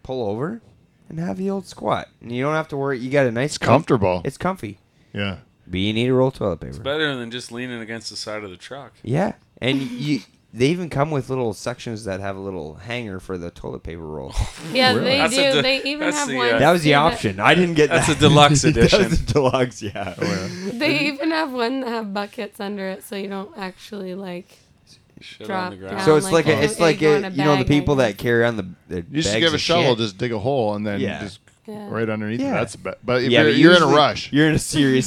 Speaker 3: pull over and have the old squat. And you don't have to worry. You got a nice.
Speaker 1: It's comfortable.
Speaker 3: It's comfy.
Speaker 1: yeah.
Speaker 3: But you need to roll toilet paper.
Speaker 2: Better than just leaning against the side of the truck.
Speaker 3: yeah, and you. They even come with little sections that have a little hanger for the toilet paper roll.
Speaker 6: Yeah,
Speaker 1: Really?
Speaker 6: they
Speaker 2: That's a
Speaker 6: do.
Speaker 2: de-
Speaker 6: they even
Speaker 2: that's
Speaker 6: have
Speaker 2: the,
Speaker 6: one.
Speaker 2: uh,
Speaker 3: <laughs> That was the
Speaker 6: too
Speaker 3: option. I didn't get
Speaker 2: That's
Speaker 3: that.
Speaker 2: a deluxe edition.
Speaker 3: <laughs> that was a deluxe, yeah.
Speaker 6: They even have one that have buckets under it, so you don't actually like.
Speaker 2: Shit
Speaker 6: Drop
Speaker 2: on the ground.
Speaker 6: down.
Speaker 3: So it's like
Speaker 6: like a-
Speaker 3: a, it's
Speaker 6: it'd
Speaker 3: like
Speaker 6: go in
Speaker 3: a,
Speaker 6: a
Speaker 3: you know the
Speaker 6: bag, I
Speaker 3: people that
Speaker 6: guess.
Speaker 3: carry on the, the
Speaker 1: You just
Speaker 3: bags
Speaker 1: give a
Speaker 3: of
Speaker 1: shovel,
Speaker 3: shit.
Speaker 1: just dig a hole, and then
Speaker 3: Yeah.
Speaker 1: just
Speaker 6: Yeah.
Speaker 1: right underneath. it.
Speaker 3: Yeah.
Speaker 1: That's be- but if
Speaker 3: yeah,
Speaker 1: you're,
Speaker 3: but
Speaker 1: you're in a
Speaker 3: usually
Speaker 1: rush.
Speaker 3: You're in a serious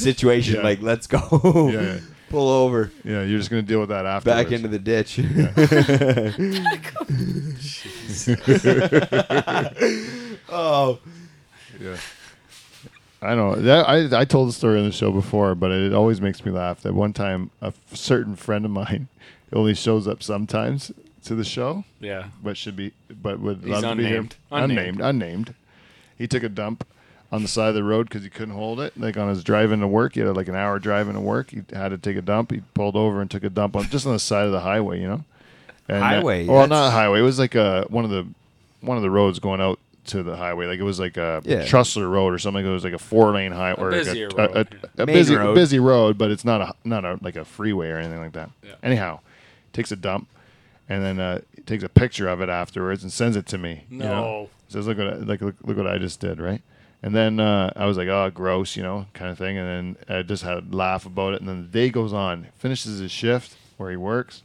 Speaker 1: <laughs>
Speaker 3: situation.
Speaker 1: Yeah.
Speaker 3: Like let's go.
Speaker 1: Yeah, yeah.
Speaker 3: <laughs> Pull over.
Speaker 1: yeah, you're just gonna deal with that afterwards.
Speaker 3: Back into the ditch. <laughs>
Speaker 1: <laughs>
Speaker 3: oh,
Speaker 1: Yeah. I know that I I told the story on the show before, but it always makes me laugh. That one time, a f- certain friend of mine <laughs> only shows up sometimes to the show.
Speaker 2: Yeah.
Speaker 1: but should be but would
Speaker 2: He's
Speaker 1: love to be here.
Speaker 2: unnamed. Unnamed.
Speaker 1: unnamed unnamed he took a dump on the side of the road because he couldn't hold it like on his drive into work he had like an hour drive into work he had to take a dump he pulled over and took a dump on just on the side of the highway you know and uh,
Speaker 3: Highway,
Speaker 1: well not
Speaker 3: that's-
Speaker 1: highway it was like uh one of the one of the roads going out to the highway like it was like a
Speaker 3: Yeah.
Speaker 1: Trustler road or something it was like a four lane highway or like
Speaker 2: busier
Speaker 1: a, a-
Speaker 2: road,
Speaker 1: a, a
Speaker 3: Main
Speaker 1: busy
Speaker 3: road.
Speaker 1: busy road but it's not a not a like a freeway or anything like that
Speaker 2: Yeah.
Speaker 1: anyhow takes a dump and then uh, takes a picture of it afterwards and sends it to me. you know?
Speaker 2: No.
Speaker 1: says look what I, like look, look what I just did, right? And then uh, I was like, oh, gross, you know, kind of thing. And then I just had a laugh about it. And then the day goes on, finishes his shift where he works,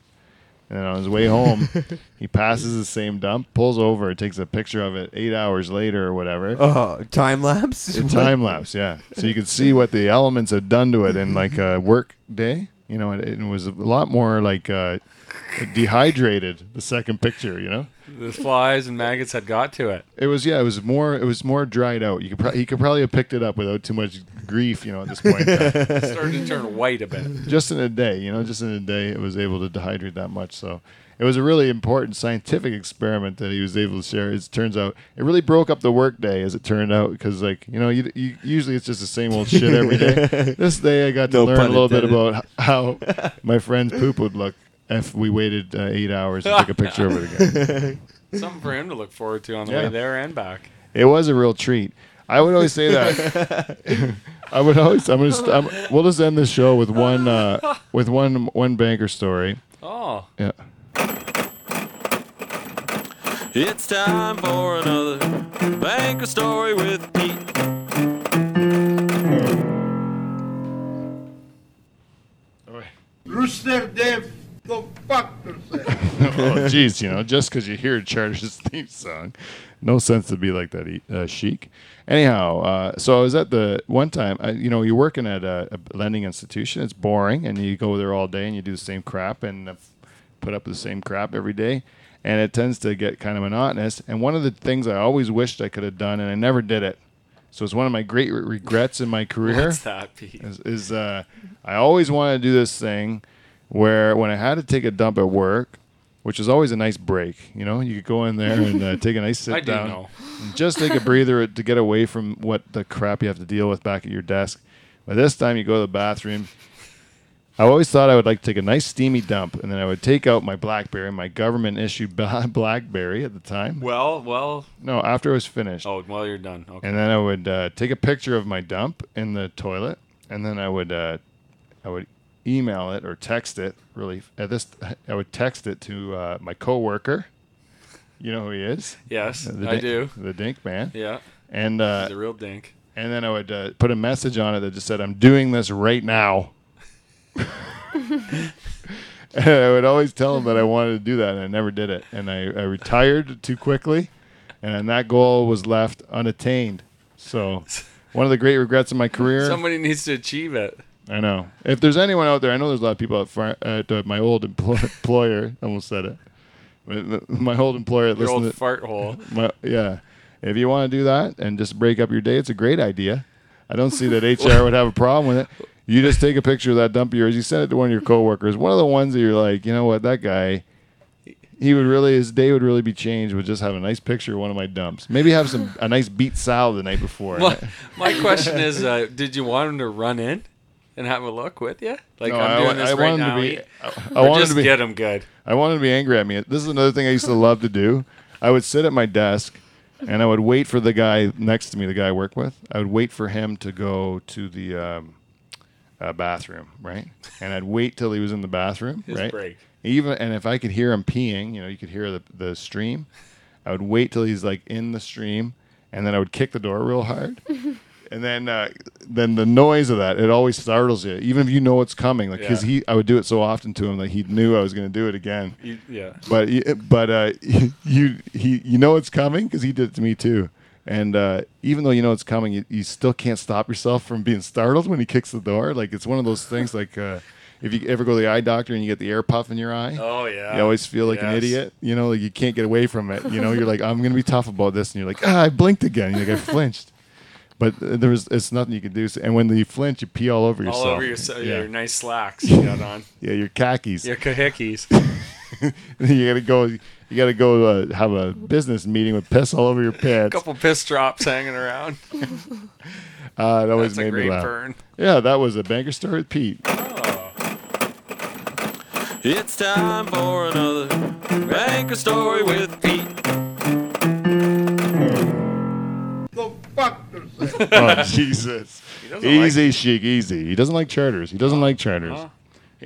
Speaker 1: And then on his way home, he passes the same dump, pulls over, takes a picture of it eight hours later or whatever.
Speaker 3: Oh, time lapse.
Speaker 1: It's time lapse, yeah. So you could see what the elements had done to it in like a work day. You know, it, it was a lot more like uh, dehydrated. The second picture, you know,
Speaker 2: The flies and maggots had got to it.
Speaker 1: it was yeah, it was more it was more dried out. You could pro- he could probably have picked it up without too much grief, you know, at this point. But
Speaker 2: It started to turn white a bit.
Speaker 1: just in a day, you know, just in a day, it was able to dehydrate that much. So it was a really important scientific experiment that he was able to share. It turns out it really broke up the workday, as it turned out, because like you know, you, you, usually it's just the same old shit every
Speaker 3: <laughs>
Speaker 1: day. this day, I got to
Speaker 3: No
Speaker 1: learn a
Speaker 3: pun
Speaker 1: little bit
Speaker 3: intended.
Speaker 1: about h- how my friend's poop would look if we waited uh, eight hours and took a picture of it
Speaker 3: <laughs>
Speaker 1: again.
Speaker 2: <laughs> Something for him to look forward to on the
Speaker 1: Yeah.
Speaker 2: way there and back.
Speaker 1: It was a real treat. I would always say that.
Speaker 3: <laughs>
Speaker 1: <laughs> I would always. I'm gonna. St- I'm, we'll just end this show with one. Uh, with one. One banker story.
Speaker 2: Oh,
Speaker 1: Yeah.
Speaker 5: It's time for another Banker Story with Pete.
Speaker 4: Rooster Dave, go fuck
Speaker 1: <laughs>
Speaker 4: yourself.
Speaker 1: oh, jeez, you know, just because you hear Charter's <laughs> theme song, no sense to be like that e- uh, chic. Anyhow, uh, so I was at the one time, I, you know, you're working at a, a lending institution. It's boring, and you go there all day and you do the same crap and uh, put up with the same crap every day, and it tends to get kind of monotonous. And one of the things I always wished I could have done, and I never did it. So it's one of my great re- regrets in my career
Speaker 2: what's that, Pete?
Speaker 1: is, is uh, I always wanted to do this thing where when I had to take a dump at work, which is always a nice break, you know, you could go in there and
Speaker 2: <laughs>
Speaker 1: uh, take a nice sit
Speaker 2: I do
Speaker 1: down,
Speaker 2: know.
Speaker 1: and just take a breather to get away from what the crap you have to deal with back at your desk. By this time, you go to the bathroom. I always thought I would like to take a nice steamy dump, and then I would take out my BlackBerry, my government <laughs> issued BlackBerry at the time.
Speaker 2: Well, well.
Speaker 1: No, after it was finished.
Speaker 2: Oh, well, you're done. Okay.
Speaker 1: And then I would uh, take a picture of my dump in the toilet, and then I would uh, I would email it or text it. Really, at this I would text it to uh, my coworker. You know who he is?
Speaker 2: yes,
Speaker 1: The
Speaker 2: I
Speaker 1: dink-
Speaker 2: do.
Speaker 1: The Dink Man.
Speaker 2: Yeah,
Speaker 1: And
Speaker 2: he's
Speaker 1: uh,
Speaker 2: a real dink.
Speaker 1: and then I would uh, put a message on it that just said, "I'm doing this right now." and I would always tell him that I wanted to do that, and I never did it. And I, I retired too quickly, and then that goal was left unattained. So, one of the great regrets of my career.
Speaker 2: Somebody needs to achieve it.
Speaker 1: I know. If there's anyone out there, I know there's a lot of people at, fr- at uh, my old employ- <laughs> employer. I almost said it. My- My old employer. that
Speaker 2: Your
Speaker 1: listened
Speaker 2: old
Speaker 1: to-
Speaker 2: fart hole.
Speaker 1: <laughs> my, yeah. If you want to do that and just break up your day, it's a great idea. I don't see that HR would have a problem with it. You just take a picture of that dump of yours. You send it to one of your coworkers. One of the ones that you're like, you know what, that guy, he would really his day would really be changed with just having a nice picture of one of my dumps. Maybe have some a nice beet salad the night before.
Speaker 2: My, my question is, uh, did you want him to run in and have a look with you? Like
Speaker 1: No,
Speaker 2: I'm
Speaker 1: wa-
Speaker 2: doing this
Speaker 1: want
Speaker 2: right
Speaker 1: him
Speaker 2: now.
Speaker 1: to be.
Speaker 2: eat-
Speaker 1: I, I
Speaker 2: or
Speaker 1: wanted
Speaker 2: just
Speaker 1: to be.
Speaker 2: get him good.
Speaker 1: I wanted to be angry at me. This is another thing I used to love to do. I would sit at my desk and I would wait for the guy next to me, the guy I work with. I would wait for him to go to the um, uh, bathroom, right? And I'd wait till he was in the bathroom,
Speaker 2: His
Speaker 1: right?
Speaker 2: break.
Speaker 1: Even and if I could hear him peeing, you know, you could hear the, the stream. I would wait till he's like in the stream, and then I would kick the door real hard. And then, uh, then the noise of that it always startles you, even if you know it's coming. Like, because
Speaker 2: Yeah.
Speaker 1: he, I would do it so often to him that he knew I was going to do it again
Speaker 2: You, yeah.
Speaker 1: but but uh, <laughs> you he you know it's coming because he did it to me too. And uh, even though you know it's coming, you, you still can't stop yourself from being startled when he kicks the door. Like it's one of those things. Like uh, if you ever go to the eye doctor and you get the air puff in your eye,
Speaker 2: Oh yeah.
Speaker 1: you always feel like an
Speaker 2: Yes.
Speaker 1: idiot. You know, like you can't get away from it. You know,
Speaker 2: <laughs>
Speaker 1: you're like I'm gonna be tough about this, and you're like ah, I blinked again. You're like I flinched, but uh, there was it's nothing you could do. So- And when you flinch, you pee all over
Speaker 2: All
Speaker 1: yourself.
Speaker 2: over your, so-
Speaker 1: yeah,
Speaker 2: your
Speaker 1: <laughs>
Speaker 2: nice slacks you got on.
Speaker 1: yeah, your khakis.
Speaker 2: Your kahikis.
Speaker 1: <laughs> you gotta go. You gotta go uh, have a business meeting with piss all
Speaker 2: <laughs>
Speaker 1: over your pants.
Speaker 2: couple piss drops hanging around.
Speaker 1: Uh, it always
Speaker 2: That's a
Speaker 1: made
Speaker 2: great
Speaker 1: me laugh.
Speaker 2: burn.
Speaker 1: Yeah, that was a banker story with Pete.
Speaker 5: It's time for another Banker Story with Pete.
Speaker 4: Go fuck yourself.
Speaker 1: Oh <laughs> Jesus!
Speaker 2: doesn't
Speaker 1: Easy, chic, easy. He doesn't like charters. He doesn't like charters.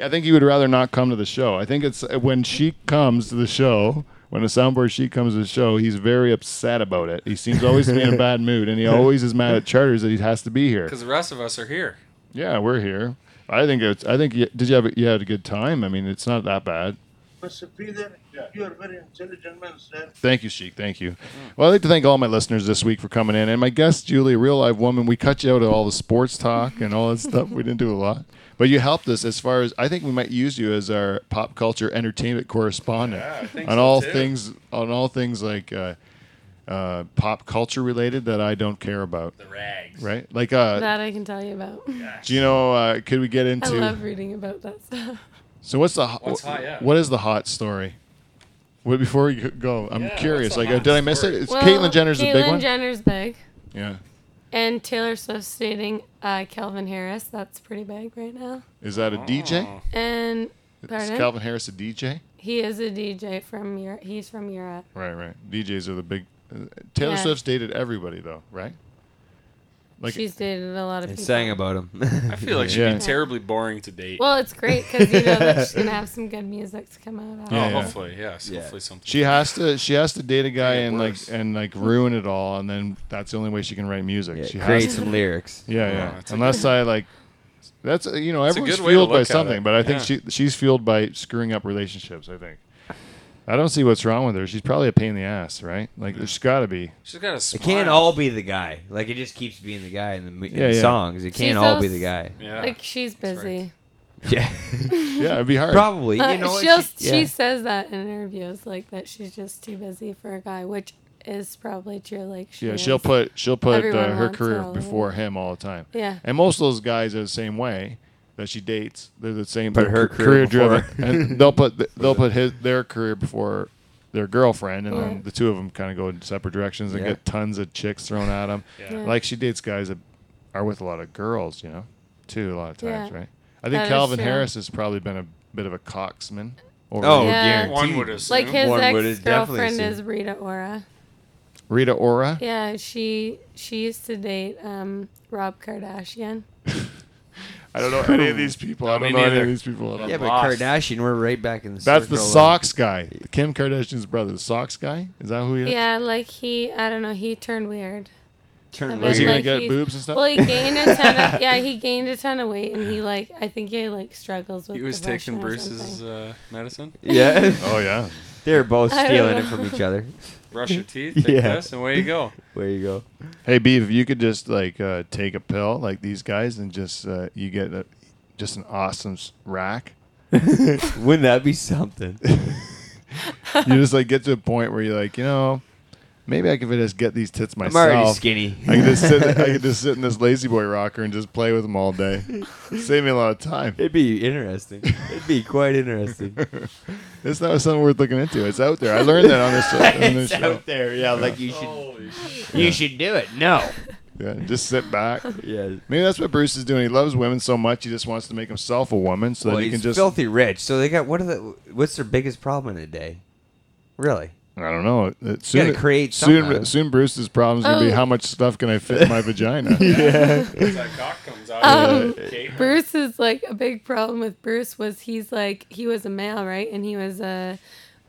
Speaker 1: I think he would rather not come to the show. I think it's uh, when she comes to the show. When a soundboard she comes to the show, he's very upset about it. He seems always to be in a bad mood, and he always is mad at charters that he has to be here.
Speaker 2: Because the rest of us are here.
Speaker 1: Yeah, we're here. I think it's. I think. You, did you have? a- You had a good time. I mean, it's not that bad.
Speaker 4: Mr. Peter, you are very intelligent man, sir.
Speaker 1: Thank you, Sheik. Thank you. Well, I'd like to thank all my listeners this week for coming in. And my guest, Julie, a real live woman. We cut you out of all the sports talk and all that stuff. We didn't do a lot. But you helped us as far as I think we might use you as our pop culture entertainment correspondent on
Speaker 2: so,
Speaker 1: all
Speaker 2: too.
Speaker 1: things on all things like uh, uh, pop culture related that I don't care about.
Speaker 2: The rags.
Speaker 1: Right? Like, uh,
Speaker 6: That I can tell you about.
Speaker 1: do you know? Uh, could we get
Speaker 6: I
Speaker 1: into?
Speaker 6: love reading about that stuff.
Speaker 1: So what's the ho-
Speaker 2: What's hot, yeah.
Speaker 1: what is the hot story? Wait, before we go, I'm
Speaker 2: Yeah, what's
Speaker 1: curious.
Speaker 2: the
Speaker 1: Like, uh,
Speaker 2: hot
Speaker 1: did I miss
Speaker 2: story?
Speaker 1: it? It's
Speaker 6: Well,
Speaker 1: Caitlyn Jenner's the big
Speaker 6: Caitlyn
Speaker 1: one.
Speaker 6: Jenner's big.
Speaker 1: yeah.
Speaker 6: And Taylor Swift's dating uh, Calvin Harris. That's pretty big right now.
Speaker 1: Is that a DJ?
Speaker 2: Oh.
Speaker 6: And
Speaker 1: Is
Speaker 6: pardon?
Speaker 1: Calvin Harris a DJ?
Speaker 6: he is a DJ from Europe. He's from Europe.
Speaker 1: Right, right. DJs are the big. Uh, Taylor
Speaker 6: Yeah.
Speaker 1: Swift's dated everybody though, right? Like,
Speaker 6: She's dated a lot of
Speaker 3: <laughs> and
Speaker 6: people.
Speaker 3: sang about him.
Speaker 2: I feel like she'd
Speaker 1: Yeah.
Speaker 2: be terribly boring to date.
Speaker 6: Well, it's great because you know that she's gonna have some good music to come out.
Speaker 2: oh,
Speaker 1: Yeah,
Speaker 6: Of.
Speaker 1: yeah.
Speaker 2: hopefully, yes,
Speaker 3: Yeah.
Speaker 2: hopefully something.
Speaker 1: she has to she has to date a guy
Speaker 2: Make it
Speaker 1: and like
Speaker 2: worse.
Speaker 1: and like ruin it all, and then that's the only way she can write music.
Speaker 3: <laughs> yeah,
Speaker 1: she
Speaker 3: create
Speaker 1: has to.
Speaker 3: some lyrics.
Speaker 1: <laughs> Yeah, yeah.
Speaker 2: Oh, that's a
Speaker 1: Unless I like. That's uh, you know
Speaker 2: It's a
Speaker 1: everyone's
Speaker 2: good way to
Speaker 1: fueled by
Speaker 2: look at
Speaker 1: something,
Speaker 2: it.
Speaker 1: but I think
Speaker 2: Yeah.
Speaker 1: she she's fueled by screwing up relationships. I think. I don't see what's wrong with her. She's probably a pain in the ass, right? Like there's got to be.
Speaker 2: She's got a smile.
Speaker 3: It can't all be the guy. Like it just keeps being the guy in the, mu- in
Speaker 1: Yeah,
Speaker 3: the
Speaker 1: yeah.
Speaker 3: songs. It
Speaker 6: She's
Speaker 3: can't all
Speaker 6: so
Speaker 3: be the guy.
Speaker 2: Yeah.
Speaker 6: Like she's
Speaker 2: That's
Speaker 6: busy.
Speaker 3: Yeah,
Speaker 6: <laughs>
Speaker 3: <laughs>
Speaker 1: Yeah, it'd be hard.
Speaker 3: probably. You know,
Speaker 6: Uh,
Speaker 3: what?
Speaker 6: she'll-
Speaker 3: She-
Speaker 6: She
Speaker 3: yeah.
Speaker 6: says that in interviews, like that she's just too busy for a guy, which is probably true. Like she
Speaker 1: Yeah,
Speaker 6: is.
Speaker 1: she'll put she'll put
Speaker 6: Everyone
Speaker 1: uh, her
Speaker 6: wants
Speaker 1: career
Speaker 6: all of it.
Speaker 1: before him all the time.
Speaker 6: Yeah.
Speaker 1: and most of those guys are the same way that she dates. They're the same.
Speaker 3: Put
Speaker 1: they're
Speaker 3: her
Speaker 1: ca-
Speaker 3: career
Speaker 1: driven, and they'll put th- they'll put his their career before their girlfriend, and then
Speaker 6: Yeah.
Speaker 1: the two of them kind of go in separate directions and
Speaker 3: Yeah.
Speaker 1: get tons of chicks thrown at them.
Speaker 2: Yeah.
Speaker 6: Yeah.
Speaker 1: Like she dates guys that are with a lot of girls, you know, too a lot of times,
Speaker 6: Yeah.
Speaker 1: right? I think
Speaker 6: That is
Speaker 1: Calvin
Speaker 6: true.
Speaker 1: Harris has probably been a bit of a cocksman. Over
Speaker 3: Oh,
Speaker 1: the-
Speaker 6: Yeah.
Speaker 3: guaranteed.
Speaker 2: One would assume.
Speaker 6: like his
Speaker 3: One would
Speaker 6: ex
Speaker 3: definitely
Speaker 6: girlfriend
Speaker 3: see.
Speaker 6: is Rita Ora.
Speaker 1: Rita Ora.
Speaker 6: Yeah, she she used to date um, Rob Kardashian.
Speaker 1: I don't know any of
Speaker 3: <laughs>
Speaker 1: these people. I
Speaker 2: No,
Speaker 1: don't
Speaker 2: me
Speaker 1: know any of
Speaker 2: neither.
Speaker 1: these people at all.
Speaker 3: Yeah, but
Speaker 2: Lost.
Speaker 3: Kardashian, we're right back in the.
Speaker 1: That's the
Speaker 3: circle of-
Speaker 1: socks guy, Kim Kardashian's brother. The socks guy is that who he is?
Speaker 6: Yeah, like he, I don't know, he turned weird.
Speaker 3: Turn
Speaker 1: Was he
Speaker 6: Like
Speaker 1: gonna
Speaker 3: weird.
Speaker 1: get
Speaker 6: he's-
Speaker 1: boobs and stuff?
Speaker 6: Well, he gained a ton of yeah, he gained a ton of weight, and he like I think he like struggles with.
Speaker 2: He was
Speaker 6: depression
Speaker 2: taking
Speaker 6: or
Speaker 2: Bruce's
Speaker 6: something.
Speaker 2: uh, medicine.
Speaker 3: <laughs> yeah,
Speaker 1: Oh yeah.
Speaker 3: they're both
Speaker 6: I don't
Speaker 3: stealing it
Speaker 6: know.
Speaker 3: from each other.
Speaker 2: Brush your teeth, take
Speaker 3: Yeah.
Speaker 2: this, and away <laughs> you
Speaker 3: <laughs>
Speaker 2: go.
Speaker 3: There
Speaker 1: <laughs>
Speaker 3: you go.
Speaker 1: Hey Beef, if you could just like uh, take a pill like these guys and just uh, you get a, just an awesome s- rack.
Speaker 6: <laughs>
Speaker 3: Wouldn't that be
Speaker 1: <laughs>
Speaker 3: something?
Speaker 1: You just like get to a point where you're like, you know, maybe I could just get these tits
Speaker 3: I'm
Speaker 1: myself.
Speaker 3: already skinny.
Speaker 1: I could just sit. I
Speaker 3: <laughs>
Speaker 1: could just sit in this lazy boy rocker and just play with them all day. Save me a lot of time.
Speaker 3: It'd be interesting. It'd be
Speaker 1: <laughs>
Speaker 3: quite interesting.
Speaker 1: It's not something worth looking into. It's out there. I learned that on this, on this
Speaker 3: <laughs> it's
Speaker 1: show.
Speaker 3: out there. Yeah, like you should.
Speaker 2: Holy shit.
Speaker 3: You should do it. No.
Speaker 1: Yeah, just sit back.
Speaker 3: <laughs> Yeah.
Speaker 1: Maybe that's what Bruce is doing. He loves women so much he just wants to make himself a woman so
Speaker 3: Well,
Speaker 1: that he
Speaker 3: he's
Speaker 1: can just
Speaker 3: filthy rich. So they got what are the what's their biggest problem in a day? Really?
Speaker 1: I don't know. It- it- Soon,
Speaker 3: gotta create
Speaker 1: soon,
Speaker 3: somehow.
Speaker 1: soon Bruce's problem's gonna be
Speaker 6: Oh.
Speaker 1: how much stuff can I fit in my vagina? yeah.
Speaker 2: That cock comes out.
Speaker 6: Um,
Speaker 2: of the cape.
Speaker 6: Bruce is like a big problem with Bruce was he's like he was a male right, and he was a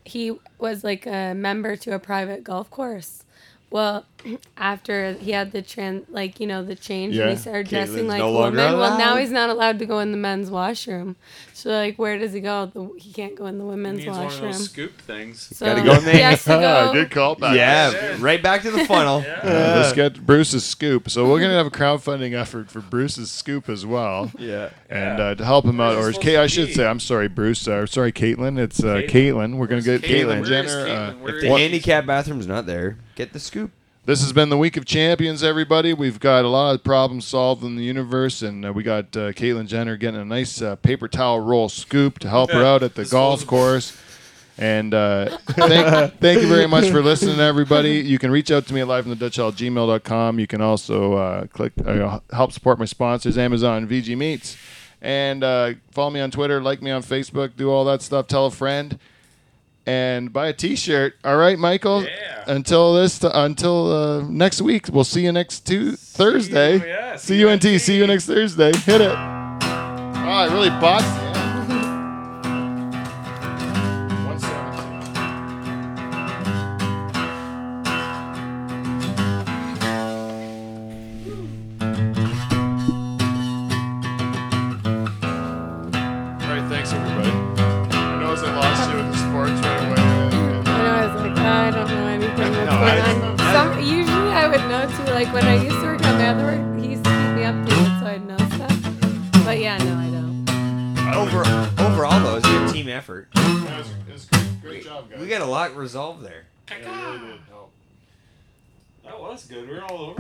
Speaker 6: he was like a member to a private golf course. Well, <clears throat> after he had the trans, like you know, the change, and
Speaker 1: Yeah.
Speaker 6: he started
Speaker 3: Caitlin's
Speaker 6: dressing like
Speaker 3: no
Speaker 6: a
Speaker 3: longer
Speaker 6: woman. Well, now
Speaker 3: allowed.
Speaker 6: he's not allowed to go in the men's washroom. So like, where does he go? The, he can't go in the women's
Speaker 2: Needs one of
Speaker 6: washroom.
Speaker 2: those scoop things.
Speaker 6: So
Speaker 3: Gotta go in
Speaker 6: He
Speaker 3: there.
Speaker 1: <laughs>
Speaker 6: has to go.
Speaker 1: Good callback.
Speaker 3: Yeah. <laughs> Right back to the
Speaker 1: <laughs>
Speaker 3: funnel.
Speaker 1: Uh, let's get Bruce's scoop. So we're gonna have a crowdfunding effort for Bruce's scoop as well,
Speaker 3: Yeah.
Speaker 1: and uh, to help him out. Or
Speaker 2: Where's
Speaker 1: is
Speaker 2: it
Speaker 1: Kate, I
Speaker 2: supposed to
Speaker 1: should
Speaker 2: be?
Speaker 1: say, I'm sorry, Bruce. Uh, sorry, Caitlin. It's uh,
Speaker 2: Caitlin.
Speaker 1: Caitlin. We're gonna
Speaker 2: Where's
Speaker 1: get Caitlin,
Speaker 2: Caitlin? Where is
Speaker 1: Jenner.
Speaker 2: Caitlin?
Speaker 1: uh,
Speaker 2: Where
Speaker 3: If
Speaker 2: is
Speaker 3: the
Speaker 2: What-
Speaker 3: handicap bathroom's not there, get the scoop.
Speaker 1: This has been the week of champions, everybody. We've got a lot of problems solved in the universe, and uh, we got uh, Caitlyn Jenner getting a nice uh, paper towel roll scoop to help her out at the golf course. And uh, thank, thank <laughs> you very much for listening, everybody. You can reach out to me at livefromthedutchhall@gmail.com. You can also uh, click uh, help support my sponsors, Amazon, VG Meats, and uh, follow me on Twitter, like me on Facebook, do all that stuff. Tell a friend and buy a T-shirt. All right, Michael.
Speaker 2: Yeah.
Speaker 1: Until this, until uh, next week, we'll see you next two Thursday.
Speaker 2: Oh, yeah, see
Speaker 1: See
Speaker 2: you
Speaker 1: you in T.
Speaker 2: next
Speaker 1: See you next Thursday. Hit it. Oh, I really boxed. it. One second. All right, thanks everybody. I know I lost you in the sports.
Speaker 6: like when I used to work on my other work, he used to keep me updated so I'd know stuff. But yeah, no, I don't.
Speaker 3: Over, overall, though, it's a team effort.
Speaker 1: That was, that was great, great job, guys.
Speaker 3: We got a lot resolved there.
Speaker 1: Yeah, you really did help.
Speaker 2: That was good. We were all over.